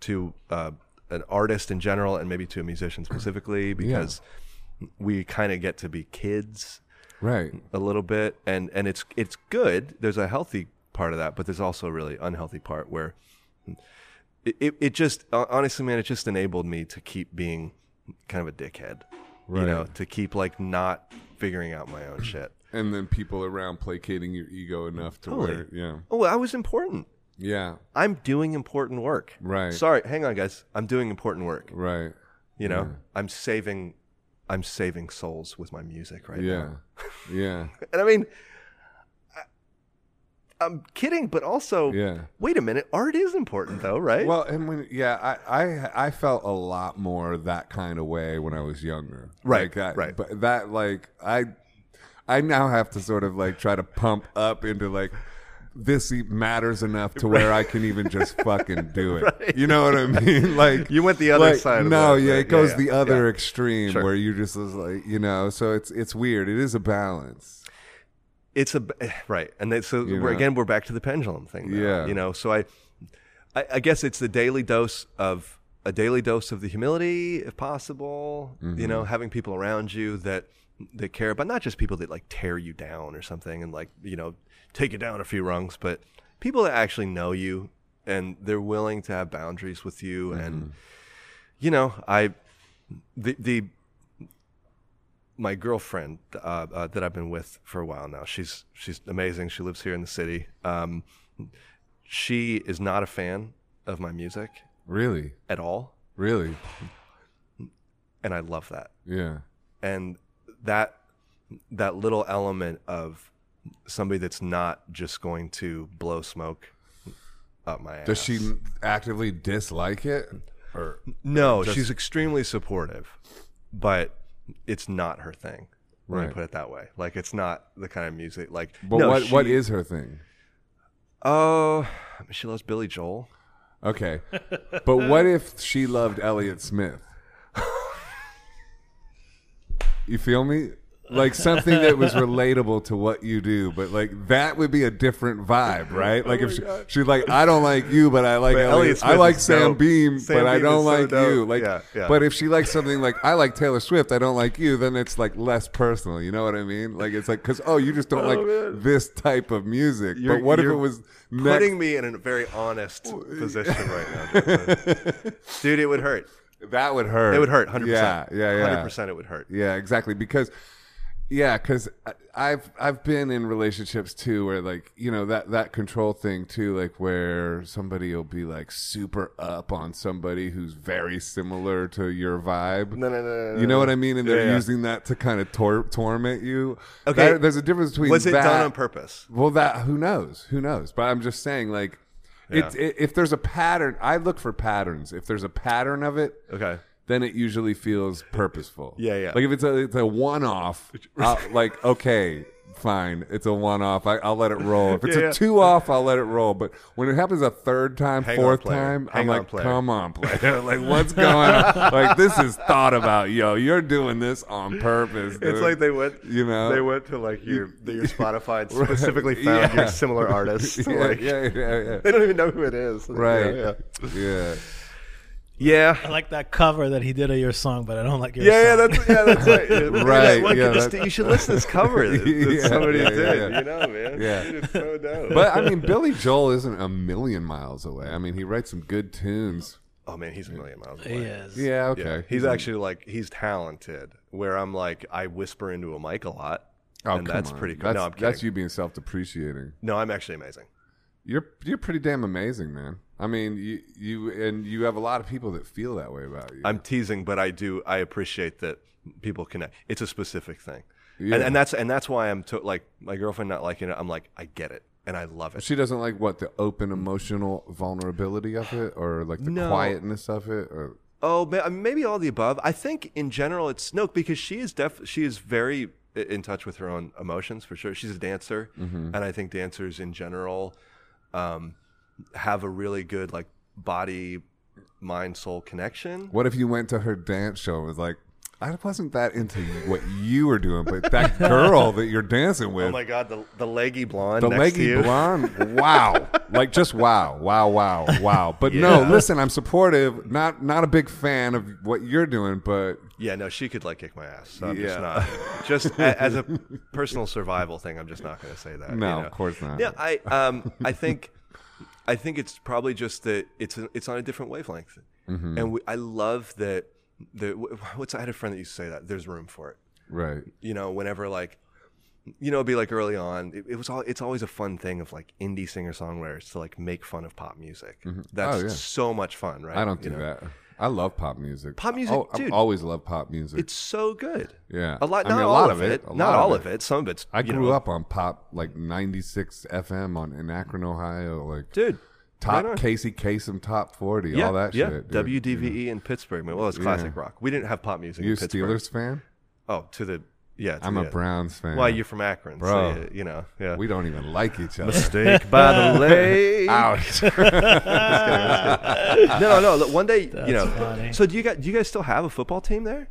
[SPEAKER 2] to uh, an artist in general and maybe to a musician specifically because we kind of get to be kids
[SPEAKER 1] Right.
[SPEAKER 2] a little bit and and it's it's good there's a healthy part of that but there's also a really unhealthy part where it, it, it just hon- honestly man it just enabled me to keep being kind of a dickhead
[SPEAKER 1] Right.
[SPEAKER 2] you know to keep like not figuring out my own shit
[SPEAKER 1] And then people around placating your ego enough to where, yeah,
[SPEAKER 2] oh i was important
[SPEAKER 1] yeah,
[SPEAKER 2] i'm doing important work
[SPEAKER 1] Right.
[SPEAKER 2] sorry hang on guys i'm doing important work
[SPEAKER 1] right,
[SPEAKER 2] you know i'm saving i'm saving souls with my music right now
[SPEAKER 1] yeah, yeah,
[SPEAKER 2] and i mean I, i'm kidding but also
[SPEAKER 1] yeah.
[SPEAKER 2] wait a minute art is important though right
[SPEAKER 1] Well, and when yeah, I, I I felt a lot more that kind of way when I was younger.
[SPEAKER 2] Right,
[SPEAKER 1] like that,
[SPEAKER 2] right.
[SPEAKER 1] But that like I I now have to sort of like try to pump up into like this e- matters enough to where I can even just fucking do it. You know what I mean? Like
[SPEAKER 2] You went the other
[SPEAKER 1] like,
[SPEAKER 2] side of
[SPEAKER 1] No,
[SPEAKER 2] that,
[SPEAKER 1] yeah,
[SPEAKER 2] right?
[SPEAKER 1] it goes
[SPEAKER 2] Yeah,
[SPEAKER 1] the
[SPEAKER 2] yeah,
[SPEAKER 1] other
[SPEAKER 2] yeah.
[SPEAKER 1] extreme
[SPEAKER 2] Sure.
[SPEAKER 1] where you just is like you know. So it's it's weird. It is a balance.
[SPEAKER 2] it's a eh, right and they, so
[SPEAKER 1] You
[SPEAKER 2] we're,
[SPEAKER 1] know?
[SPEAKER 2] again we're back to the pendulum thing now,
[SPEAKER 1] Yeah.
[SPEAKER 2] you know so I, I i guess it's the daily dose of a daily dose of the humility if possible you know having people around you that that care about not just people that like tear you down or something and like you know take you down a few rungs but people that actually know you and they're willing to have boundaries with you and you know i the the my girlfriend uh, uh, that I've been with for a while now. She's she's amazing. She lives here in the city. Um, she is not a fan of my music
[SPEAKER 1] Really,
[SPEAKER 2] at all,
[SPEAKER 1] really,
[SPEAKER 2] and I love that.
[SPEAKER 1] yeah,
[SPEAKER 2] And that that little element of somebody that's not just going to blow smoke up my ass.
[SPEAKER 1] does she actively dislike it? Or
[SPEAKER 2] No, she's extremely supportive, but it's not her thing. Let
[SPEAKER 1] Right.
[SPEAKER 2] me put it that way. Like it's not the kind of music like.
[SPEAKER 1] but
[SPEAKER 2] no,
[SPEAKER 1] what what
[SPEAKER 2] she-
[SPEAKER 1] is her thing?
[SPEAKER 2] Oh, she loves Billy Joel.
[SPEAKER 1] Okay. But what if she loved Elliot Smith? You feel me? Like something that was relatable to what you do, but like that would be a different vibe, right? Like
[SPEAKER 2] Oh
[SPEAKER 1] if she, she's like, I don't like you, but I like Elliot.
[SPEAKER 2] Elliot
[SPEAKER 1] I
[SPEAKER 2] Smith
[SPEAKER 1] like
[SPEAKER 2] is
[SPEAKER 1] Sam
[SPEAKER 2] dope.
[SPEAKER 1] Beam,
[SPEAKER 2] Sam
[SPEAKER 1] but I
[SPEAKER 2] Beam
[SPEAKER 1] don't
[SPEAKER 2] is so
[SPEAKER 1] like you.
[SPEAKER 2] dope.
[SPEAKER 1] Like,
[SPEAKER 2] Yeah, yeah.
[SPEAKER 1] but if she likes something like I like Taylor Swift, I don't like you, then it's like less personal. You know what I mean? Like it's like because oh, you just don't like this type of music.
[SPEAKER 2] You're-
[SPEAKER 1] but what if it
[SPEAKER 2] you're
[SPEAKER 1] was next?
[SPEAKER 2] Putting me in a very honest position right now, Jonathan. dude. It would hurt.
[SPEAKER 1] That would hurt.
[SPEAKER 2] It would hurt. Hundred
[SPEAKER 1] Yeah,
[SPEAKER 2] percent.
[SPEAKER 1] yeah, yeah.
[SPEAKER 2] Hundred percent. It would hurt.
[SPEAKER 1] Yeah, exactly. Because yeah, because I've I've been in relationships too where like you know that that control thing too, like where somebody will be like super up on somebody who's very similar to your vibe.
[SPEAKER 2] No, no, no, no, no,
[SPEAKER 1] You know
[SPEAKER 2] no.
[SPEAKER 1] what I mean? And they're
[SPEAKER 2] Yeah, yeah.
[SPEAKER 1] using that to kind of tor- torment you.
[SPEAKER 2] Okay.
[SPEAKER 1] That- there's a difference between
[SPEAKER 2] Was it
[SPEAKER 1] that-
[SPEAKER 2] done on purpose?
[SPEAKER 1] Well, that who knows? Who knows? But I'm just saying, like, it's it, if there's a pattern, I look for patterns. If there's a pattern of it,
[SPEAKER 2] Okay.
[SPEAKER 1] then it usually feels purposeful.
[SPEAKER 2] Yeah, yeah.
[SPEAKER 1] Like if it's a it's a one off, like okay, fine, it's a one off. I'll let it roll. If it's
[SPEAKER 2] Yeah, yeah.
[SPEAKER 1] a two off, I'll let it roll. But when it happens a third time,
[SPEAKER 2] Hang on,
[SPEAKER 1] fourth
[SPEAKER 2] player.
[SPEAKER 1] time,
[SPEAKER 2] Hang
[SPEAKER 1] I'm
[SPEAKER 2] on,
[SPEAKER 1] like,
[SPEAKER 2] player.
[SPEAKER 1] come on, player. like what's going on? like this is thought about, yo. You're doing this on purpose.
[SPEAKER 2] It's
[SPEAKER 1] dude.
[SPEAKER 2] like they went,
[SPEAKER 1] You know?
[SPEAKER 2] they went to like your your Spotify and specifically
[SPEAKER 1] Yeah.
[SPEAKER 2] found your similar artist.
[SPEAKER 1] Yeah,
[SPEAKER 2] like,
[SPEAKER 1] yeah, yeah, yeah.
[SPEAKER 2] they don't even know who it is.
[SPEAKER 1] Right.
[SPEAKER 2] Yeah.
[SPEAKER 1] yeah.
[SPEAKER 2] Yeah.
[SPEAKER 3] I like that cover that he did of your song, but I don't like your
[SPEAKER 2] Yeah, yeah,
[SPEAKER 3] song.
[SPEAKER 2] that's yeah, that's right. Yeah. Look at
[SPEAKER 1] Right,
[SPEAKER 2] that. Look
[SPEAKER 1] yeah,
[SPEAKER 2] at this-
[SPEAKER 1] that-
[SPEAKER 2] you should listen to this cover that, that
[SPEAKER 1] Yeah,
[SPEAKER 2] somebody
[SPEAKER 1] yeah,
[SPEAKER 2] did.
[SPEAKER 1] yeah, yeah.
[SPEAKER 2] You know, man.
[SPEAKER 1] Yeah.
[SPEAKER 2] Dude, it's so dope.
[SPEAKER 1] But I mean, Billy Joel isn't a million miles away. I mean, he writes some good tunes.
[SPEAKER 2] oh man, he's a million miles away.
[SPEAKER 3] He is.
[SPEAKER 1] Yeah, okay. Mm-hmm.
[SPEAKER 2] Yeah, he's actually like he's talented. Where I'm like, I whisper into a mic a lot,
[SPEAKER 1] Oh,
[SPEAKER 2] and
[SPEAKER 1] come
[SPEAKER 2] that's
[SPEAKER 1] on.
[SPEAKER 2] pretty cool.
[SPEAKER 1] That's,
[SPEAKER 2] no, I'm kidding.
[SPEAKER 1] that's you being self-depreciating.
[SPEAKER 2] No, I'm actually amazing.
[SPEAKER 1] You're you're pretty damn amazing, man. I mean, you you and you have a lot of people that feel that way about you.
[SPEAKER 2] I'm teasing, but I do. I appreciate that people connect. It's a specific thing,
[SPEAKER 1] Yeah.
[SPEAKER 2] and, and that's and that's why I'm to, like my girlfriend not liking it. I'm like, I get it, and I love it.
[SPEAKER 1] she doesn't like what the open emotional vulnerability of it, or like the
[SPEAKER 2] No.
[SPEAKER 1] quietness of it, or
[SPEAKER 2] Oh, ma- maybe all the above. I think in general it's no because she is def she is very i- in touch with her own emotions for sure. She's a dancer,
[SPEAKER 1] Mm-hmm.
[SPEAKER 2] and I think dancers in general um, have a really good like body, mind, soul connection.
[SPEAKER 1] what if you went to her dance show and was like, I wasn't that into what you were doing, but that girl that you're dancing with,
[SPEAKER 2] Oh my god, the the leggy blonde,
[SPEAKER 1] the
[SPEAKER 2] next to
[SPEAKER 1] leggy
[SPEAKER 2] you.
[SPEAKER 1] blonde wow like just wow wow wow wow but no
[SPEAKER 2] Yeah.
[SPEAKER 1] listen i'm supportive not not a big fan of what you're doing but
[SPEAKER 2] Yeah, no, she could like kick my ass. So I'm
[SPEAKER 1] Yeah.
[SPEAKER 2] just not. Just a, as a personal survival thing, I'm just not going to say
[SPEAKER 1] No,
[SPEAKER 2] that. you know?
[SPEAKER 1] of course not.
[SPEAKER 2] Yeah, I um, I think, I think it's probably just that it's a, it's on a different wavelength,
[SPEAKER 1] Mm-hmm.
[SPEAKER 2] and we, I love that. The wh- what's I had a friend that used to say that there's room for it.
[SPEAKER 1] right
[SPEAKER 2] You know, whenever like, you know, it'd be like early on, it, it was all it's always a fun thing of like indie singer songwriters to like make fun of pop music. That's
[SPEAKER 1] Oh, yeah.
[SPEAKER 2] so much fun, right?
[SPEAKER 1] i don't
[SPEAKER 2] You
[SPEAKER 1] do
[SPEAKER 2] know?
[SPEAKER 1] that i love pop music
[SPEAKER 2] Pop music,
[SPEAKER 1] oh,
[SPEAKER 2] dude.
[SPEAKER 1] i always love pop music
[SPEAKER 2] It's so good.
[SPEAKER 1] Yeah.
[SPEAKER 2] a lot.
[SPEAKER 1] I
[SPEAKER 2] Not
[SPEAKER 1] mean, a
[SPEAKER 2] all
[SPEAKER 1] lot
[SPEAKER 2] of
[SPEAKER 1] of it,
[SPEAKER 2] it.
[SPEAKER 1] a lot
[SPEAKER 2] not
[SPEAKER 1] of
[SPEAKER 2] all
[SPEAKER 1] it.
[SPEAKER 2] of it. Some of it's.
[SPEAKER 1] i
[SPEAKER 2] you
[SPEAKER 1] grew
[SPEAKER 2] know,
[SPEAKER 1] up on pop like 96 fm on in akron ohio like
[SPEAKER 2] dude.
[SPEAKER 1] top
[SPEAKER 2] right on.
[SPEAKER 1] casey Kasem top 40
[SPEAKER 2] Yeah,
[SPEAKER 1] all that
[SPEAKER 2] yeah.
[SPEAKER 1] shit dude.
[SPEAKER 2] WDVE E in Pittsburgh. man. Well, it's classic rock. We didn't have pop music.
[SPEAKER 1] you a
[SPEAKER 2] in Pittsburgh.
[SPEAKER 1] steelers fan
[SPEAKER 2] Oh, to the yeah. To
[SPEAKER 1] i'm
[SPEAKER 2] the,
[SPEAKER 1] a browns fan
[SPEAKER 2] Well, you're from Akron,
[SPEAKER 1] Bro.
[SPEAKER 2] so you, you know. Yeah.
[SPEAKER 1] we don't even like each other
[SPEAKER 2] Steak by the lake.
[SPEAKER 1] ouch
[SPEAKER 2] no, no. Look, one day, you know.
[SPEAKER 3] funny.
[SPEAKER 2] So do you guys? Do you guys still have a football team there?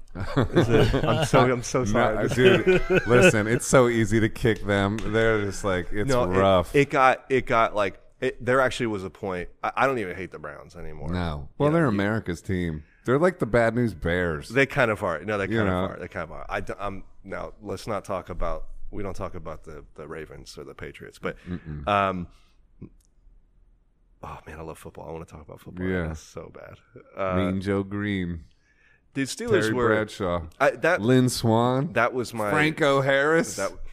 [SPEAKER 2] Is it, I'm so I'm so sorry.
[SPEAKER 1] No,
[SPEAKER 2] This-
[SPEAKER 1] dude, listen, it's so easy to kick them. They're just like it's
[SPEAKER 2] No, it-
[SPEAKER 1] rough.
[SPEAKER 2] It, got it got like it, there actually was a point. I, I don't even hate the Browns anymore.
[SPEAKER 1] no, well, they're America's team. They're like the bad news bears.
[SPEAKER 2] They kind of are. No, they kind
[SPEAKER 1] know.
[SPEAKER 2] of are. They kind of are. I, am now. Let's not talk about. We don't talk about the the Ravens or the Patriots, but um. Oh man, I love football. I want to talk about football.
[SPEAKER 1] Yeah.
[SPEAKER 2] That's so bad. Uh,
[SPEAKER 1] mean Joe Green,
[SPEAKER 2] dude, Steelers
[SPEAKER 1] Terry
[SPEAKER 2] were
[SPEAKER 1] Bradshaw,
[SPEAKER 2] I, that.
[SPEAKER 1] Lynn Swan,
[SPEAKER 2] That was my
[SPEAKER 1] Franco Harris.
[SPEAKER 2] That sp-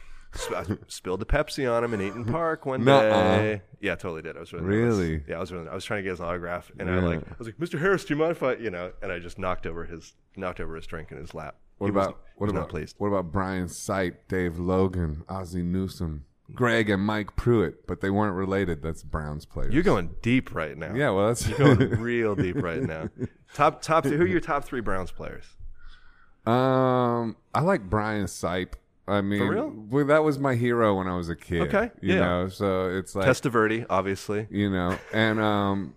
[SPEAKER 2] I spilled a Pepsi on him in Eaton Park one
[SPEAKER 1] Nuh-uh.
[SPEAKER 2] day. Yeah, I totally did. I was really nervous.
[SPEAKER 1] Really?
[SPEAKER 2] Yeah, I was really. I was trying to get his autograph, and I
[SPEAKER 1] Yeah.
[SPEAKER 2] like I was like, Mr. Harris, do you mind if I, you know? And I just knocked over his knocked over his drink in his lap.
[SPEAKER 1] what
[SPEAKER 2] He was-
[SPEAKER 1] about
[SPEAKER 2] he
[SPEAKER 1] what
[SPEAKER 2] was
[SPEAKER 1] about
[SPEAKER 2] not pleased?
[SPEAKER 1] what about Brian Sipe, Dave Logan, Ozzie Newsome, Greg and Mike Pruitt? But they weren't related. That's Browns players.
[SPEAKER 2] You're going deep right now.
[SPEAKER 1] yeah, well, that's
[SPEAKER 2] You're going real deep right now. Top top who are your top three Browns players?
[SPEAKER 1] Um, I like Brian Sipe. I mean,
[SPEAKER 2] real?
[SPEAKER 1] well, that was my hero when I was a kid.
[SPEAKER 2] Okay,
[SPEAKER 1] you
[SPEAKER 2] yeah.
[SPEAKER 1] know, so it's like
[SPEAKER 2] Testaverde, obviously.
[SPEAKER 1] you know, and um,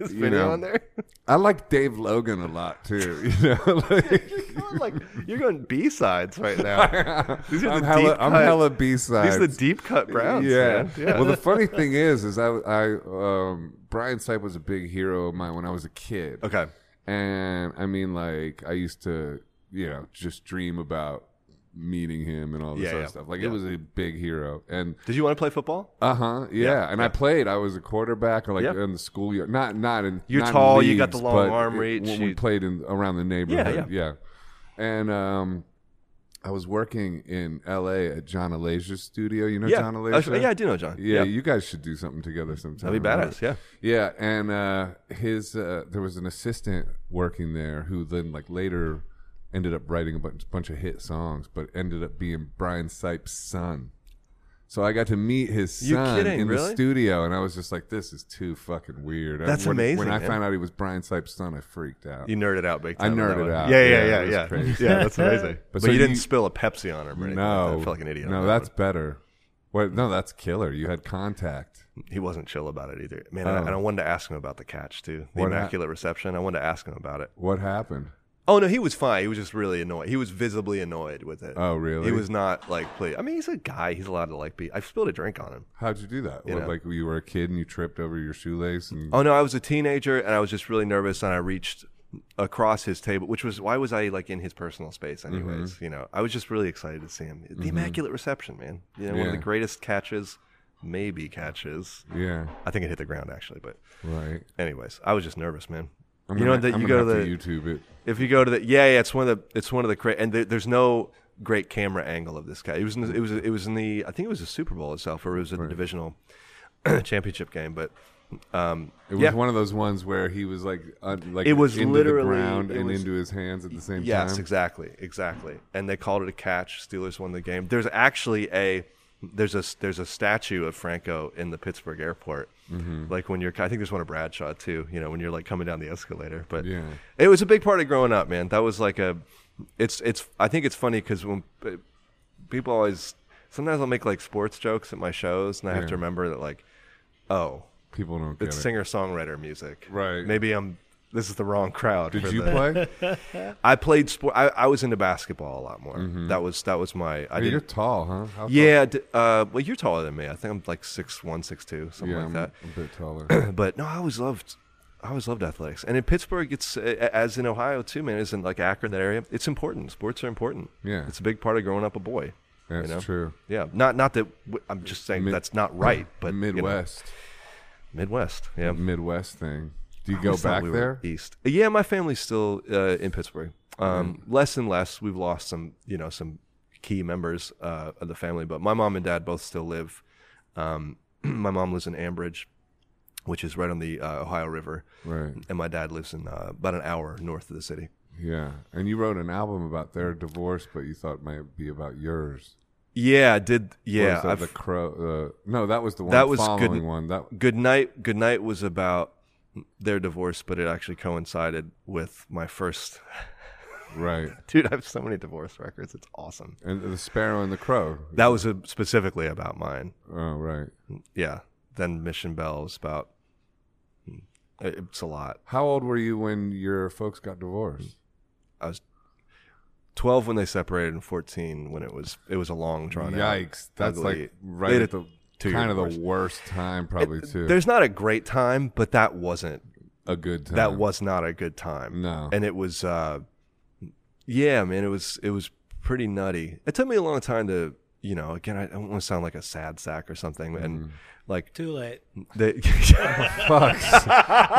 [SPEAKER 2] Is
[SPEAKER 1] You
[SPEAKER 2] Vinny
[SPEAKER 1] know.
[SPEAKER 2] on there?
[SPEAKER 1] I like Dave Logan a lot too. You know, like,
[SPEAKER 2] You're going, like you're going B sides right now. These are
[SPEAKER 1] I'm
[SPEAKER 2] the
[SPEAKER 1] hella,
[SPEAKER 2] deep
[SPEAKER 1] I'm
[SPEAKER 2] cut.
[SPEAKER 1] hella B
[SPEAKER 2] These
[SPEAKER 1] sides.
[SPEAKER 2] are the deep cut Browns.
[SPEAKER 1] yeah.
[SPEAKER 2] man. yeah.
[SPEAKER 1] Well, the funny thing is, is I, I, um, Brian Sipe was a big hero of mine when I was a kid.
[SPEAKER 2] okay.
[SPEAKER 1] And I mean, like, I used to, you know, just dream about meeting him and all this
[SPEAKER 2] Yeah,
[SPEAKER 1] other
[SPEAKER 2] yeah.
[SPEAKER 1] stuff. Like,
[SPEAKER 2] Yeah.
[SPEAKER 1] it was a big hero. And
[SPEAKER 2] Did you want to play football?
[SPEAKER 1] Uh huh. Yeah. and I played. I was a quarterback, like
[SPEAKER 2] Yeah.
[SPEAKER 1] in the schoolyard. Not not in.
[SPEAKER 2] You're
[SPEAKER 1] not in
[SPEAKER 2] tall, you got
[SPEAKER 1] leagues,
[SPEAKER 2] the long
[SPEAKER 1] but
[SPEAKER 2] arm
[SPEAKER 1] it-
[SPEAKER 2] reach,
[SPEAKER 1] When we
[SPEAKER 2] you-
[SPEAKER 1] played in around the neighborhood. Yeah. And um, I was working in L.A. at John Alasia studio. You know
[SPEAKER 2] yeah,
[SPEAKER 1] John
[SPEAKER 2] I was-
[SPEAKER 1] Alasia?
[SPEAKER 2] yeah, I do know John.
[SPEAKER 1] Yeah, you guys should do something together sometime.
[SPEAKER 2] that'd be
[SPEAKER 1] I love it.
[SPEAKER 2] badass. Yeah,
[SPEAKER 1] Yeah, and uh, his uh, there was an assistant working there who then like later ended up writing a bunch, bunch of hit songs, but ended up being Brian Sipe's son. So I got to meet his
[SPEAKER 2] You
[SPEAKER 1] son
[SPEAKER 2] kidding,
[SPEAKER 1] in
[SPEAKER 2] really?
[SPEAKER 1] the studio, and I was just like, "This is too fucking weird." And
[SPEAKER 2] That's
[SPEAKER 1] when, When
[SPEAKER 2] amazing,
[SPEAKER 1] I
[SPEAKER 2] man.
[SPEAKER 1] found out he was Brian Sipe's son, I freaked out.
[SPEAKER 2] you nerded out big
[SPEAKER 1] I
[SPEAKER 2] time. on that
[SPEAKER 1] nerded
[SPEAKER 2] one.
[SPEAKER 1] out.
[SPEAKER 2] Yeah,
[SPEAKER 1] Yeah,
[SPEAKER 2] yeah,
[SPEAKER 1] it
[SPEAKER 2] yeah,
[SPEAKER 1] was
[SPEAKER 2] yeah.
[SPEAKER 1] crazy.
[SPEAKER 2] Yeah, that's amazing.
[SPEAKER 1] But
[SPEAKER 2] But,
[SPEAKER 1] so
[SPEAKER 2] you didn't
[SPEAKER 1] you-
[SPEAKER 2] spill a Pepsi on him, or anything like
[SPEAKER 1] no,
[SPEAKER 2] that. I felt like an idiot.
[SPEAKER 1] No,
[SPEAKER 2] on that
[SPEAKER 1] that's better. Well, no, that's killer. You had contact.
[SPEAKER 2] one. he wasn't chill about it either. Man, and I-
[SPEAKER 1] Oh.
[SPEAKER 2] and I wanted to ask him about the catch too, the
[SPEAKER 1] What hap-
[SPEAKER 2] immaculate reception. I wanted to ask him about it.
[SPEAKER 1] What happened?
[SPEAKER 2] Oh no, he was fine. He was just really annoyed. He was visibly annoyed with it.
[SPEAKER 1] Oh, really?
[SPEAKER 2] He was not like please. I mean, he's a guy. He's allowed to like be. I spilled a drink on him.
[SPEAKER 1] How'd you do that?
[SPEAKER 2] You
[SPEAKER 1] What,
[SPEAKER 2] know.
[SPEAKER 1] like you were a kid and you tripped over your shoelace and
[SPEAKER 2] Oh no, I was a teenager and I was just really nervous and I reached across his table, which was why was I like in his personal space
[SPEAKER 1] Mm-hmm.
[SPEAKER 2] anyways, you know. I was just really excited to see him. The immaculate reception, man. You know, one of the
[SPEAKER 1] Yeah.
[SPEAKER 2] greatest catches, maybe catches.
[SPEAKER 1] yeah,
[SPEAKER 2] I think it hit the ground actually, but
[SPEAKER 1] right.
[SPEAKER 2] anyways, I was just nervous, man.
[SPEAKER 1] I'm
[SPEAKER 2] you
[SPEAKER 1] gonna,
[SPEAKER 2] know that
[SPEAKER 1] I'm
[SPEAKER 2] you
[SPEAKER 1] gonna
[SPEAKER 2] go to the
[SPEAKER 1] have to YouTube it.
[SPEAKER 2] if you go to the yeah yeah it's one of the it's one of the great and there, there's no great camera angle of this guy. It was in the, it was it was in the I think it was the Super Bowl itself or it was a divisional championship game, but um,
[SPEAKER 1] It was
[SPEAKER 2] yeah.
[SPEAKER 1] one of those ones where he was like, un, like
[SPEAKER 2] It was
[SPEAKER 1] into
[SPEAKER 2] literally-
[SPEAKER 1] the ground
[SPEAKER 2] it
[SPEAKER 1] and
[SPEAKER 2] was-
[SPEAKER 1] into his hands at the same
[SPEAKER 2] Yes,
[SPEAKER 1] time.
[SPEAKER 2] exactly, exactly. And they called it a catch. Steelers won the game. There's actually a there's a there's a statue of Franco in the Pittsburgh airport.
[SPEAKER 1] Mm-hmm.
[SPEAKER 2] Like when you're, I think there's one of Bradshaw too. You know, when you're like coming down the escalator. But
[SPEAKER 1] Yeah.
[SPEAKER 2] it was a big part of growing up, man. That was like a, it's it's. I think it's funny because when uh, people always sometimes I'll make like sports jokes at my shows, and I have
[SPEAKER 1] Yeah.
[SPEAKER 2] to remember that like, oh,
[SPEAKER 1] People don't get
[SPEAKER 2] it's
[SPEAKER 1] it.
[SPEAKER 2] singer songwriter music.
[SPEAKER 1] Right.
[SPEAKER 2] Maybe I'm. This is the wrong crowd.
[SPEAKER 1] Did
[SPEAKER 2] for
[SPEAKER 1] you
[SPEAKER 2] the-
[SPEAKER 1] play?
[SPEAKER 2] I played sport. I, I was into basketball a lot more. That was that was my. I
[SPEAKER 1] Hey, You're
[SPEAKER 2] did.
[SPEAKER 1] tall, huh? How Mm-hmm. tall?
[SPEAKER 2] Yeah. I did- Uh, well, you're taller than me. I think I'm like six one, six two, something
[SPEAKER 1] yeah,
[SPEAKER 2] like
[SPEAKER 1] I'm
[SPEAKER 2] that.
[SPEAKER 1] a bit taller.
[SPEAKER 2] But no, I always loved. I always loved athletics, and in Pittsburgh, it's uh, as in Ohio too, man. As in like Akron, that area, it's important. Sports are important.
[SPEAKER 1] Yeah.
[SPEAKER 2] it's a big part of growing up a boy.
[SPEAKER 1] That's
[SPEAKER 2] you know?
[SPEAKER 1] true.
[SPEAKER 2] Yeah, not not that w- I'm just saying
[SPEAKER 1] Mid-
[SPEAKER 2] that's not right, but you know,
[SPEAKER 1] Midwest,
[SPEAKER 2] Midwest. Yeah,
[SPEAKER 1] Midwest thing. Do you
[SPEAKER 2] I
[SPEAKER 1] go
[SPEAKER 2] always thought
[SPEAKER 1] back
[SPEAKER 2] we were
[SPEAKER 1] there?
[SPEAKER 2] east. Yeah, my family's still uh, in Pittsburgh. Um,
[SPEAKER 1] Mm-hmm.
[SPEAKER 2] Less and less. We've lost some, you know, some key members uh, of the family, but my mom and dad both still live. Um, my mom lives in Ambridge, which is right on the uh, Ohio River,
[SPEAKER 1] Right.
[SPEAKER 2] and my dad lives in uh, about an hour north of the city.
[SPEAKER 1] Yeah. And you wrote an album about their divorce, but you thought it might be about yours.
[SPEAKER 2] Yeah, I did
[SPEAKER 1] Or
[SPEAKER 2] yeah?
[SPEAKER 1] is that
[SPEAKER 2] I've-
[SPEAKER 1] the crow. Uh, no, that was the one.
[SPEAKER 2] That was
[SPEAKER 1] following
[SPEAKER 2] good-
[SPEAKER 1] one. That
[SPEAKER 2] Good night. Good night was about their divorce, but it actually coincided with my first.
[SPEAKER 1] right.
[SPEAKER 2] Dude, I have so many divorce records. It's awesome.
[SPEAKER 1] And the sparrow and the crow.
[SPEAKER 2] That was uh specifically about mine.
[SPEAKER 1] Oh, right.
[SPEAKER 2] yeah, then Mission Bell was about. hmm, it- It's a lot.
[SPEAKER 1] How old were you when your folks got divorced?
[SPEAKER 2] I was twelve when they separated, and fourteen when it was. It was a long drawn out.
[SPEAKER 1] Yikes! That's
[SPEAKER 2] ugly-
[SPEAKER 1] like right
[SPEAKER 2] they
[SPEAKER 1] at
[SPEAKER 2] did
[SPEAKER 1] the
[SPEAKER 2] two
[SPEAKER 1] kind of
[SPEAKER 2] years.
[SPEAKER 1] the worst time, probably too.
[SPEAKER 2] There's not a great time, but that wasn't.
[SPEAKER 1] a good time.
[SPEAKER 2] That was not a good time.
[SPEAKER 1] No.
[SPEAKER 2] and it was. uh Yeah, man, it was. It was pretty nutty. It took me a long time to. You know, again, I don't want to sound like a sad sack or something,
[SPEAKER 1] Mm-hmm.
[SPEAKER 2] and like
[SPEAKER 3] Too late.
[SPEAKER 2] the,
[SPEAKER 1] fuck.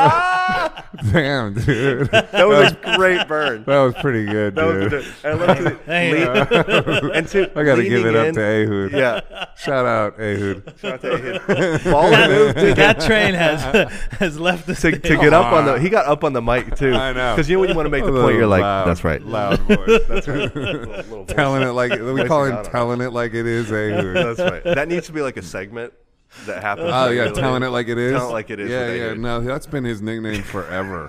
[SPEAKER 1] Damn, dude. That
[SPEAKER 2] that was a great burn.
[SPEAKER 1] was pretty good,
[SPEAKER 2] That was
[SPEAKER 1] dude.
[SPEAKER 2] the- I love to-
[SPEAKER 3] Hey,
[SPEAKER 2] and to
[SPEAKER 1] I got to give
[SPEAKER 2] leaning
[SPEAKER 1] it up
[SPEAKER 2] in-
[SPEAKER 1] to Ehud.
[SPEAKER 2] Yeah.
[SPEAKER 1] Shout out Ehud.
[SPEAKER 2] Ball moved to,
[SPEAKER 3] that train has has left us.
[SPEAKER 2] to, to get up on the. He got up on the mic too.
[SPEAKER 1] I know.
[SPEAKER 2] Because you know when you want to make the
[SPEAKER 1] A
[SPEAKER 2] point, you're
[SPEAKER 1] little
[SPEAKER 2] like,
[SPEAKER 1] loud-
[SPEAKER 2] "That's right."
[SPEAKER 1] Loud voice.
[SPEAKER 2] That's right. Little voice.
[SPEAKER 1] telling it like we call him
[SPEAKER 2] out on it.
[SPEAKER 1] telling it like it is Ehud.
[SPEAKER 2] That's right. That needs to be like a segment that
[SPEAKER 1] Oh
[SPEAKER 2] happens.
[SPEAKER 1] yeah,
[SPEAKER 2] regularly.
[SPEAKER 1] telling it like it is.
[SPEAKER 2] Telling it like it is
[SPEAKER 1] Yeah,
[SPEAKER 2] with
[SPEAKER 1] yeah.
[SPEAKER 2] Ehud.
[SPEAKER 1] No, that's been his nickname forever.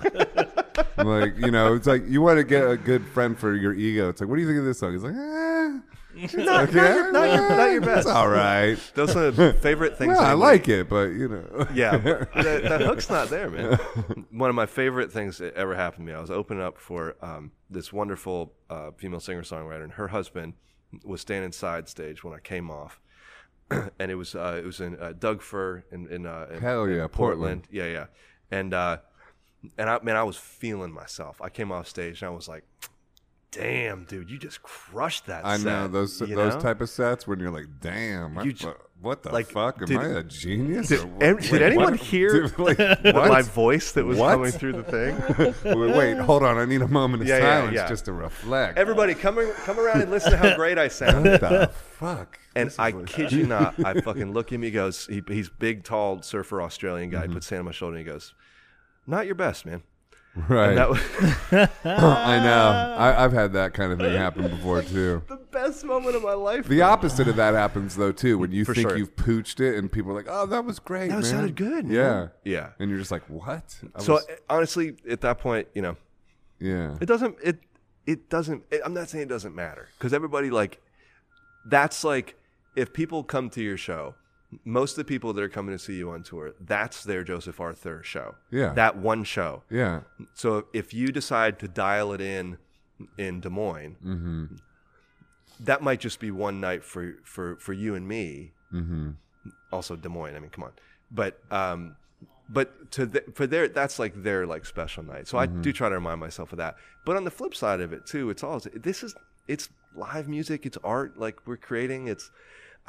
[SPEAKER 1] like you know, it's like you want to get a good friend for your ego. It's like, what do you think of this song? He's like, eh.
[SPEAKER 2] Not, not your, not your- not your best.
[SPEAKER 1] It's all right.
[SPEAKER 2] Those are the favorite things.
[SPEAKER 1] Well, I
[SPEAKER 2] anybody-
[SPEAKER 1] like it, but you know.
[SPEAKER 2] Yeah, but the, the hook's not there, man. One of my favorite things that ever happened to me. I was opening up for um, this wonderful uh, female singer songwriter, and her husband was standing side stage when I came off, and it was uh, it was in uh, Doug Fur in, in, uh, in
[SPEAKER 1] Hell
[SPEAKER 2] in
[SPEAKER 1] yeah, Portland.
[SPEAKER 2] Yeah, yeah, and uh, and I man, I was feeling myself. I came off stage and I was like, damn, dude, you just crushed that.
[SPEAKER 1] I know
[SPEAKER 2] set,"
[SPEAKER 1] those
[SPEAKER 2] you
[SPEAKER 1] those
[SPEAKER 2] know?
[SPEAKER 1] type of sets when you're like, damn, I-
[SPEAKER 2] You j-
[SPEAKER 1] what the
[SPEAKER 2] like,
[SPEAKER 1] fuck? Am
[SPEAKER 2] did-
[SPEAKER 1] I a genius?
[SPEAKER 2] did-
[SPEAKER 1] or what-
[SPEAKER 2] and- did
[SPEAKER 1] wait,
[SPEAKER 2] anyone
[SPEAKER 1] what-
[SPEAKER 2] hear
[SPEAKER 1] Dude, like,
[SPEAKER 2] my
[SPEAKER 1] what?
[SPEAKER 2] voice that was
[SPEAKER 1] What?
[SPEAKER 2] coming through the thing.
[SPEAKER 1] wait, wait, hold on. I need a moment of
[SPEAKER 2] Yeah, yeah,
[SPEAKER 1] silence
[SPEAKER 2] yeah.
[SPEAKER 1] just to reflect.
[SPEAKER 2] Everybody, come ar- come around and listen to how great I sound.
[SPEAKER 1] what the fuck?
[SPEAKER 2] And
[SPEAKER 1] This is
[SPEAKER 2] I
[SPEAKER 1] what-
[SPEAKER 2] kid you not, I fucking look at him. He goes, he, he's big, tall surfer Australian
[SPEAKER 1] Mm-hmm.
[SPEAKER 2] guy. Puts hand on my shoulder and he goes, "Not your best, man."
[SPEAKER 1] right.
[SPEAKER 2] That was
[SPEAKER 1] I know. I, I've had that kind of thing happen before too.
[SPEAKER 2] the best moment of my life.
[SPEAKER 1] The opposite of that happens though too. When you
[SPEAKER 2] For
[SPEAKER 1] think
[SPEAKER 2] sure.
[SPEAKER 1] you've pooched it, and people are like, "Oh, that was great.
[SPEAKER 2] That
[SPEAKER 1] man.
[SPEAKER 2] sounded good, man."
[SPEAKER 1] Yeah,
[SPEAKER 2] Yeah.
[SPEAKER 1] And you're just like, "What?" I
[SPEAKER 2] so uh,
[SPEAKER 1] was-
[SPEAKER 2] honestly, at that point, you know,
[SPEAKER 1] yeah,
[SPEAKER 2] it doesn't. It it doesn't. It, I'm not saying it doesn't matter because everybody like, that's like if people come to your show. Most of the people that are coming to see you on tour, that's their Joseph Arthur show.
[SPEAKER 1] Yeah.
[SPEAKER 2] That one show.
[SPEAKER 1] yeah,
[SPEAKER 2] So if you decide to dial it in in Des Moines, that might just be one night for for for you and me. Also Des Moines. I mean, come on. But um, but to the, for their that's like their like special night. So I do try to remind myself of that. But on the flip side of it too, it's all this is it's live music. It's art. Like we're creating. It's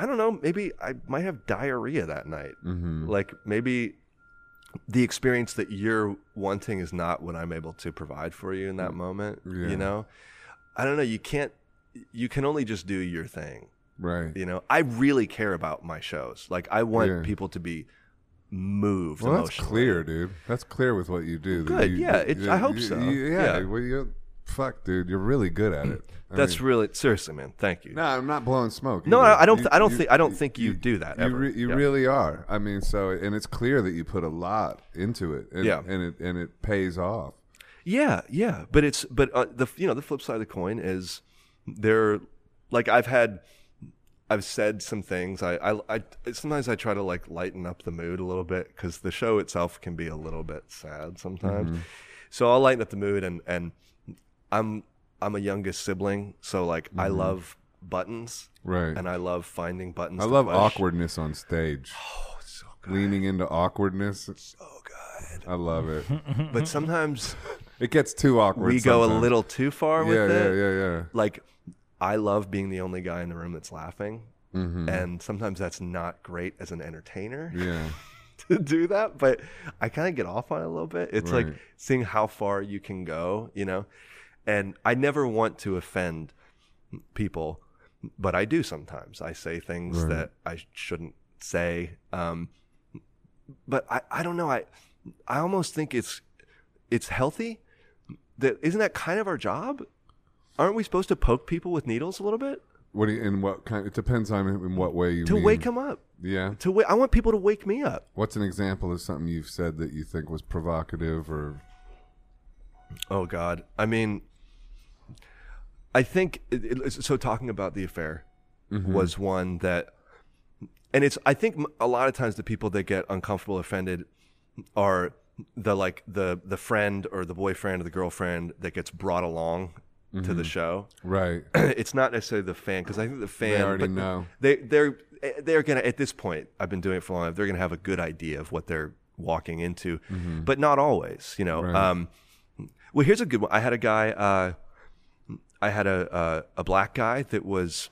[SPEAKER 2] I don't know. Maybe I might have diarrhea that night.
[SPEAKER 1] Mm-hmm. Mm.
[SPEAKER 2] Like maybe the experience that you're wanting is not what I'm able to provide for you in that moment.
[SPEAKER 1] Mm. Yeah.
[SPEAKER 2] You know, I don't know. You can't. You can only just do your thing.
[SPEAKER 1] right.
[SPEAKER 2] You know, I really care about my shows. Like I want
[SPEAKER 1] Yeah.
[SPEAKER 2] people to be moved.
[SPEAKER 1] Well, that's
[SPEAKER 2] emotionally.
[SPEAKER 1] clear, dude. That's clear with what you do. that
[SPEAKER 2] Good,
[SPEAKER 1] you-
[SPEAKER 2] yeah, it- I hope
[SPEAKER 1] you-
[SPEAKER 2] so.
[SPEAKER 1] you- yeah.
[SPEAKER 2] Yeah.
[SPEAKER 1] Well, you, fuck, dude. You're really good at it. I
[SPEAKER 2] That's
[SPEAKER 1] mean-
[SPEAKER 2] really seriously, man. Thank you.
[SPEAKER 1] no. I'm not blowing smoke.
[SPEAKER 2] No,
[SPEAKER 1] either.
[SPEAKER 2] I I don't.
[SPEAKER 1] You-
[SPEAKER 2] th- I don't
[SPEAKER 1] you-
[SPEAKER 2] think. I don't think you do that.
[SPEAKER 1] You,
[SPEAKER 2] Ever.
[SPEAKER 1] re- you
[SPEAKER 2] Yeah.
[SPEAKER 1] really are. I mean, so and it's clear that you put a lot into it. And,
[SPEAKER 2] Yeah.
[SPEAKER 1] and it and it pays off.
[SPEAKER 2] Yeah, yeah, but it's but uh, the you know the flip side of the coin is there. Like I've had, I've said some things. I I, I sometimes I try to like lighten up the mood a little bit because the show itself can be a little bit sad sometimes.
[SPEAKER 1] Mm-hmm.
[SPEAKER 2] So I'll lighten up the mood and and I'm I'm a youngest sibling, so like I
[SPEAKER 1] Mm-hmm.
[SPEAKER 2] love buttons
[SPEAKER 1] Right.
[SPEAKER 2] and I love finding buttons.
[SPEAKER 1] I
[SPEAKER 2] to
[SPEAKER 1] love
[SPEAKER 2] push.
[SPEAKER 1] awkwardness on stage.
[SPEAKER 2] Oh, So good,
[SPEAKER 1] Leaning into awkwardness.
[SPEAKER 2] so good.
[SPEAKER 1] I love it.
[SPEAKER 2] Oh, But sometimes
[SPEAKER 1] it gets too awkward.
[SPEAKER 2] we go a
[SPEAKER 1] sometimes.
[SPEAKER 2] little too far with
[SPEAKER 1] Yeah,
[SPEAKER 2] it.
[SPEAKER 1] yeah, yeah, yeah.
[SPEAKER 2] like I love being the only guy in the room that's laughing.
[SPEAKER 1] Mm-hmm.
[SPEAKER 2] And sometimes that's not great as an entertainer
[SPEAKER 1] Yeah.
[SPEAKER 2] to do that, but I kind of get off on it a little bit. It's like
[SPEAKER 1] Right.
[SPEAKER 2] seeing how far you can go, you know? And I never want to offend people, but I do sometimes. I say things
[SPEAKER 1] Right.
[SPEAKER 2] that I shouldn't say. Um, but I, I don't know. I, I almost think it's, it's healthy. That isn't that kind of our job? Aren't we supposed to poke people with needles a little bit
[SPEAKER 1] What do you, in what kind? It depends on in what way you
[SPEAKER 2] to
[SPEAKER 1] mean.
[SPEAKER 2] wake them up?
[SPEAKER 1] Yeah.
[SPEAKER 2] To wa- I want people to wake me up.
[SPEAKER 1] What's an example of something you've said that you think was provocative or
[SPEAKER 2] Oh God. I mean, I think it, it- so. Talking about the affair was one that, and it's. I think m- a lot of times the people that get uncomfortable, offended, are the like the the friend or the boyfriend or the girlfriend that gets brought along to the show.
[SPEAKER 1] right?
[SPEAKER 2] it's not necessarily the fan because I think the fan
[SPEAKER 1] already
[SPEAKER 2] but
[SPEAKER 1] know.
[SPEAKER 2] they they're they're gonna at this point I've been doing it for long enough they're gonna have a good idea of what they're walking into, but not always you know.
[SPEAKER 1] Mm-hmm. Right.
[SPEAKER 2] Um, well, here's a good one. I had a guy. Uh, I had a uh, a black guy that was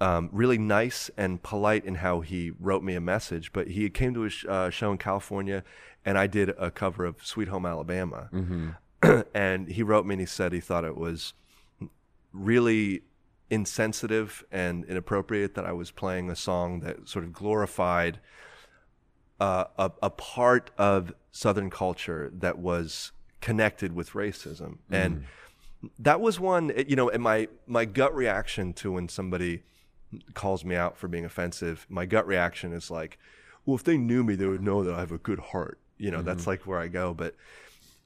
[SPEAKER 2] um, really nice and polite in how he wrote me a message. But he came to a sh- uh, show in California, and I did a cover of Sweet Home Alabama.
[SPEAKER 1] Mm-hmm.
[SPEAKER 2] and he wrote me and he said he thought it was really insensitive and inappropriate that I was playing a song that sort of glorified uh, a, a part of Southern culture that was connected with racism. And that was one, it- you know, and my, my gut reaction to when somebody calls me out for being offensive, my gut reaction is like, well, if they knew me, they would know that I have a good heart. You know, that's like where I go. But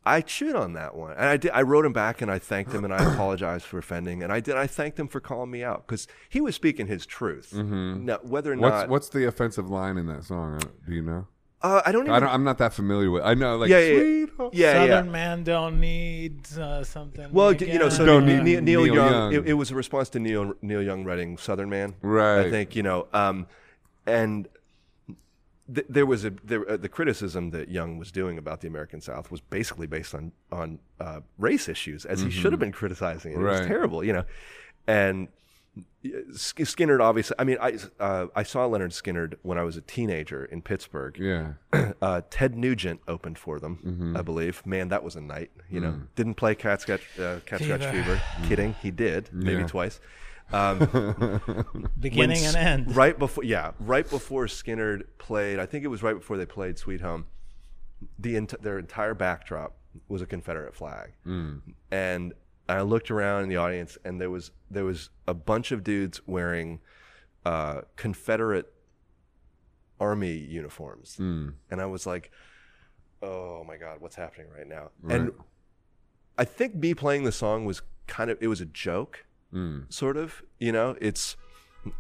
[SPEAKER 2] I chewed on that one, and I did. I wrote him back, and I thanked him, and I apologized for offending, and I did. I thanked him for calling me out because he was speaking his truth. Now, whether or
[SPEAKER 1] What's
[SPEAKER 2] not,
[SPEAKER 1] what's the offensive line in that song? I- Do you know?
[SPEAKER 2] uh, I don't even.
[SPEAKER 1] I don't, I'm not that familiar with. I know, like,
[SPEAKER 2] yeah, yeah,
[SPEAKER 1] sweet
[SPEAKER 2] yeah,
[SPEAKER 1] home.
[SPEAKER 2] yeah, yeah.
[SPEAKER 3] Southern man don't need uh, something.
[SPEAKER 2] Well,
[SPEAKER 3] like,
[SPEAKER 2] d- you know, so
[SPEAKER 3] uh,
[SPEAKER 1] Don't need-
[SPEAKER 2] Neil, Neil
[SPEAKER 1] Neil
[SPEAKER 2] Young.
[SPEAKER 1] Young.
[SPEAKER 2] It, it was a response to Neil Neil Young writing Southern Man,
[SPEAKER 1] Right.
[SPEAKER 2] I think you know, um, and th- there was a there, uh, the criticism that Young was doing about the American South was basically based on on uh, race issues, as he should have been criticizing it. It
[SPEAKER 1] Mm-hmm. Right.
[SPEAKER 2] was terrible, you know. And uh, Sk- Skinner, obviously, I mean, I uh, I saw Leonard Skinner when I was a teenager in Pittsburgh.
[SPEAKER 1] Yeah.
[SPEAKER 2] Uh, Ted Nugent opened for them, I believe. Man, that was a night. You know, didn't play Cat Scratch, uh, Cat Scratch
[SPEAKER 3] Fever.
[SPEAKER 2] Fever. Kidding, he did maybe
[SPEAKER 1] Yeah.
[SPEAKER 2] twice. When
[SPEAKER 3] beginning
[SPEAKER 2] S-
[SPEAKER 3] and end.
[SPEAKER 2] Right before, yeah, right before Skinner played. I think it was right before they played Sweet Home. The ent- their entire backdrop was a Confederate flag,
[SPEAKER 1] Mm,
[SPEAKER 2] and I looked around in the audience, and there was there was a bunch of dudes wearing uh, Confederate army uniforms,
[SPEAKER 1] mm.
[SPEAKER 2] and I was like, "Oh my God, what's happening right now?" And I think me playing the song was kind of it was a joke, sort of. You know, it's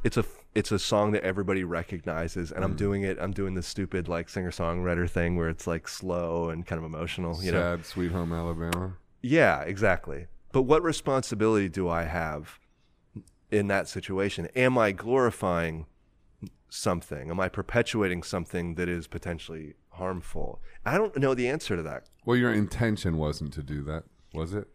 [SPEAKER 2] it's a it's a song that everybody recognizes, and I'm doing it. I'm doing this stupid like singer songwriter thing where it's like slow and kind of emotional. You know,
[SPEAKER 1] Sad, sweet home Alabama.
[SPEAKER 2] yeah, exactly. But what responsibility do I have in that situation? Am I glorifying something? Am I perpetuating something that is potentially harmful? I don't know the answer to that
[SPEAKER 1] Well, your intention wasn't to do that, was it?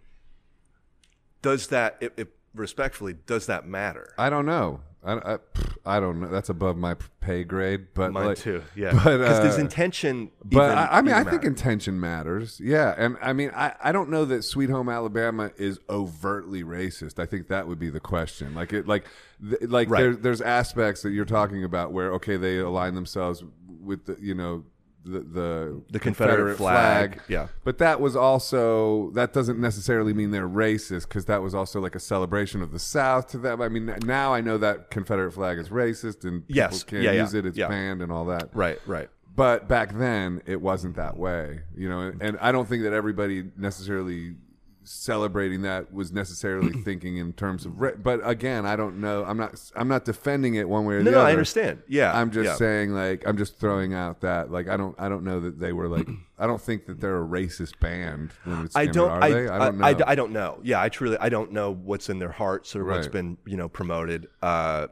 [SPEAKER 2] does that it, it respectfully does that matter
[SPEAKER 1] I don't know. I, I, pff, I don't know. That's above my pay grade, but
[SPEAKER 2] mine
[SPEAKER 1] like-
[SPEAKER 2] too yeah
[SPEAKER 1] but,
[SPEAKER 2] because there's
[SPEAKER 1] uh,
[SPEAKER 2] intention
[SPEAKER 1] But
[SPEAKER 2] even-
[SPEAKER 1] I, I mean, I
[SPEAKER 2] even
[SPEAKER 1] think
[SPEAKER 2] matter.
[SPEAKER 1] intention matters. Yeah, and I mean, I, I don't know that Sweet Home Alabama is overtly racist. I think that would be the question. Like it, like th- like
[SPEAKER 2] Right.
[SPEAKER 1] there, there's aspects that you're talking about where okay, they align themselves with the you know the the,
[SPEAKER 2] The Confederate flag. Yeah.
[SPEAKER 1] but that was also that doesn't necessarily mean they're racist because that was also like a celebration of the South to them. I mean, now I know that Confederate flag is racist and people
[SPEAKER 2] Yes.
[SPEAKER 1] can't
[SPEAKER 2] Yeah, yeah.
[SPEAKER 1] use it. It's
[SPEAKER 2] Yeah.
[SPEAKER 1] banned and all that
[SPEAKER 2] right right
[SPEAKER 1] but back then it wasn't that way you know and i don't think that everybody necessarily celebrating that was necessarily thinking in terms of ra- but again i don't know i'm not i'm not defending it one way or
[SPEAKER 2] no,
[SPEAKER 1] the
[SPEAKER 2] no
[SPEAKER 1] other
[SPEAKER 2] i understand yeah
[SPEAKER 1] i'm just
[SPEAKER 2] yeah.
[SPEAKER 1] saying like i'm just throwing out that like i don't i don't know that they were like i don't think that they're a racist band when it's
[SPEAKER 2] I
[SPEAKER 1] Skinner,
[SPEAKER 2] don't.
[SPEAKER 1] are
[SPEAKER 2] I,
[SPEAKER 1] they?
[SPEAKER 2] I,
[SPEAKER 1] don't know
[SPEAKER 2] I, I don't know. Yeah, I truly. I don't know what's in their hearts or what's
[SPEAKER 1] Right.
[SPEAKER 2] been you know promoted. Uh,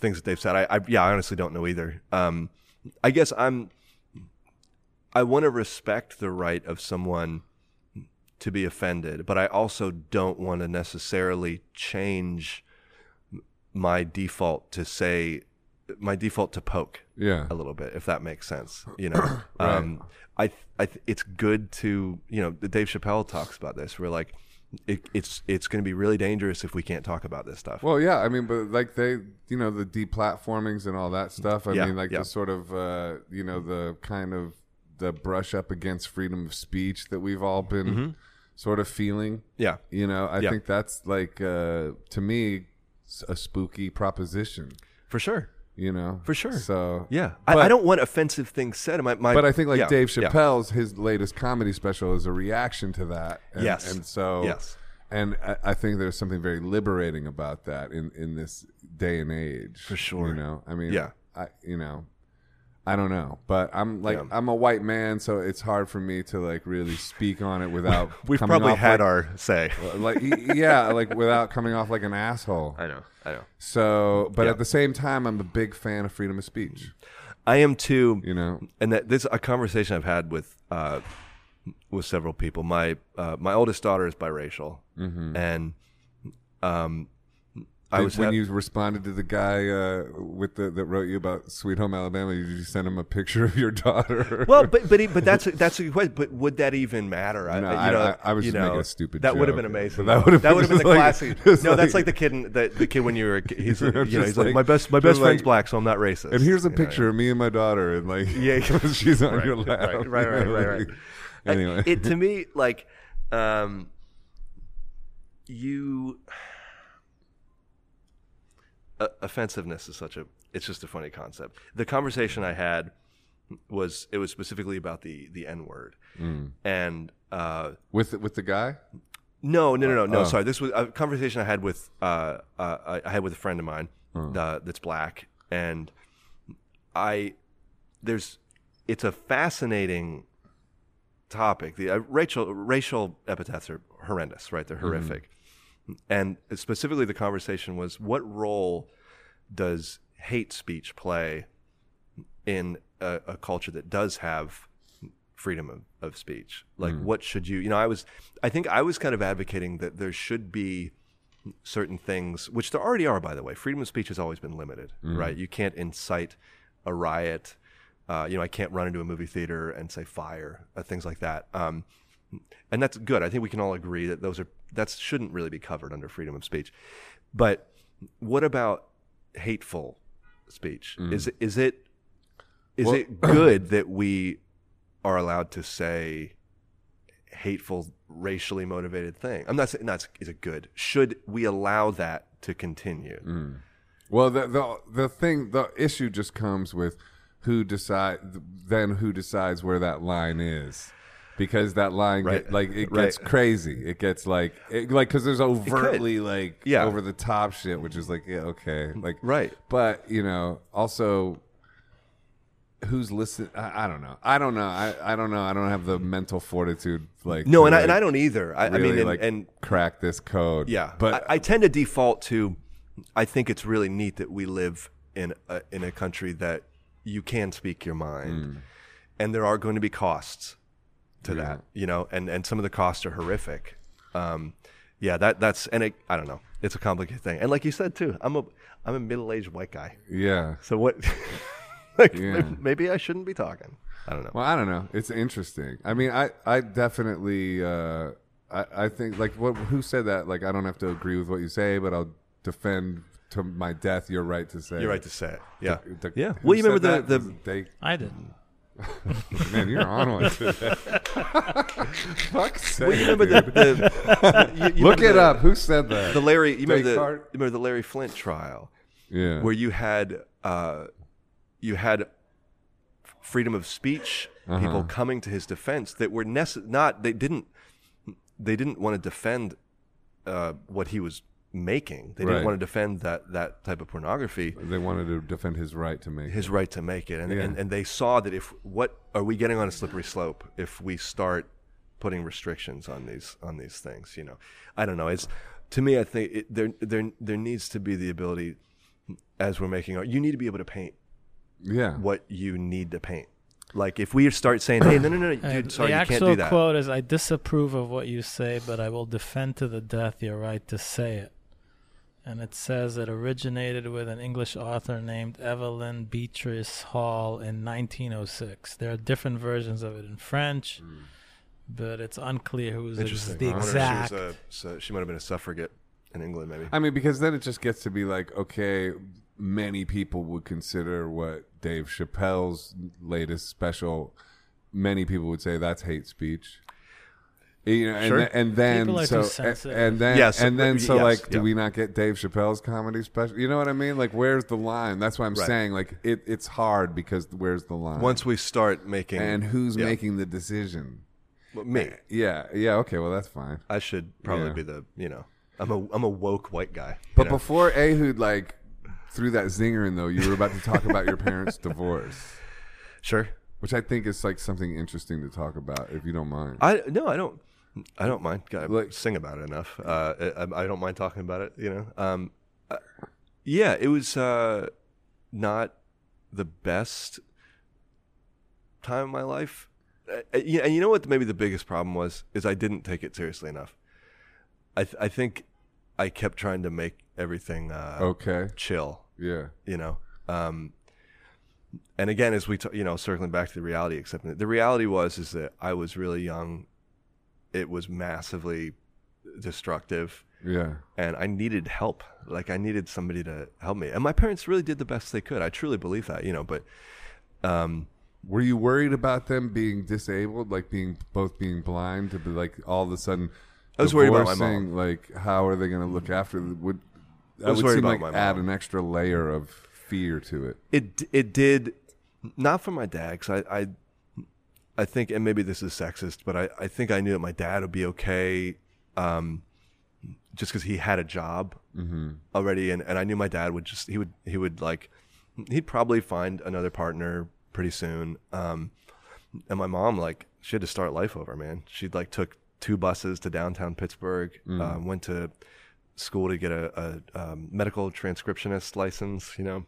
[SPEAKER 2] things that they've said. I, I yeah. I honestly don't know either. Um, I guess I'm. I want to respect the right of someone to be offended, but I also don't want to necessarily change my default to say my default to poke
[SPEAKER 1] yeah
[SPEAKER 2] a little bit, if that makes sense. You know, um, I, th- I, th- it's good to, you know, Dave Chappelle talks about this. We're like, it, it's, it's going to be really dangerous if we can't talk about this stuff.
[SPEAKER 1] Well, yeah, I mean, but like they, you know, the deplatformings and all that stuff. I
[SPEAKER 2] Yeah,
[SPEAKER 1] mean, like
[SPEAKER 2] yeah.
[SPEAKER 1] the sort of, uh, you know, the kind of the brush up against freedom of speech that we've all been sort of feeling.
[SPEAKER 2] yeah,
[SPEAKER 1] You know, I
[SPEAKER 2] Mm-hmm. Yeah.
[SPEAKER 1] think that's like uh, to me s- a spooky proposition.
[SPEAKER 2] for sure.
[SPEAKER 1] You know,
[SPEAKER 2] For sure.
[SPEAKER 1] So
[SPEAKER 2] Yeah. I, I don't want offensive things said. My, my,
[SPEAKER 1] but I think like
[SPEAKER 2] yeah,
[SPEAKER 1] Dave
[SPEAKER 2] yeah.
[SPEAKER 1] Chappelle's his latest comedy special is a reaction to that. And,
[SPEAKER 2] Yes.
[SPEAKER 1] and so
[SPEAKER 2] Yes.
[SPEAKER 1] and I, I think there's something very liberating about that in in this day and age. For
[SPEAKER 2] sure.
[SPEAKER 1] you know. I mean,
[SPEAKER 2] Yeah.
[SPEAKER 1] I you know, I don't know, but I'm like I'm a white man, so it's hard for me to like really speak on it without
[SPEAKER 2] We've
[SPEAKER 1] coming
[SPEAKER 2] probably
[SPEAKER 1] off
[SPEAKER 2] had
[SPEAKER 1] like,
[SPEAKER 2] our say.
[SPEAKER 1] like y- yeah, like without coming off like an asshole.
[SPEAKER 2] I know. I know.
[SPEAKER 1] So, but
[SPEAKER 2] Yeah.
[SPEAKER 1] at the same time, I'm a big fan of freedom of speech.
[SPEAKER 2] I am too.
[SPEAKER 1] You know,
[SPEAKER 2] and that this a conversation I've had with uh, with several people. My uh, my oldest daughter is biracial, and um, I
[SPEAKER 1] Mm-hmm. Did-
[SPEAKER 2] was
[SPEAKER 1] when
[SPEAKER 2] ha-
[SPEAKER 1] you responded to the guy uh, with the that wrote you about Sweet Home Alabama. Did you send him a picture of your daughter?
[SPEAKER 2] well, but but he- but that's that's a good question. But would that even matter? I,
[SPEAKER 1] No,
[SPEAKER 2] you
[SPEAKER 1] I-
[SPEAKER 2] know,
[SPEAKER 1] I- I was
[SPEAKER 2] you
[SPEAKER 1] just making
[SPEAKER 2] know,
[SPEAKER 1] a stupid
[SPEAKER 2] That would have
[SPEAKER 1] joke.
[SPEAKER 2] been amazing.
[SPEAKER 1] But that
[SPEAKER 2] though.
[SPEAKER 1] would've been
[SPEAKER 2] that would have been
[SPEAKER 1] just
[SPEAKER 2] the
[SPEAKER 1] like-
[SPEAKER 2] classic. No,
[SPEAKER 1] just
[SPEAKER 2] that's
[SPEAKER 1] like-
[SPEAKER 2] like the kid in, the, the kid when you were a kid. he's you know
[SPEAKER 1] Just
[SPEAKER 2] he's like,
[SPEAKER 1] like-
[SPEAKER 2] my best my
[SPEAKER 1] just
[SPEAKER 2] best friend's
[SPEAKER 1] like-
[SPEAKER 2] black, so I'm not racist.
[SPEAKER 1] and here's a
[SPEAKER 2] You know,
[SPEAKER 1] picture of me and my daughter, and like,
[SPEAKER 2] Yeah.
[SPEAKER 1] she's on your lap.
[SPEAKER 2] right, right, right,
[SPEAKER 1] You know,
[SPEAKER 2] right, right.
[SPEAKER 1] like-
[SPEAKER 2] Like,
[SPEAKER 1] Anyway,
[SPEAKER 2] it to me like um you O- offensiveness is such a it's just a funny concept the conversation i had was it was specifically about the the n word and uh
[SPEAKER 1] Mm. with with the guy.
[SPEAKER 2] no, no, no, no, no.
[SPEAKER 1] Oh.
[SPEAKER 2] Sorry, this was a conversation I had with uh, uh, I- I had with a friend of mine uh, that's black, and I there's it's a fascinating topic. The uh, racial racial epithets are horrendous, right? They're horrific, and specifically the conversation was what role does hate speech play in a, a culture that does have freedom of, of speech like what should you you know i was i think i was kind of advocating that there should be certain things which there already are by the way freedom of speech has always been limited right you can't incite a riot uh, you know i can't run into a movie theater and say fire uh, things like that um, and that's good i think we can all agree that those are that shouldn't really be covered under freedom of speech but what about hateful speech is is it is
[SPEAKER 1] Well-
[SPEAKER 2] it good that we are allowed to say hateful racially motivated thing i'm not saying that's is it good should we allow that to continue
[SPEAKER 1] Mm. Well, the the the thing the issue just comes with who decide then who decides where that line is. Because that line,
[SPEAKER 2] Right.
[SPEAKER 1] get, like it
[SPEAKER 2] Right.
[SPEAKER 1] gets crazy. It gets like, it, like because there's overtly like
[SPEAKER 2] Yeah.
[SPEAKER 1] over the top shit, which is like, yeah, okay, like
[SPEAKER 2] Right.
[SPEAKER 1] But you know, also who's listening? I, I don't know. I don't know. I, I don't know. I don't have the mental fortitude like
[SPEAKER 2] no
[SPEAKER 1] to,
[SPEAKER 2] and, I, and
[SPEAKER 1] like,
[SPEAKER 2] i don't either i,
[SPEAKER 1] really
[SPEAKER 2] I mean and,
[SPEAKER 1] like
[SPEAKER 2] and
[SPEAKER 1] crack this code.
[SPEAKER 2] yeah
[SPEAKER 1] but
[SPEAKER 2] I, I tend to default to i think it's really neat that we live in a, in a country that you can speak your mind
[SPEAKER 1] Mm.
[SPEAKER 2] and there are going to be costs to that you know and and some of the costs are horrific um yeah that that's and it, i don't know it's a complicated thing and like you said too i'm a i'm a middle-aged white guy
[SPEAKER 1] yeah.
[SPEAKER 2] so what like
[SPEAKER 1] Yeah.
[SPEAKER 2] may- maybe i shouldn't be talking i don't know
[SPEAKER 1] Well, I don't know. It's interesting. I mean, I, I definitely, uh, I, I think like what, who said that? Like, I don't have to agree with what you say, but I'll defend to my death. Your right to say.
[SPEAKER 2] you're right to say it yeah
[SPEAKER 1] uh, The-
[SPEAKER 2] yeah
[SPEAKER 1] who
[SPEAKER 2] well you
[SPEAKER 1] said
[SPEAKER 2] remember
[SPEAKER 1] that?
[SPEAKER 2] the,
[SPEAKER 1] Was
[SPEAKER 2] the
[SPEAKER 1] it Dave-
[SPEAKER 3] I didn't.
[SPEAKER 1] man, you're on one today. Fuck's sake,
[SPEAKER 2] well, you remember the,
[SPEAKER 1] dude.
[SPEAKER 2] the you- you
[SPEAKER 1] Look
[SPEAKER 2] remember
[SPEAKER 1] it
[SPEAKER 2] the-
[SPEAKER 1] up. Who said that?
[SPEAKER 2] the Larry, you remember the,
[SPEAKER 1] Descartes.
[SPEAKER 2] you remember the Larry Flint trial
[SPEAKER 1] yeah.
[SPEAKER 2] where you had uh, you had freedom of speech
[SPEAKER 1] Uh-huh.
[SPEAKER 2] people coming to his defense that were nece- not they didn't they didn't want to defend uh, what he was making. They
[SPEAKER 1] Right.
[SPEAKER 2] didn't want to defend that that type of pornography
[SPEAKER 1] they wanted to defend his right to make.
[SPEAKER 2] his right to make it and,
[SPEAKER 1] Yeah.
[SPEAKER 2] and and they saw that if what are we getting on a slippery slope if we start putting restrictions on these on these things you know i don't know it's to me i think it, there there there needs to be the ability as we're making art you need to be able to paint
[SPEAKER 1] yeah.
[SPEAKER 2] what you need to paint like if we start saying hey no no no
[SPEAKER 3] Uh,
[SPEAKER 2] dude sorry
[SPEAKER 3] the
[SPEAKER 2] you
[SPEAKER 3] actual
[SPEAKER 2] can't do that
[SPEAKER 3] quote is I disapprove of what you say, but I will defend to the death your right to say it. And it says it originated with an English author named Evelyn Beatrice Hall in 1906. There are different versions of it in French, but it's unclear who's the
[SPEAKER 2] Hmm. interesting
[SPEAKER 3] the
[SPEAKER 2] I wonder if she was a-
[SPEAKER 3] exact.
[SPEAKER 2] so she might have been a suffragette in england maybe
[SPEAKER 1] I mean, because then it just gets to be like, okay, many people would consider what Dave Chappelle's latest special. Many people would say that's hate speech. You know, and,
[SPEAKER 2] Sure.
[SPEAKER 1] th- and then
[SPEAKER 3] People are
[SPEAKER 1] so
[SPEAKER 3] too
[SPEAKER 1] a-
[SPEAKER 3] sensitive.
[SPEAKER 1] and then
[SPEAKER 2] Yes,
[SPEAKER 1] and then
[SPEAKER 2] but-
[SPEAKER 1] so
[SPEAKER 2] yes,
[SPEAKER 1] like, do
[SPEAKER 2] yeah.
[SPEAKER 1] we not get Dave Chappelle's comedy special? You know what I mean? Like, where's the line? That's why I'm
[SPEAKER 2] Right.
[SPEAKER 1] saying like it, it's hard because where's the line?
[SPEAKER 2] once we start making
[SPEAKER 1] and who's
[SPEAKER 2] yeah.
[SPEAKER 1] making the decision?
[SPEAKER 2] Well, me
[SPEAKER 1] Yeah, yeah, okay, well that's fine.
[SPEAKER 2] I should probably
[SPEAKER 1] Yeah.
[SPEAKER 2] be the you know I'm a I'm a woke white guy. you
[SPEAKER 1] But
[SPEAKER 2] know?
[SPEAKER 1] before Ehud like threw that zinger in though, you were about to talk about your parents' divorce.
[SPEAKER 2] sure,
[SPEAKER 1] which I think is like something interesting to talk about, if you don't mind.
[SPEAKER 2] I no I don't I don't mind. God, I
[SPEAKER 1] Like-
[SPEAKER 2] sing about it enough. Uh, I, I don't mind talking about it. You know, um, uh, yeah, it was uh, not the best time of my life. Uh, uh, yeah, and you know what? Maybe the biggest problem was is I didn't take it seriously enough. I th- I think I kept trying to make everything uh,
[SPEAKER 1] okay,
[SPEAKER 2] chill.
[SPEAKER 1] yeah,
[SPEAKER 2] you know um and again as we t- you know circling back to the reality accepting it, the reality was is that i was really young it was massively destructive
[SPEAKER 1] yeah,
[SPEAKER 2] and i needed help like i needed somebody to help me and my parents really did the best they could i truly believe that you know but um
[SPEAKER 1] Were you worried about them being disabled, like being both being blind, to be like all of a sudden?
[SPEAKER 2] I was worried about my
[SPEAKER 1] divorcing, Like, how are they going to look after? the- Would I
[SPEAKER 2] was
[SPEAKER 1] would
[SPEAKER 2] worried
[SPEAKER 1] seem
[SPEAKER 2] about
[SPEAKER 1] like
[SPEAKER 2] my
[SPEAKER 1] add
[SPEAKER 2] mom.
[SPEAKER 1] an extra layer of fear to it.
[SPEAKER 2] it it did not for my dad 'cause I, I I think and maybe this is sexist but I, I think I knew that my dad would be okay um just because he had a job already and, and I knew my dad would just he would he would like he'd probably find another partner pretty soon um and my mom like she had to start life over man she like took two buses to downtown Pittsburgh uh, went to school to get a, a um, medical transcriptionist license. You know,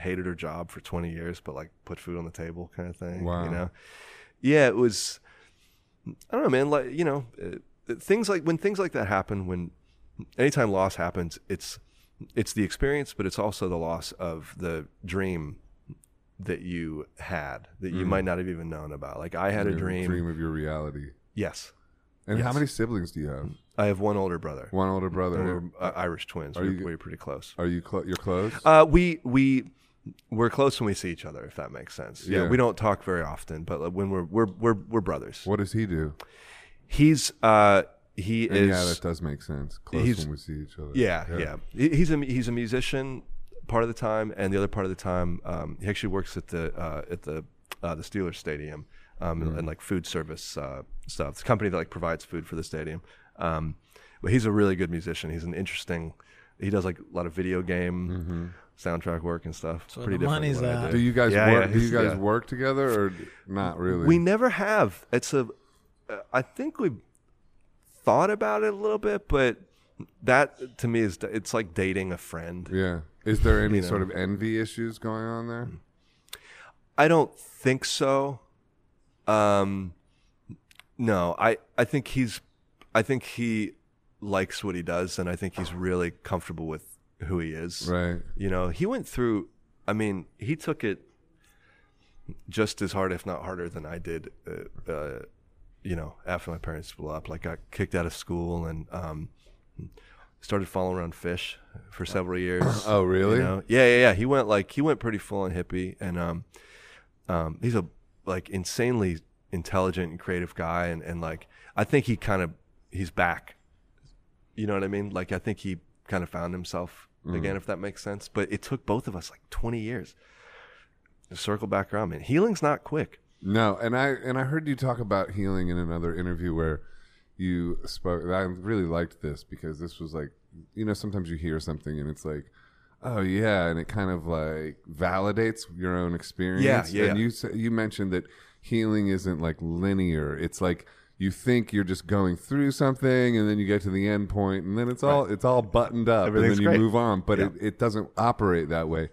[SPEAKER 2] hated her job for twenty years, but like put food on the table kind of thing.
[SPEAKER 1] Wow.
[SPEAKER 2] You know, yeah, it was. I don't know, man. Like you know, uh, uh, things like when things like that happen, when anytime loss happens, it's it's the experience, but it's also the loss of the dream that you had that you might not have even known about. Like I had a
[SPEAKER 1] Your
[SPEAKER 2] dream.
[SPEAKER 1] Mm-hmm. dream of your reality.
[SPEAKER 2] Yes,
[SPEAKER 1] And how
[SPEAKER 2] Yes.
[SPEAKER 1] many siblings do you have?
[SPEAKER 2] I have one older brother.
[SPEAKER 1] One older brother.
[SPEAKER 2] And We're uh, Irish twins. We're,
[SPEAKER 1] you-
[SPEAKER 2] we're pretty close.
[SPEAKER 1] Are you clo- you're close?
[SPEAKER 2] Uh, we we we're close when we see each other, if that makes sense. Yeah,
[SPEAKER 1] Yeah.
[SPEAKER 2] we don't talk very often, but like, when we're we're we're, we're brothers.
[SPEAKER 1] what does he do?
[SPEAKER 2] He's uh he
[SPEAKER 1] And yeah,
[SPEAKER 2] is
[SPEAKER 1] that does make sense. Close
[SPEAKER 2] he's-
[SPEAKER 1] when we see each other.
[SPEAKER 2] yeah yeah, He- he's a he's a musician part of the time, and the other part of the time um, he actually works at the uh, at the uh, the Steelers stadium um, and, and, like food service uh, stuff. It's a company that like provides food for the stadium. Um, but he's a really good musician. He's an interesting. He does like a lot of video game soundtrack work and stuff. It's
[SPEAKER 3] where
[SPEAKER 2] pretty
[SPEAKER 3] Mm-hmm. the
[SPEAKER 2] different
[SPEAKER 3] money's
[SPEAKER 2] than what I
[SPEAKER 3] at.
[SPEAKER 1] Do you guys
[SPEAKER 2] Yeah,
[SPEAKER 1] work?
[SPEAKER 2] yeah,
[SPEAKER 1] do you
[SPEAKER 2] he's-
[SPEAKER 1] guys
[SPEAKER 2] yeah.
[SPEAKER 1] work together or not really?
[SPEAKER 2] We never have. It's a. uh, I think we thought about it a little bit, but that to me is it's like dating a friend.
[SPEAKER 1] yeah. Is there any
[SPEAKER 2] You know.
[SPEAKER 1] sort of envy issues going on there?
[SPEAKER 2] I don't think so. Um, no, I I think he's I think he likes what he does, and I think he's really comfortable with who he is.
[SPEAKER 1] Right.
[SPEAKER 2] You know, he went through. I mean, he took it just as hard, if not harder, than I did. Uh, uh, you know, after my parents blew up, like I kicked out of school and um, started following around fish for several years.
[SPEAKER 1] Oh, really?
[SPEAKER 2] You know? Yeah, yeah, yeah. He went like he went pretty full on hippie, and um, um, he's a like insanely intelligent and creative guy, and and like I think he kind of he's back. You know what I mean? Like I think he kind of found himself again, if that makes sense. But it took both of us like twenty years to circle back around. Man, healing's not quick.
[SPEAKER 1] No, and I and I heard you talk about healing in another interview where you spoke. and I really liked this because this was like, you know, sometimes you hear something and it's like, oh yeah, and it kind of like validates your own experience.
[SPEAKER 2] Yeah, yeah.
[SPEAKER 1] And you sa- you mentioned that healing isn't like linear. It's like you think you're just going through something and then you get to the end point and then it's all it's all buttoned up and then
[SPEAKER 2] Everything's
[SPEAKER 1] you
[SPEAKER 2] great.
[SPEAKER 1] move on but it, it doesn't operate that way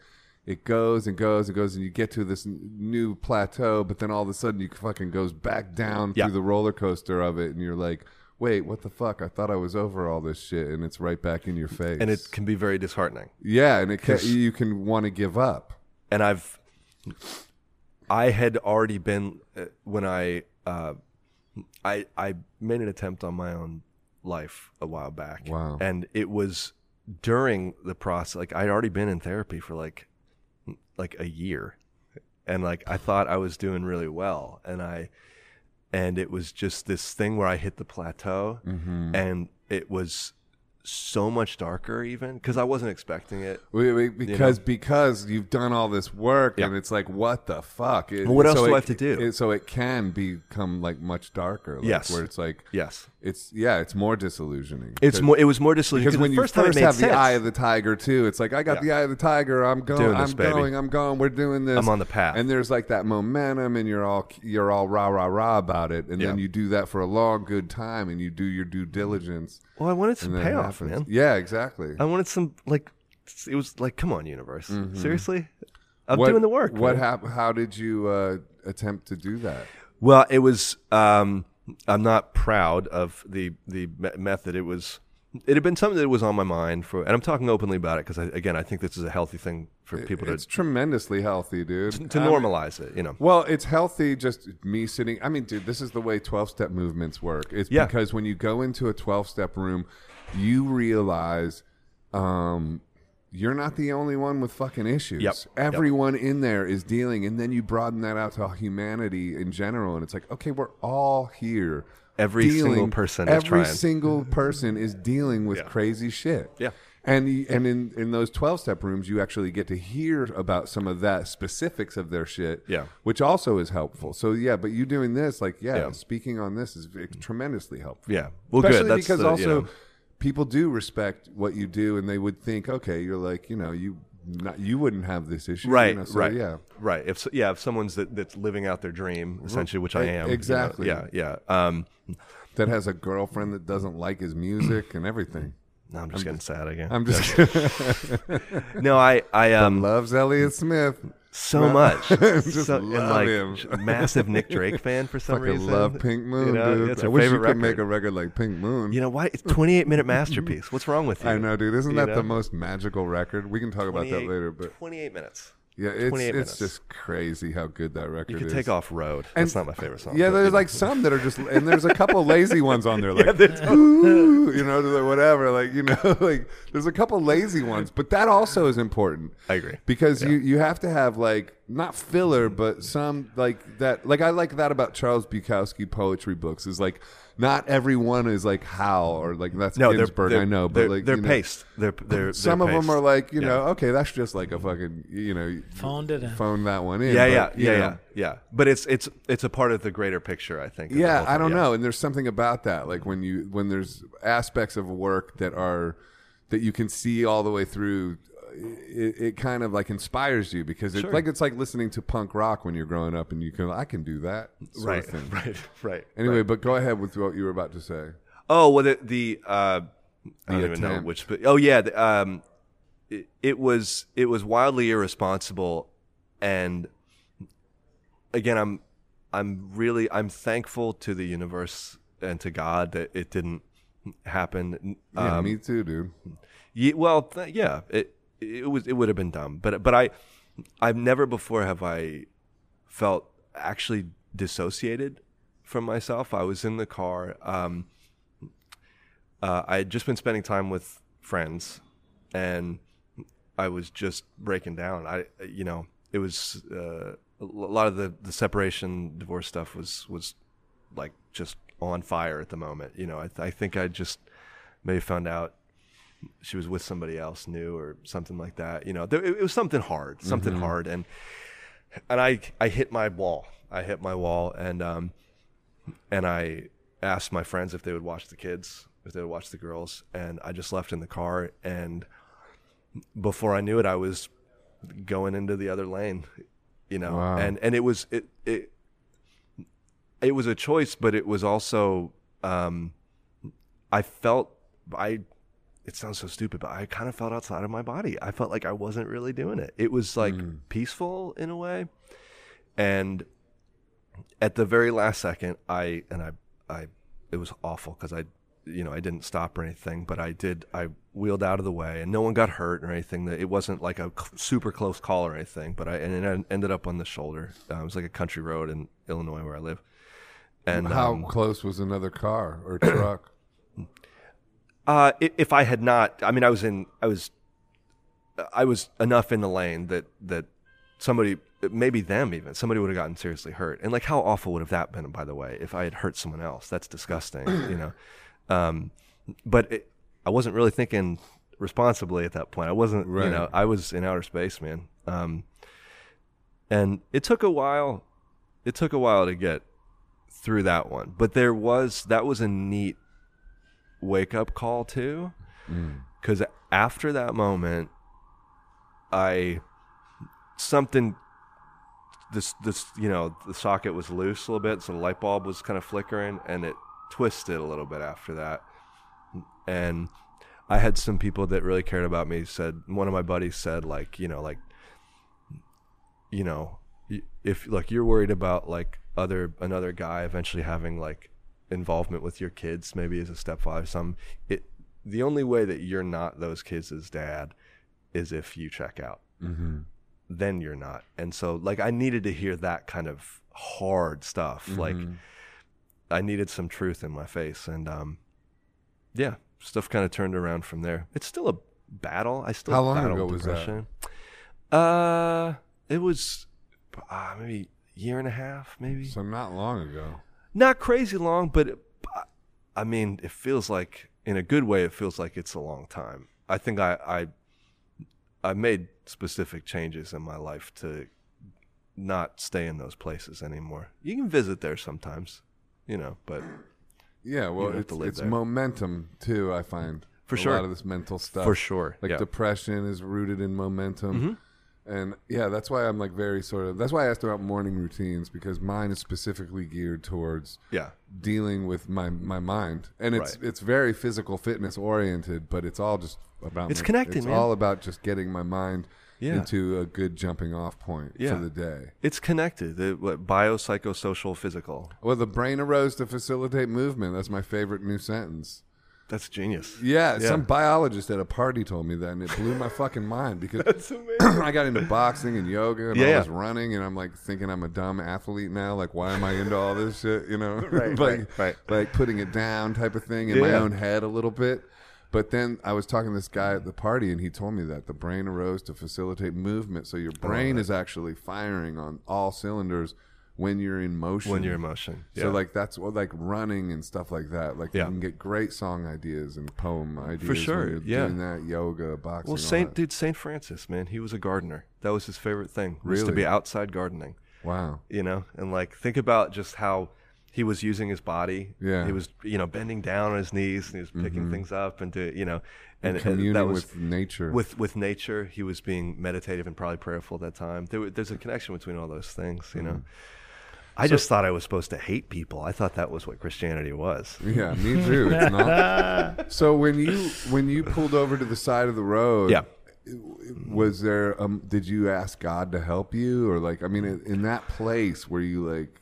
[SPEAKER 1] it goes and goes and goes and you get to this n- new plateau but then all of a sudden you fucking goes back down
[SPEAKER 2] Yeah.
[SPEAKER 1] through the roller coaster of it and you're like wait what the fuck i thought i was over all this shit and it's right back in your face
[SPEAKER 2] And it can be very disheartening.
[SPEAKER 1] yeah and it can, you can want to give up
[SPEAKER 2] and I've I had already been uh, when I uh, I I made an attempt on my own life a while back.
[SPEAKER 1] Wow.
[SPEAKER 2] And it was during the process like I'd already been in therapy for like like a year. And like I thought I was doing really well and I and it was just this thing where I hit the plateau and it was so much darker even cuz I wasn't expecting it.
[SPEAKER 1] Wait, wait, because because you've done all this work and it's like what the fuck It-
[SPEAKER 2] Well, what else do I
[SPEAKER 1] it-
[SPEAKER 2] have to do?
[SPEAKER 1] it- so it can become like much darker like,
[SPEAKER 2] Yes.
[SPEAKER 1] where it's like
[SPEAKER 2] Yes.
[SPEAKER 1] it's yeah it's more disillusioning
[SPEAKER 2] It's more. It was more disillusioning
[SPEAKER 1] because when
[SPEAKER 2] the
[SPEAKER 1] you
[SPEAKER 2] first time it
[SPEAKER 1] first
[SPEAKER 2] made
[SPEAKER 1] have
[SPEAKER 2] sense.
[SPEAKER 1] the eye of the tiger too, it's like I got
[SPEAKER 2] Yeah.
[SPEAKER 1] the eye of the tiger. I'm going.
[SPEAKER 2] Doing
[SPEAKER 1] I'm
[SPEAKER 2] this, baby.
[SPEAKER 1] going. I'm going. We're doing this.
[SPEAKER 2] I'm on the path.
[SPEAKER 1] And there's like that momentum, and you're all you're all rah rah rah about it, and then
[SPEAKER 2] Yeah.
[SPEAKER 1] you do that for a long good time, and you do your due diligence.
[SPEAKER 2] well, I wanted some
[SPEAKER 1] and then it
[SPEAKER 2] payoff,
[SPEAKER 1] happens.
[SPEAKER 2] man.
[SPEAKER 1] Yeah, exactly.
[SPEAKER 2] I wanted some like. It was like, come on, universe. Seriously, I'm
[SPEAKER 1] Mm-hmm. What-
[SPEAKER 2] doing the work.
[SPEAKER 1] What
[SPEAKER 2] man.
[SPEAKER 1] hap- How did you uh, attempt to do that?
[SPEAKER 2] Well, it was. Um, I'm not proud of the the me- method. It was. It had been something that was on my mind for, and I'm talking openly about it because, again, I think this is a healthy thing for people to
[SPEAKER 1] It's tremendously healthy, dude.
[SPEAKER 2] to
[SPEAKER 1] I mean,
[SPEAKER 2] normalize it. You know.
[SPEAKER 1] Well, it's healthy just me sitting. I mean, dude, this is the way 12 step movements work. It's
[SPEAKER 2] Yeah.
[SPEAKER 1] because when you go into a 12 step room, you realize um, you're not the only one with fucking issues.
[SPEAKER 2] Yep.
[SPEAKER 1] Everyone in there is dealing. And then you broaden that out to humanity in general. And it's like, okay, we're all here.
[SPEAKER 2] Every single person is
[SPEAKER 1] every
[SPEAKER 2] trying.
[SPEAKER 1] single person is dealing with crazy shit.
[SPEAKER 2] Yeah.
[SPEAKER 1] And y- and in, in those 12 step rooms, you actually get to hear about some of that specifics of their shit.
[SPEAKER 2] Yeah.
[SPEAKER 1] Which also is helpful. So, yeah, but you doing this, like, yeah,
[SPEAKER 2] Yeah.
[SPEAKER 1] speaking on this is v- tremendously helpful.
[SPEAKER 2] Yeah. Well,
[SPEAKER 1] Especially
[SPEAKER 2] good. That's
[SPEAKER 1] because
[SPEAKER 2] the, you
[SPEAKER 1] also
[SPEAKER 2] know.
[SPEAKER 1] people do respect what you do and they would think, okay, you're like, you know, you not, you wouldn't have this issue. you
[SPEAKER 2] right
[SPEAKER 1] know, so,
[SPEAKER 2] right
[SPEAKER 1] Yeah.
[SPEAKER 2] right if so- yeah if someone's that, that's living out their dream essentially which i
[SPEAKER 1] E-
[SPEAKER 2] am you know,
[SPEAKER 1] exactly.
[SPEAKER 2] yeah yeah um
[SPEAKER 1] That has a girlfriend that doesn't like his music and everything.
[SPEAKER 2] No, I'm just getting sad again.
[SPEAKER 1] I'm just
[SPEAKER 2] no, I I um
[SPEAKER 1] loves Elliot Smith.
[SPEAKER 2] so much.
[SPEAKER 1] Just
[SPEAKER 2] so, and,
[SPEAKER 1] love
[SPEAKER 2] like,
[SPEAKER 1] him.
[SPEAKER 2] j- massive Nick Drake fan for some
[SPEAKER 1] Fucking
[SPEAKER 2] reason.
[SPEAKER 1] love Pink Moon,
[SPEAKER 2] you know,
[SPEAKER 1] dude.
[SPEAKER 2] It's
[SPEAKER 1] I
[SPEAKER 2] her
[SPEAKER 1] wish you
[SPEAKER 2] favorite
[SPEAKER 1] could
[SPEAKER 2] record.
[SPEAKER 1] make a record like Pink Moon.
[SPEAKER 2] you know why? It's 28 minute masterpiece. What's wrong with you?
[SPEAKER 1] I know, dude. Isn't
[SPEAKER 2] You
[SPEAKER 1] that
[SPEAKER 2] know?
[SPEAKER 1] the most magical record? We can talk about that
[SPEAKER 2] 28
[SPEAKER 1] later, but
[SPEAKER 2] 28 minutes.
[SPEAKER 1] yeah, it's
[SPEAKER 2] 28
[SPEAKER 1] it's
[SPEAKER 2] minutes.
[SPEAKER 1] just crazy how good that record
[SPEAKER 2] You could
[SPEAKER 1] is.
[SPEAKER 2] take off road. That's not my favorite song.
[SPEAKER 1] Yeah,
[SPEAKER 2] but, you
[SPEAKER 1] there's
[SPEAKER 2] know.
[SPEAKER 1] like some that are just, and there's a couple lazy ones on there, like "Ooh," you know, like, whatever, like you know, like there's a couple lazy ones, but that also is important.
[SPEAKER 2] I agree.
[SPEAKER 1] because you you have to have like not filler, but some like that. Like I like that about Charles Bukowski poetry books is like not everyone is like how or like that's
[SPEAKER 2] no, they're,
[SPEAKER 1] Ginsberg,
[SPEAKER 2] they're-
[SPEAKER 1] I know,
[SPEAKER 2] they're,
[SPEAKER 1] but like
[SPEAKER 2] they're
[SPEAKER 1] you know,
[SPEAKER 2] paced. They're they're
[SPEAKER 1] some
[SPEAKER 2] they're
[SPEAKER 1] of them
[SPEAKER 2] paced.
[SPEAKER 1] are like you
[SPEAKER 2] Yeah.
[SPEAKER 1] know, okay, that's just like a fucking you know,
[SPEAKER 3] Phoned it in.
[SPEAKER 1] phone that one in.
[SPEAKER 2] Yeah,
[SPEAKER 1] but,
[SPEAKER 2] yeah,
[SPEAKER 1] you
[SPEAKER 2] yeah,
[SPEAKER 1] know,
[SPEAKER 2] yeah, yeah. But it's it's it's a part of the greater picture, I think. of the whole
[SPEAKER 1] yeah i
[SPEAKER 2] thing,
[SPEAKER 1] don't know and there's something about that like when you when there's aspects of work that are that you can see all the way through uh, it, it kind of like inspires you because it's like it's like listening to punk rock when you're growing up and you can i can do that sort
[SPEAKER 2] Right,
[SPEAKER 1] of thing.
[SPEAKER 2] right, right.
[SPEAKER 1] anyway but go ahead with what you were about to say
[SPEAKER 2] Oh well, the, the uh, I don't even know
[SPEAKER 1] attempt.
[SPEAKER 2] which, but oh yeah, the, um, it, it was it was wildly irresponsible, and again, I'm I'm really I'm thankful to the universe and to God that it didn't happen.
[SPEAKER 1] yeah
[SPEAKER 2] Um,
[SPEAKER 1] me too dude
[SPEAKER 2] Ye well, th- yeah, it it was it would have been dumb, but but I I've never before have I felt actually dissociated from myself. I was in the car. Um, uh, I had just been spending time with friends, and I was just breaking down. I you know it was uh, a lot of the the separation divorce stuff was was like just on fire at the moment. You know, I, th- I think I just maybe found out she was with somebody else new or something like that. You know, there, it, it was something hard, something hard, and and I I hit my wall. I hit my wall, and um, and I asked my friends if they would watch the kids, if they would watch the girls, and I just left in the car. And before I knew it, I was going into the other lane. You know,
[SPEAKER 1] Wow.
[SPEAKER 2] and and it was it it it was a choice, but it was also um, I felt I it sounds so stupid, but I kind of felt outside of my body. I felt like I wasn't really doing it. It was like peaceful in a way. And at the very last second, I and I I it was awful cuz I you know, I didn't stop or anything, but I did I wheeled out of the way and no one got hurt or anything. It wasn't like a cl- super close call or anything, but I and it ended up on the shoulder. Uh, it was like a country road in Illinois where I live. And
[SPEAKER 1] how
[SPEAKER 2] um,
[SPEAKER 1] close was another car or truck
[SPEAKER 2] Uh, i- if I had not, I mean, I was in, I was, I was enough in the lane that that somebody, maybe them even, somebody would have gotten seriously hurt. And like, how awful would have that been? By the way, if I had hurt someone else, that's disgusting, you know. Um, but it, I wasn't really thinking responsibly at that point. I wasn't,
[SPEAKER 1] Right.
[SPEAKER 2] you know, I was in outer space, man. Um, and it took a while. It took a while to get through that one, but there was that was a neat wake up call too because after that moment i something this this you know the socket was loose a little bit so the light bulb was kind of flickering and it twisted a little bit after that and i had some people that really cared about me said one of my buddies said like you know like you know y- if like you're worried about like other another guy eventually having like involvement with your kids maybe as a stepfather or some it the only way that you're not those kids' dad is if you check out
[SPEAKER 1] mm-hmm.
[SPEAKER 2] then you're not and so like i needed to hear that kind of hard stuff
[SPEAKER 1] Mm-hmm.
[SPEAKER 2] like i needed some truth in my face and um yeah stuff kind of turned around from there it's still a battle i still
[SPEAKER 1] How long
[SPEAKER 2] battle
[SPEAKER 1] ago was that?
[SPEAKER 2] depression. uh it was uh, maybe year and a half maybe
[SPEAKER 1] so not long ago
[SPEAKER 2] not crazy long, but it, I mean, it feels like in a good way. It feels like it's a long time. I think I I, I made specific changes in my life to not stay in those places anymore. You can visit there sometimes, you know, but
[SPEAKER 1] yeah well
[SPEAKER 2] don't have
[SPEAKER 1] it's,
[SPEAKER 2] to live
[SPEAKER 1] it's
[SPEAKER 2] there.
[SPEAKER 1] momentum too i find
[SPEAKER 2] For
[SPEAKER 1] a
[SPEAKER 2] sure.
[SPEAKER 1] lot of this mental stuff
[SPEAKER 2] for sure,
[SPEAKER 1] like
[SPEAKER 2] uh, yeah. Mm-hmm.
[SPEAKER 1] depression is rooted in momentum And yeah, that's why I'm like very sort of. That's why I asked about morning routines because mine is specifically geared towards
[SPEAKER 2] Yeah.
[SPEAKER 1] dealing with my my mind, and it's
[SPEAKER 2] Right.
[SPEAKER 1] it's very physical fitness oriented, but it's all just about
[SPEAKER 2] It's
[SPEAKER 1] my-
[SPEAKER 2] connected,
[SPEAKER 1] It's
[SPEAKER 2] man.
[SPEAKER 1] all about just getting my mind
[SPEAKER 2] Yeah.
[SPEAKER 1] into a good jumping off point
[SPEAKER 2] Yeah.
[SPEAKER 1] for the day.
[SPEAKER 2] It's connected. The, what, biopsychosocial physical.
[SPEAKER 1] Well, the brain arose to facilitate movement. That's my favorite new sentence.
[SPEAKER 2] That's genius.
[SPEAKER 1] Yeah, some biologist at a party told me that, and it blew my fucking mind because I got into boxing and yoga and
[SPEAKER 2] Yeah.
[SPEAKER 1] I was running, and I'm like thinking I'm a dumb athlete now. Like, why am I into all this shit? You know,
[SPEAKER 2] Right,
[SPEAKER 1] like,
[SPEAKER 2] right, right.
[SPEAKER 1] like putting it down type of thing in my
[SPEAKER 2] Yeah.
[SPEAKER 1] own head a little bit. But then I was talking to this guy at the party, and he told me that the brain arose to facilitate movement. So your brain is actually firing on all cylinders when you're in motion.
[SPEAKER 2] When you're in motion. Yeah.
[SPEAKER 1] So like that's what like running and stuff like that. Like
[SPEAKER 2] Yeah.
[SPEAKER 1] you can get great song ideas and poem ideas when
[SPEAKER 2] sure,
[SPEAKER 1] you're
[SPEAKER 2] yeah.
[SPEAKER 1] Doing that yoga boxing. all
[SPEAKER 2] well, Saint
[SPEAKER 1] that.
[SPEAKER 2] dude, Saint Francis, man, he was a gardener. That was his favorite thing. was to
[SPEAKER 1] Really?
[SPEAKER 2] be outside gardening.
[SPEAKER 1] Wow.
[SPEAKER 2] you know and like think about just how he was using his body
[SPEAKER 1] Yeah.
[SPEAKER 2] he was you know bending down on his knees and he was picking things up and do you know Mm-hmm. and, and
[SPEAKER 1] Communing
[SPEAKER 2] that was
[SPEAKER 1] with nature.
[SPEAKER 2] with with nature he was being meditative and probably prayerful at that time there, were- there's a connection between all those things you know i just thought i was supposed to hate people i thought that was what christianity was
[SPEAKER 1] yeah, me too. It's not- so when you when you pulled over to the side of the road,
[SPEAKER 2] Yeah.
[SPEAKER 1] was there? Um, did you ask God to help you, or like I mean, in- in that place where you like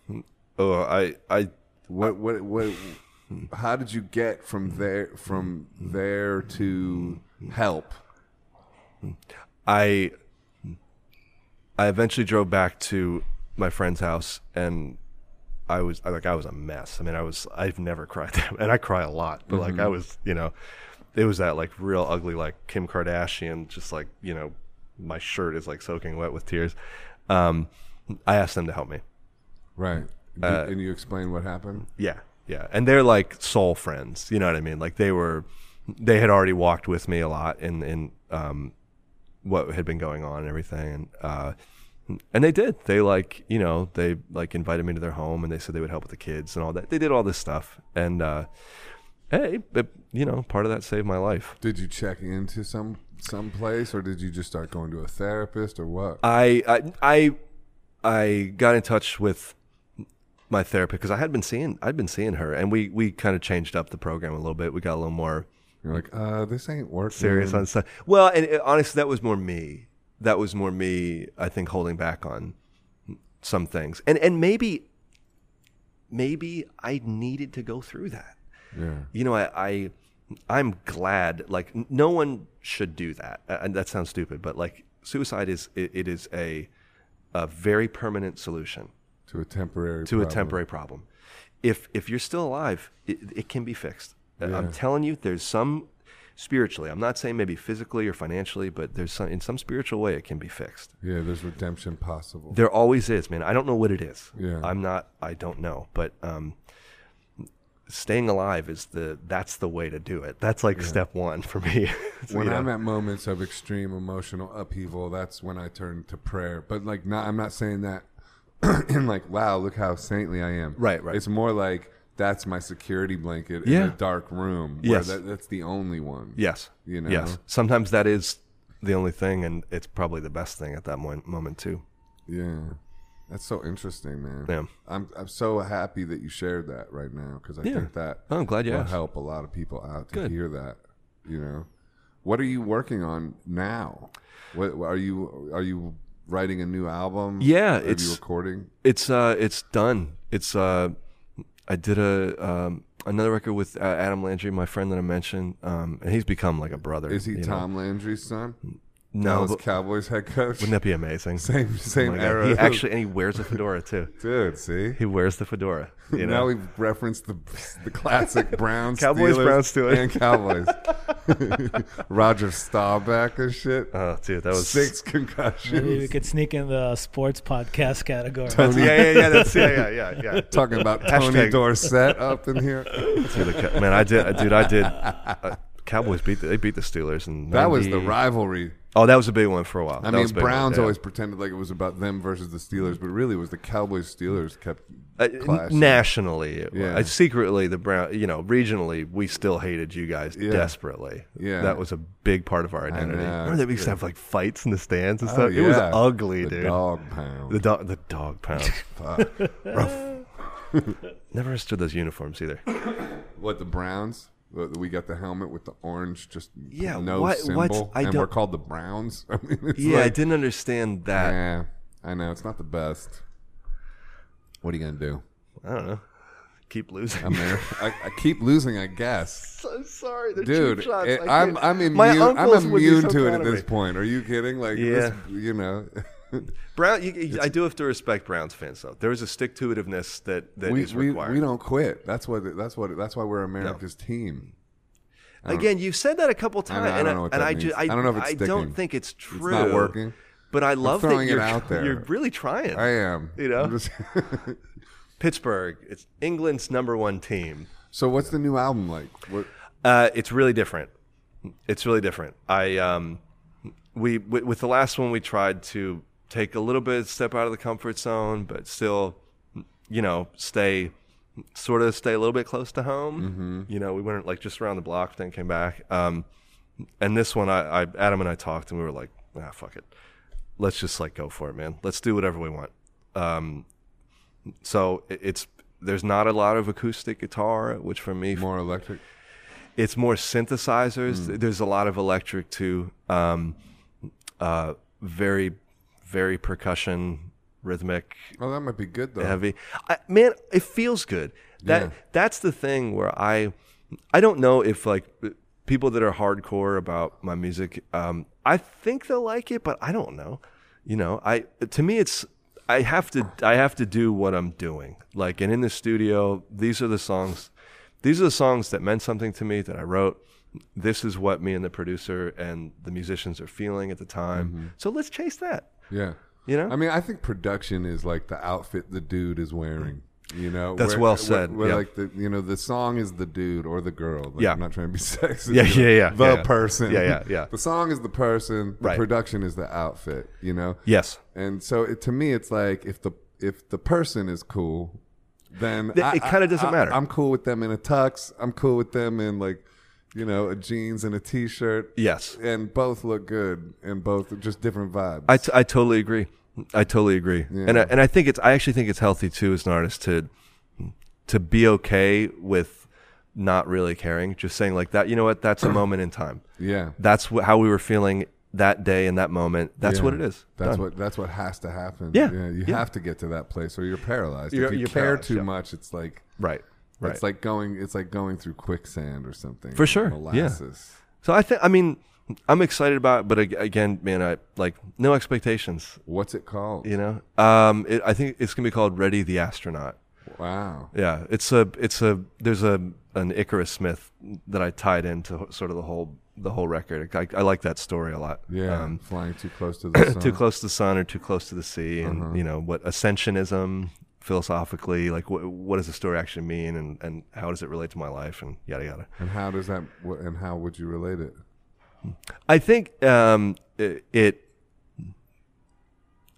[SPEAKER 2] oh i i
[SPEAKER 1] what what what? How did you get from there from there to help?
[SPEAKER 2] I I eventually drove back to my friend's house and I was I, like I was a mess. I mean, I was I've never cried that and I cry a lot, but like I was, you know, it was that like real ugly like Kim Kardashian just like, you know, my shirt is like soaking wet with tears. Um I asked them to help me.
[SPEAKER 1] Right.
[SPEAKER 2] Uh,
[SPEAKER 1] and you explain what happened.
[SPEAKER 2] Yeah, yeah, and they're like soul friends. You know what I mean? Like they were, they had already walked with me a lot in in um, what had been going on and everything, and uh, and they did. They like you know they like invited me to their home and they said they would help with the kids and all that. They did all this stuff, and uh, hey, but you know part of that saved my life.
[SPEAKER 1] Did you check into some some place, or did you just start going to a therapist, or what?
[SPEAKER 2] I I I, I got in touch with my therapist because I had been seeing I'd been seeing her, and we we kind of changed up the program a little bit. We got a little more.
[SPEAKER 1] You're like, uh, this ain't working.
[SPEAKER 2] serious on stuff. Well, and uh, honestly, that was more me. That was more me. I think holding back on some things, and and maybe, maybe I needed to go through that.
[SPEAKER 1] Yeah.
[SPEAKER 2] You know, I, I I'm glad. Like, n- no one should do that. Uh, And that sounds stupid, but like, suicide is it, it is a a very permanent solution
[SPEAKER 1] To a temporary.
[SPEAKER 2] to
[SPEAKER 1] problem.
[SPEAKER 2] a temporary problem. If if you're still alive, it, it can be fixed. I- I'm telling you, there's some spiritually. I'm not saying maybe physically or financially, but there's some in some spiritual way it can be fixed.
[SPEAKER 1] Yeah, there's redemption possible.
[SPEAKER 2] There always is, man. I don't know what it is.
[SPEAKER 1] Yeah.
[SPEAKER 2] I'm not. I don't know, but um, staying alive is the that's the way to do it. That's like step one for me. So,
[SPEAKER 1] when
[SPEAKER 2] you know,
[SPEAKER 1] I'm at moments of extreme emotional upheaval, that's when I turn to prayer. But like, not, I'm not saying that in like, wow, look how saintly I am.
[SPEAKER 2] Right, right.
[SPEAKER 1] It's more like that's my security blanket
[SPEAKER 2] Yeah.
[SPEAKER 1] in a dark room.
[SPEAKER 2] Yes.
[SPEAKER 1] where that, that's the only one.
[SPEAKER 2] yes,
[SPEAKER 1] You know?
[SPEAKER 2] yes. Sometimes that is the only thing, and it's probably the best thing at that mo- moment too.
[SPEAKER 1] Yeah. That's so interesting, man.
[SPEAKER 2] Yeah.
[SPEAKER 1] I'm I'm so happy that you shared that right now because I
[SPEAKER 2] Yeah.
[SPEAKER 1] think that
[SPEAKER 2] Oh, I'm glad you
[SPEAKER 1] will
[SPEAKER 2] asked.
[SPEAKER 1] help a lot of people out to
[SPEAKER 2] Good.
[SPEAKER 1] hear that. You know, what are you working on now? What are you are you writing a new album?
[SPEAKER 2] Yeah,
[SPEAKER 1] are
[SPEAKER 2] it's-
[SPEAKER 1] you recording.
[SPEAKER 2] it's uh it's done it's uh i did a um another record with uh, adam landry my friend that i mentioned um and he's become like a brother
[SPEAKER 1] Is he
[SPEAKER 2] you know?
[SPEAKER 1] Tom Landry's son?
[SPEAKER 2] no
[SPEAKER 1] Dallas
[SPEAKER 2] but
[SPEAKER 1] Cowboys head coach.
[SPEAKER 2] wouldn't that be amazing
[SPEAKER 1] same
[SPEAKER 2] Oh
[SPEAKER 1] same
[SPEAKER 2] my God.
[SPEAKER 1] era.
[SPEAKER 2] he actually and he wears a fedora too
[SPEAKER 1] dude, see.
[SPEAKER 2] he wears the fedora
[SPEAKER 1] Now
[SPEAKER 2] you know
[SPEAKER 1] we've referenced the the classic Browns,
[SPEAKER 2] Cowboys,
[SPEAKER 1] Steelers,
[SPEAKER 2] Browns, Steelers.
[SPEAKER 1] and Cowboys. Roger Staubach and shit.
[SPEAKER 2] oh dude that was
[SPEAKER 1] six
[SPEAKER 3] Maybe we
[SPEAKER 1] concussions.
[SPEAKER 3] could sneak in the sports podcast category.
[SPEAKER 2] yeah yeah yeah that's yeah yeah yeah yeah
[SPEAKER 1] Talking about
[SPEAKER 2] Hashtag-
[SPEAKER 1] Tony Dorsett up in here.
[SPEAKER 2] Dude, I ca- man i did I- dude i did uh, Cowboys beat the, they beat the Steelers, and
[SPEAKER 1] That was the rivalry.
[SPEAKER 2] Oh, that was a big one for a while.
[SPEAKER 1] I
[SPEAKER 2] That
[SPEAKER 1] mean,
[SPEAKER 2] was a big one,
[SPEAKER 1] Browns
[SPEAKER 2] yeah.
[SPEAKER 1] always pretended like it was about them versus the Steelers, but really it was the Cowboys Steelers kept
[SPEAKER 2] Uh, n-
[SPEAKER 1] clashing.
[SPEAKER 2] nationally, it was.
[SPEAKER 1] Yeah.
[SPEAKER 2] Uh, secretly the Brown, you know, regionally, we still hated you guys
[SPEAKER 1] Yeah.
[SPEAKER 2] desperately.
[SPEAKER 1] Yeah.
[SPEAKER 2] that was a big part of our identity.
[SPEAKER 1] know.
[SPEAKER 2] Remember that we used to have like fights in the stands and
[SPEAKER 1] Oh,
[SPEAKER 2] stuff. It was
[SPEAKER 1] yeah.
[SPEAKER 2] ugly,
[SPEAKER 1] the
[SPEAKER 2] dude.
[SPEAKER 1] Dog pound.
[SPEAKER 2] The dog, the dog pound. Rough. Never understood those uniforms either.
[SPEAKER 1] what the Browns? What, We got the helmet with the orange, just
[SPEAKER 2] Yeah,
[SPEAKER 1] no
[SPEAKER 2] what-
[SPEAKER 1] symbol,
[SPEAKER 2] what's- I
[SPEAKER 1] and
[SPEAKER 2] don't-
[SPEAKER 1] we're called the Browns. I mean, it's
[SPEAKER 2] Yeah, I
[SPEAKER 1] like,
[SPEAKER 2] didn't understand that.
[SPEAKER 1] yeah, I know it's not the best. What are you gonna do?
[SPEAKER 2] I don't know. Keep losing.
[SPEAKER 1] I, mean, I, I keep losing, I guess.
[SPEAKER 2] so sorry. They're
[SPEAKER 1] Dude,
[SPEAKER 2] cheap shots.
[SPEAKER 1] it-
[SPEAKER 2] I
[SPEAKER 1] I'm
[SPEAKER 2] can't-
[SPEAKER 1] I'm
[SPEAKER 2] My
[SPEAKER 1] immune. I'm
[SPEAKER 2] uncles would be
[SPEAKER 1] immune
[SPEAKER 2] so
[SPEAKER 1] to it
[SPEAKER 2] proud
[SPEAKER 1] at
[SPEAKER 2] of
[SPEAKER 1] this
[SPEAKER 2] me.
[SPEAKER 1] point. Are you kidding? Like, this, you know,
[SPEAKER 2] Brown, you, you- I do have to respect Browns fans though. There is a stick to itiveness that that is
[SPEAKER 1] we, we
[SPEAKER 2] required.
[SPEAKER 1] we don't quit. That's what that's what that's why we're America's team.
[SPEAKER 2] Again, you've said that a couple
[SPEAKER 1] know-
[SPEAKER 2] times,
[SPEAKER 1] I
[SPEAKER 2] and
[SPEAKER 1] don't know what
[SPEAKER 2] and
[SPEAKER 1] that
[SPEAKER 2] I,
[SPEAKER 1] means.
[SPEAKER 2] ju- I,
[SPEAKER 1] I don't know if it's
[SPEAKER 2] I
[SPEAKER 1] sticking.
[SPEAKER 2] don't think it's
[SPEAKER 1] not
[SPEAKER 2] true.
[SPEAKER 1] working.
[SPEAKER 2] But I love
[SPEAKER 1] throwing
[SPEAKER 2] that
[SPEAKER 1] it
[SPEAKER 2] you're
[SPEAKER 1] out there.
[SPEAKER 2] you're really trying.
[SPEAKER 1] I am.
[SPEAKER 2] You know?
[SPEAKER 1] I'm just-
[SPEAKER 2] Pittsburgh, it's England's number one team.
[SPEAKER 1] so what's the new album like? What,
[SPEAKER 2] Uh, it's really different. It's really different. I um, we w- with the last one we tried to take a little bit step out of the comfort zone, but still, you know, stay sort of stay a little bit close to home. You know, we went like just around the block, then came back. Um, and this one, I, I Adam and I talked, and we were like, ah, fuck it, let's just like go for it, man. Let's do whatever we want. Um, so it, it's there's not a lot of acoustic guitar, which for me
[SPEAKER 1] more electric.
[SPEAKER 2] it's more synthesizers. There's a lot of electric too. Um, uh, very, very percussion, rhythmic,
[SPEAKER 1] Oh, that might be good though.
[SPEAKER 2] Uh-huh. heavy. I, man, it feels good. That
[SPEAKER 1] Yeah.
[SPEAKER 2] that's the thing where I, I don't know if like people that are hardcore about my music, um, I think they'll like it, but I don't know. You know, I to me it's I have to I have to do what I'm doing. Like and in the studio, these are the songs. These are the songs that meant something to me that I wrote. This is what me and the producer and the musicians are feeling at the time. So let's chase that.
[SPEAKER 1] yeah.
[SPEAKER 2] You know?
[SPEAKER 1] I mean, I think production is like the outfit the dude is wearing. You know,
[SPEAKER 2] That's well said,
[SPEAKER 1] Where,
[SPEAKER 2] yeah.
[SPEAKER 1] Like the you know the song is the dude or the girl. Like,
[SPEAKER 2] Yeah.
[SPEAKER 1] I'm not trying to be sexist.
[SPEAKER 2] Yeah,
[SPEAKER 1] you know,
[SPEAKER 2] yeah, yeah,
[SPEAKER 1] The
[SPEAKER 2] yeah, yeah.
[SPEAKER 1] person.
[SPEAKER 2] Yeah, yeah, yeah.
[SPEAKER 1] the song is the person. The
[SPEAKER 2] Right.
[SPEAKER 1] production is the outfit. You know.
[SPEAKER 2] Yes.
[SPEAKER 1] And so it, to me, it's like if the if the person is cool, then
[SPEAKER 2] Th-
[SPEAKER 1] I-
[SPEAKER 2] it kinda
[SPEAKER 1] I-
[SPEAKER 2] doesn't
[SPEAKER 1] I-
[SPEAKER 2] matter.
[SPEAKER 1] I'm cool with them in a tux. I'm cool with them in like, you know, a jeans and a t-shirt.
[SPEAKER 2] Yes.
[SPEAKER 1] And both look good, and both are just different vibes.
[SPEAKER 2] I, t- I totally agree. I totally agree. And I,
[SPEAKER 1] Yeah.
[SPEAKER 2] and I think it's I actually think it's healthy too as an artist to to be okay with not really caring, just saying like that. You know what? That's a moment in time.
[SPEAKER 1] yeah,
[SPEAKER 2] That's wh- how we were feeling that day in that moment. That's
[SPEAKER 1] Yeah.
[SPEAKER 2] what it is.
[SPEAKER 1] That's
[SPEAKER 2] Done.
[SPEAKER 1] what that's what has to happen.
[SPEAKER 2] Yeah.
[SPEAKER 1] you
[SPEAKER 2] Yeah.
[SPEAKER 1] have to get to that place, or you're paralyzed.
[SPEAKER 2] You're-
[SPEAKER 1] if you
[SPEAKER 2] you're
[SPEAKER 1] care
[SPEAKER 2] paralyzed,
[SPEAKER 1] too
[SPEAKER 2] yeah.
[SPEAKER 1] much, it's like
[SPEAKER 2] right. Right.
[SPEAKER 1] it's like going it's like going through quicksand or something
[SPEAKER 2] For sure, yeah.
[SPEAKER 1] Molasses.
[SPEAKER 2] so I think I mean I'm excited about it, but ag- again, man, I like no expectations.
[SPEAKER 1] What's it called?
[SPEAKER 2] You know, um, it, I think it's gonna be called Ready the Astronaut.
[SPEAKER 1] Wow.
[SPEAKER 2] Yeah, it's a it's a there's a an Icarus myth that I tied into sort of the whole the whole record. I, I like that story a lot.
[SPEAKER 1] Yeah,
[SPEAKER 2] Um,
[SPEAKER 1] flying too close to the sun.
[SPEAKER 2] too close to the sun or too close to the sea, and you know what ascensionism philosophically like what what does the story actually mean and and how does it relate to my life and yada yada.
[SPEAKER 1] And how does that? wh- And how would you relate it?
[SPEAKER 2] I think um, it, it.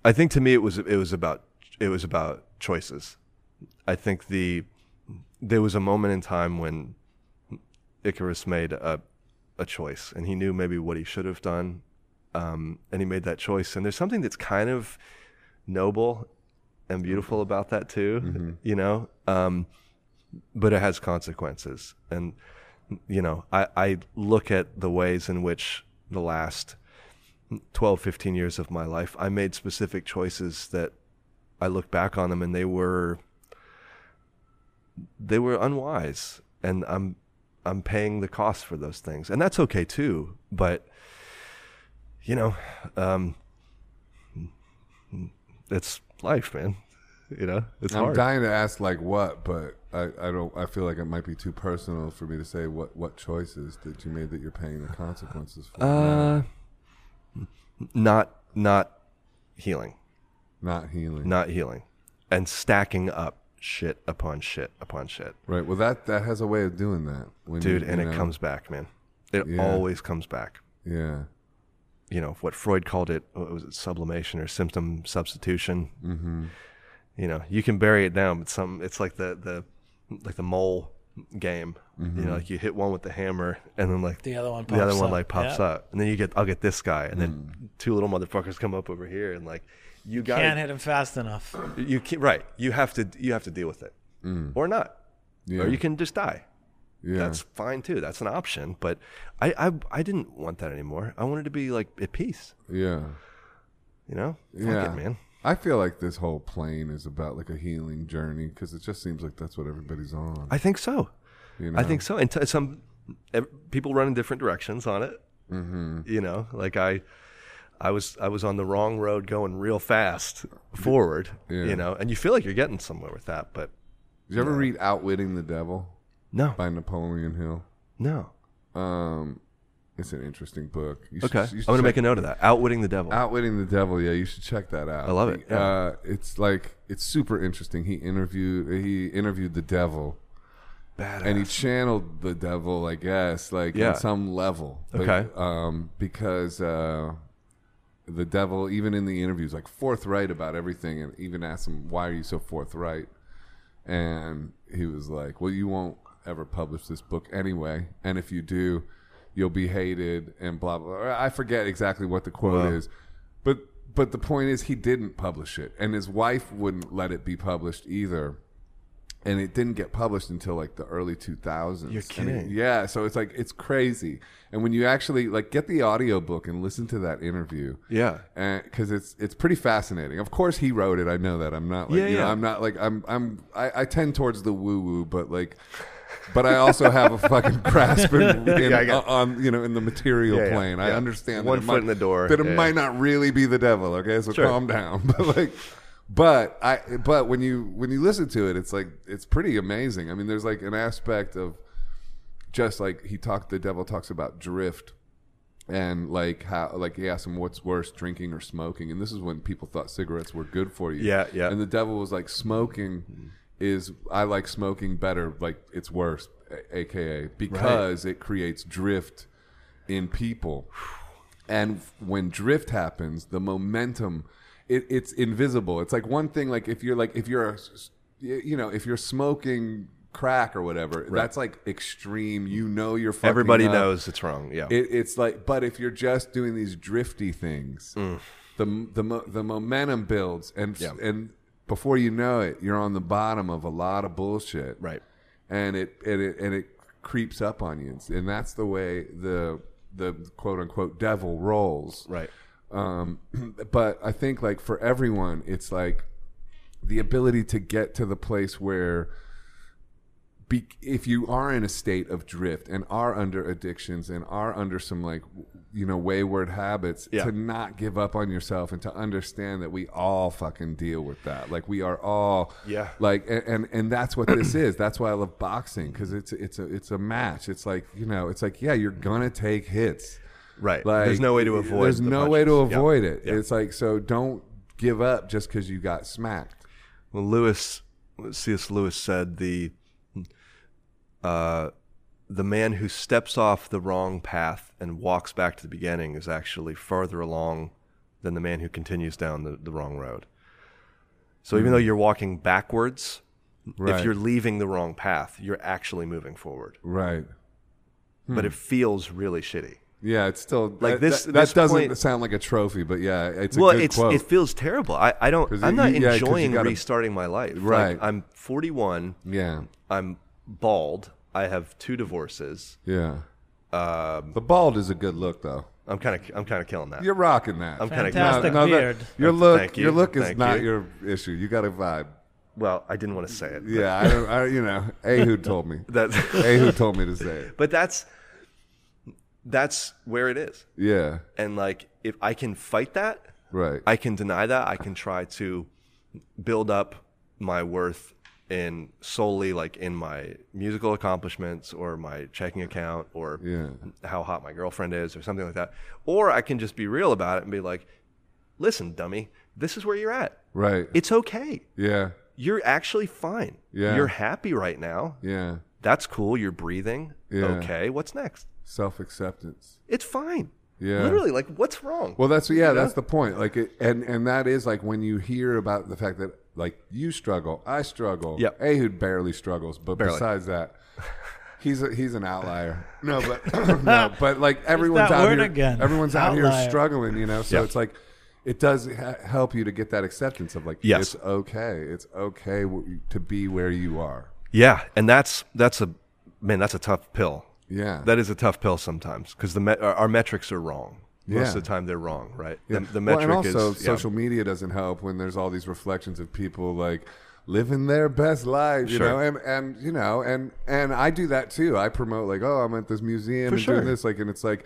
[SPEAKER 2] I think to me it was it was about it was about choices. I think the there was a moment in time when Icarus made a a choice, and he knew maybe what he should have done, um, and he made that choice. And there's something that's kind of noble and beautiful about that too, you know. Um, but it has consequences, and you know, I, I look at the ways in which the last 12, 15 years of my life, I made specific choices that I look back on them and they were, they were unwise. And I'm, I'm paying the cost for those things. And that's okay too. But, you know, um, it's life, man. You know, it's
[SPEAKER 1] I'm
[SPEAKER 2] hard.
[SPEAKER 1] dying to ask like what, but I, I don't. I feel like it might be too personal for me to say what what choices that you made that you're paying the consequences for.
[SPEAKER 2] uh, not, not healing.
[SPEAKER 1] not healing.
[SPEAKER 2] not healing and stacking up shit upon shit upon shit
[SPEAKER 1] Right. Well, that that has a way of doing that, when
[SPEAKER 2] dude
[SPEAKER 1] you-
[SPEAKER 2] and
[SPEAKER 1] Mm, you
[SPEAKER 2] it
[SPEAKER 1] know,
[SPEAKER 2] comes back man It
[SPEAKER 1] Yeah.
[SPEAKER 2] always comes back.
[SPEAKER 1] Yeah.
[SPEAKER 2] You know what Freud called it? What was it? Sublimation or symptom substitution?
[SPEAKER 1] hmm
[SPEAKER 2] You know, you can bury it down, but some it's like the the like the mole game.
[SPEAKER 1] Mm-hmm.
[SPEAKER 2] You know, like you hit one with the hammer, and then like
[SPEAKER 3] The other one pops
[SPEAKER 2] the other one
[SPEAKER 3] up.
[SPEAKER 2] like pops
[SPEAKER 3] Yeah.
[SPEAKER 2] up, and then you get I'll get this guy, and
[SPEAKER 1] Mm.
[SPEAKER 2] then two little motherfuckers come up over here, and like you got
[SPEAKER 3] Can't hit him fast enough.
[SPEAKER 2] you can, right you have to you have to deal with it or not
[SPEAKER 1] Mm. Yeah.
[SPEAKER 2] or you can just die
[SPEAKER 1] yeah.
[SPEAKER 2] that's fine too that's an option but I, I i didn't want that anymore i wanted to be like at peace
[SPEAKER 1] yeah.
[SPEAKER 2] you know Fuck
[SPEAKER 1] Yeah.
[SPEAKER 2] it, man
[SPEAKER 1] I feel like this whole plane is about like a healing journey because it just seems like that's what everybody's on.
[SPEAKER 2] i think so
[SPEAKER 1] you
[SPEAKER 2] i
[SPEAKER 1] know?
[SPEAKER 2] think so and t- some ev- people run in different directions on it mm-hmm. you know like i i was i was on the wrong road going real fast forward
[SPEAKER 1] Yeah.
[SPEAKER 2] you know and you feel like you're getting somewhere with that but
[SPEAKER 1] Did you ever read Outwitting the Devil
[SPEAKER 2] no
[SPEAKER 1] by Napoleon Hill?
[SPEAKER 2] no
[SPEAKER 1] Um, it's an interesting book. You should-
[SPEAKER 2] okay
[SPEAKER 1] you
[SPEAKER 2] i'm
[SPEAKER 1] should
[SPEAKER 2] gonna
[SPEAKER 1] check
[SPEAKER 2] make a note of that outwitting the devil
[SPEAKER 1] Outwitting the Devil. Yeah, you should check that out.
[SPEAKER 2] I love it,
[SPEAKER 1] Uh, it's like it's super interesting. He interviewed he interviewed the devil,
[SPEAKER 2] Badass.
[SPEAKER 1] and he channeled the devil, I guess, like
[SPEAKER 2] Yeah.
[SPEAKER 1] on some level. But,
[SPEAKER 2] Okay.
[SPEAKER 1] um, because uh, the devil, even in the interviews, like forthright about everything, and even asked him, "Why are you so forthright?" And he was like, "Well, you won't ever publish this book anyway, and if you do, you'll be hated." And blah blah. blah. I forget exactly what the quote is, but but the point is, he didn't publish it, and his wife wouldn't let it be published either. And it didn't get published until like the early 2000s.
[SPEAKER 2] You're
[SPEAKER 1] And it-
[SPEAKER 2] kidding.
[SPEAKER 1] yeah, so it's like it's crazy. And when you actually like get the audiobook and listen to that interview,
[SPEAKER 2] yeah
[SPEAKER 1] because it's it's pretty fascinating. Of course, he wrote it. I know that. I'm not like
[SPEAKER 2] Yeah,
[SPEAKER 1] you know,
[SPEAKER 2] yeah.
[SPEAKER 1] I'm not like I'm I'm I, I tend towards the woo woo, but like, but I also have a fucking grasp in, in-
[SPEAKER 2] Yeah, I got-
[SPEAKER 1] on you know in the material
[SPEAKER 2] Yeah, yeah,
[SPEAKER 1] plane. I
[SPEAKER 2] yeah.
[SPEAKER 1] understand
[SPEAKER 2] One
[SPEAKER 1] that it
[SPEAKER 2] foot
[SPEAKER 1] might-
[SPEAKER 2] in the door.
[SPEAKER 1] that it
[SPEAKER 2] Yeah,
[SPEAKER 1] might
[SPEAKER 2] yeah.
[SPEAKER 1] not really be the devil. Okay, so
[SPEAKER 2] Sure.
[SPEAKER 1] calm down. But like. But I but when you when you listen to it, it's like it's pretty amazing. I mean, there's like an aspect of just like he talked the devil talks about drift and like how like he asked him what's worse drinking or smoking and this is when people thought cigarettes were good for you
[SPEAKER 2] Yeah, yeah.
[SPEAKER 1] and the devil was like smoking is i like smoking better like it's worse a- aka because it creates drift in people and f- when drift happens the momentum it, it's invisible it's like one thing like if you're like if you're a s- s- y- you know if you're smoking crack or whatever that's like extreme you know you're fucking
[SPEAKER 2] everybody
[SPEAKER 1] up.
[SPEAKER 2] knows it's wrong yeah
[SPEAKER 1] It, it's like, but if you're just doing these drifty things, the the mo- the momentum builds, and
[SPEAKER 2] Mm. Yeah.
[SPEAKER 1] and before you know it, you're on the bottom of a lot of bullshit,
[SPEAKER 2] Right.
[SPEAKER 1] And it and it and it creeps up on you, and that's the way the the quote unquote devil rolls,
[SPEAKER 2] right
[SPEAKER 1] um, but I think like for everyone, it's like the ability to get to the place where, be, if you are in a state of drift and are under addictions and are under some like w- you know wayward habits,
[SPEAKER 2] Yeah.
[SPEAKER 1] to not give up on yourself and to understand that we all fucking deal with that. Like we are all
[SPEAKER 2] Yeah.
[SPEAKER 1] Like and and, and that's what this is. That's why I love boxing because it's it's a it's a match. It's like you know it's like yeah you're gonna take hits.
[SPEAKER 2] Right.
[SPEAKER 1] Like,
[SPEAKER 2] there's no way to avoid.
[SPEAKER 1] There's
[SPEAKER 2] the
[SPEAKER 1] no way to
[SPEAKER 2] punches. Yeah.
[SPEAKER 1] avoid it.
[SPEAKER 2] Yeah.
[SPEAKER 1] It's like so. Don't give up just because you got smacked.
[SPEAKER 2] Well, Lewis, C.S. Lewis said the uh, the man who steps off the wrong path and walks back to the beginning is actually farther along than the man who continues down the, the wrong road. So even though you're walking backwards,
[SPEAKER 1] Hmm. Right.
[SPEAKER 2] if you're leaving the wrong path, you're actually moving forward.
[SPEAKER 1] Right. Hmm.
[SPEAKER 2] But it feels really shitty.
[SPEAKER 1] Yeah. It's still
[SPEAKER 2] Like
[SPEAKER 1] that-
[SPEAKER 2] this-
[SPEAKER 1] That,
[SPEAKER 2] this
[SPEAKER 1] that doesn't
[SPEAKER 2] point-
[SPEAKER 1] sound like a trophy, but yeah, it's
[SPEAKER 2] well,
[SPEAKER 1] a good
[SPEAKER 2] it's
[SPEAKER 1] quote.
[SPEAKER 2] it feels terrible. I, I don't.
[SPEAKER 1] 'Cause you-
[SPEAKER 2] I'm not
[SPEAKER 1] yeah, 'cause you
[SPEAKER 2] enjoying
[SPEAKER 1] gotta-
[SPEAKER 2] restarting my life. Like,
[SPEAKER 1] Right.
[SPEAKER 2] I'm 41.
[SPEAKER 1] yeah.
[SPEAKER 2] I'm bald. I have two divorces.
[SPEAKER 1] Yeah.
[SPEAKER 2] Um,
[SPEAKER 1] the bald is a good look, though.
[SPEAKER 2] I'm kind of I'm kind of killing that.
[SPEAKER 1] You're rocking that.
[SPEAKER 2] I'm kinda-
[SPEAKER 3] Fantastic
[SPEAKER 1] No, no, that-
[SPEAKER 3] beard.
[SPEAKER 1] your look,
[SPEAKER 2] Thank you.
[SPEAKER 1] your look is
[SPEAKER 2] Thank
[SPEAKER 1] not
[SPEAKER 2] you.
[SPEAKER 1] your issue. You got a vibe.
[SPEAKER 2] Well, I didn't want to say it. but
[SPEAKER 1] Yeah, I, don't, I you know, Ahu told me.
[SPEAKER 2] That,
[SPEAKER 1] Ahu told me to say it.
[SPEAKER 2] but that's that's where it is.
[SPEAKER 1] Yeah,
[SPEAKER 2] And like if I can fight that,
[SPEAKER 1] right.
[SPEAKER 2] I can deny that. I can try to build up my worth in solely like in my musical accomplishments or my checking account or
[SPEAKER 1] Yeah.
[SPEAKER 2] how hot my girlfriend is or something like that. Or I can just be real about it and be like, "Listen, dummy, this is where you're at.
[SPEAKER 1] right.
[SPEAKER 2] It's okay."
[SPEAKER 1] yeah,
[SPEAKER 2] you're actually fine.
[SPEAKER 1] Yeah.
[SPEAKER 2] You're happy right now.
[SPEAKER 1] yeah.
[SPEAKER 2] That's cool. You're breathing.
[SPEAKER 1] Yeah.
[SPEAKER 2] Okay. What's next?
[SPEAKER 1] Self acceptance.
[SPEAKER 2] It's fine.
[SPEAKER 1] Yeah.
[SPEAKER 2] Literally, like, what's wrong?
[SPEAKER 1] Well, that's yeah, that's the point. Like, it, and and that is like when you hear about the fact that like you struggle, I struggle.
[SPEAKER 2] Yep.
[SPEAKER 1] Ehud barely struggles, but
[SPEAKER 2] Barely.
[SPEAKER 1] besides that, he's a, he's an outlier. No, but no, but like everyone's
[SPEAKER 3] that
[SPEAKER 1] out
[SPEAKER 3] word
[SPEAKER 1] here,
[SPEAKER 3] again.
[SPEAKER 1] everyone's out here
[SPEAKER 3] Outlier.
[SPEAKER 1] struggling, you know. So
[SPEAKER 2] Yeah.
[SPEAKER 1] it's like it does ha- help you to get that acceptance of like
[SPEAKER 2] Yes.
[SPEAKER 1] it's okay, it's okay w- to be where you are.
[SPEAKER 2] yeah, and that's that's a man. That's a tough pill.
[SPEAKER 1] Yeah,
[SPEAKER 2] That is a tough pill sometimes because the met, our, our metrics are wrong. Most
[SPEAKER 1] Yeah.
[SPEAKER 2] of the time, they're wrong. Right. The, the
[SPEAKER 1] Well,
[SPEAKER 2] metric
[SPEAKER 1] and also,
[SPEAKER 2] is yeah.
[SPEAKER 1] social media doesn't help when there's all these reflections of people like living their best life, you
[SPEAKER 2] Sure.
[SPEAKER 1] know, and and you know, and and I do that too. I promote like, oh, I'm at this museum and
[SPEAKER 2] sure.
[SPEAKER 1] doing this, like, and it's like,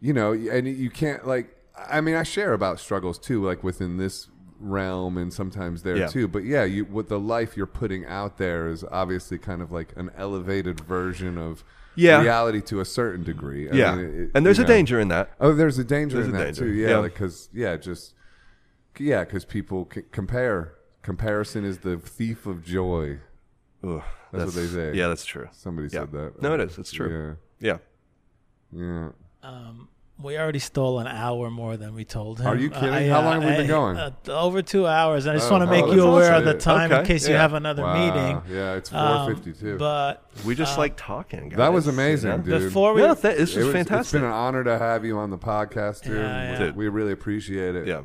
[SPEAKER 1] you know, and you can't like, I mean, I share about struggles too, like within this realm and sometimes there
[SPEAKER 2] Yeah.
[SPEAKER 1] too but yeah you what the life you're putting out there is obviously kind of like an elevated version of
[SPEAKER 2] Yeah.
[SPEAKER 1] reality to a certain degree I
[SPEAKER 2] Yeah,
[SPEAKER 1] mean, it-
[SPEAKER 2] and there's
[SPEAKER 1] you
[SPEAKER 2] a
[SPEAKER 1] know.
[SPEAKER 2] danger in that.
[SPEAKER 1] Oh, there's a danger
[SPEAKER 2] There's
[SPEAKER 1] in
[SPEAKER 2] a
[SPEAKER 1] that
[SPEAKER 2] danger.
[SPEAKER 1] too. Yeah,
[SPEAKER 2] Yeah.
[SPEAKER 1] because yeah, just yeah, because people c- compare. Comparison is the thief of joy.
[SPEAKER 2] Ugh,
[SPEAKER 1] That's what they say.
[SPEAKER 2] Yeah, that's true.
[SPEAKER 1] Somebody
[SPEAKER 2] Yeah.
[SPEAKER 1] said that.
[SPEAKER 2] No, it is. It's true. Yeah.
[SPEAKER 1] Yeah, yeah.
[SPEAKER 3] Um, we already stole an hour more than we told him. Uh,
[SPEAKER 1] Are you kidding?
[SPEAKER 3] I,
[SPEAKER 1] How long have we been going?
[SPEAKER 3] Uh, over two hours, and I just
[SPEAKER 1] Oh,
[SPEAKER 3] want to
[SPEAKER 1] oh,
[SPEAKER 3] make
[SPEAKER 1] that's
[SPEAKER 3] you aware
[SPEAKER 1] awesome.
[SPEAKER 3] of the time in
[SPEAKER 2] Okay,
[SPEAKER 3] case you
[SPEAKER 2] yeah.
[SPEAKER 3] have another
[SPEAKER 1] Wow.
[SPEAKER 3] meeting.
[SPEAKER 1] Yeah, it's
[SPEAKER 3] Um,
[SPEAKER 1] four fifty-two.
[SPEAKER 3] But
[SPEAKER 2] We just like talking. Guys.
[SPEAKER 1] that was
[SPEAKER 2] you
[SPEAKER 1] amazing,
[SPEAKER 2] know?
[SPEAKER 1] dude.
[SPEAKER 3] before we,
[SPEAKER 2] Yeah, th- this
[SPEAKER 1] It
[SPEAKER 2] was
[SPEAKER 1] was- It's
[SPEAKER 2] fantastic.
[SPEAKER 1] been an honor to have you on the podcast, dude.
[SPEAKER 3] Yeah,
[SPEAKER 1] We-
[SPEAKER 3] yeah.
[SPEAKER 1] We really appreciate it.
[SPEAKER 2] yeah,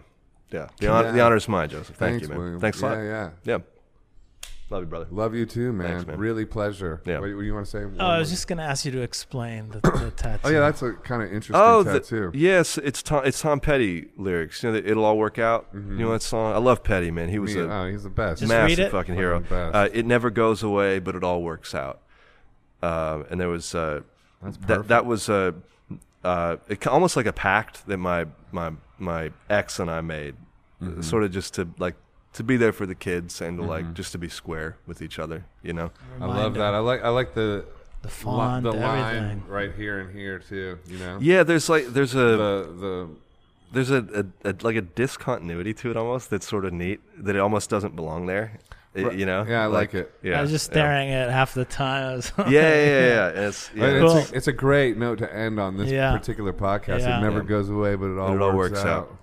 [SPEAKER 2] yeah. The, honor, the honor's mine, Joseph. Thank
[SPEAKER 1] Thanks,
[SPEAKER 2] you, man.
[SPEAKER 1] William.
[SPEAKER 2] Thanks a lot.
[SPEAKER 1] Yeah, yeah.
[SPEAKER 2] yeah. Love you, brother.
[SPEAKER 1] Love you too, man.
[SPEAKER 2] Thanks, man.
[SPEAKER 1] Really pleasure.
[SPEAKER 2] Yeah.
[SPEAKER 1] What, what do you want to say?
[SPEAKER 3] oh, I was just going to ask you to explain the, the tattoo.
[SPEAKER 1] Oh yeah, that's a kind of interesting
[SPEAKER 2] Oh, the-
[SPEAKER 1] tattoo.
[SPEAKER 2] yes, it's Tom. It's Tom Petty lyrics. You know, the, it'll all work out.
[SPEAKER 1] Mm-hmm.
[SPEAKER 2] You know that song? I love Petty, man. He was
[SPEAKER 1] Me-
[SPEAKER 2] a
[SPEAKER 1] oh, he's the best.
[SPEAKER 3] Just read
[SPEAKER 2] massive
[SPEAKER 3] it.
[SPEAKER 2] fucking hero.
[SPEAKER 1] Fucking best.
[SPEAKER 2] Uh, it never goes away, but it all works out. Uh, and there was uh, that. That was uh, uh, it, almost like a pact that my my my ex and I made,
[SPEAKER 1] Mm-hmm.
[SPEAKER 2] sort of just to like to be there for the kids and to like just to be square with each other. You know?
[SPEAKER 1] I love that. I like I like the
[SPEAKER 3] The
[SPEAKER 1] li-
[SPEAKER 3] font,
[SPEAKER 1] the line
[SPEAKER 3] everything.
[SPEAKER 1] right here and here too. You know,
[SPEAKER 2] Yeah. There's like there's a
[SPEAKER 1] the the
[SPEAKER 2] there's a, a, a like a discontinuity to it almost that's sort of neat that it almost doesn't belong there. It-
[SPEAKER 1] Right.
[SPEAKER 2] you know?
[SPEAKER 1] Yeah, I like it.
[SPEAKER 2] Yeah.
[SPEAKER 3] I was just
[SPEAKER 2] yeah.
[SPEAKER 3] staring at it half the time. I was
[SPEAKER 2] Yeah, yeah, yeah. yeah. And It's, yeah.
[SPEAKER 1] And
[SPEAKER 3] Cool.
[SPEAKER 1] it's, a, it's a great note to end on this
[SPEAKER 3] Yeah.
[SPEAKER 1] particular podcast.
[SPEAKER 3] Yeah.
[SPEAKER 1] It never
[SPEAKER 2] Yeah.
[SPEAKER 1] goes away, but it all,
[SPEAKER 2] it all
[SPEAKER 1] works,
[SPEAKER 2] works
[SPEAKER 1] out.
[SPEAKER 2] out.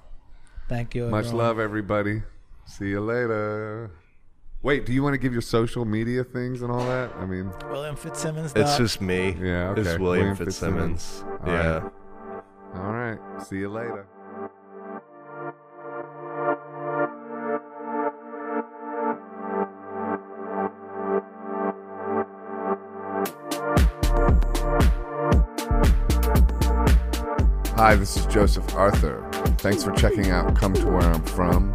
[SPEAKER 3] Thank you.
[SPEAKER 1] Much
[SPEAKER 3] everyone.
[SPEAKER 1] love, everybody. See you later. Wait, do you want to give your social media things and all that? I mean,
[SPEAKER 3] William Fitzsimmons.
[SPEAKER 2] It's
[SPEAKER 3] dot-
[SPEAKER 2] just me.
[SPEAKER 1] Yeah, okay.
[SPEAKER 2] It's William,
[SPEAKER 1] William
[SPEAKER 2] Fitzsimmons.
[SPEAKER 1] Fitzsimmons. All
[SPEAKER 2] Yeah.
[SPEAKER 1] right. all right. See you later. Hi, this is Joseph Arthur. Thanks for checking out Come to Where I'm From.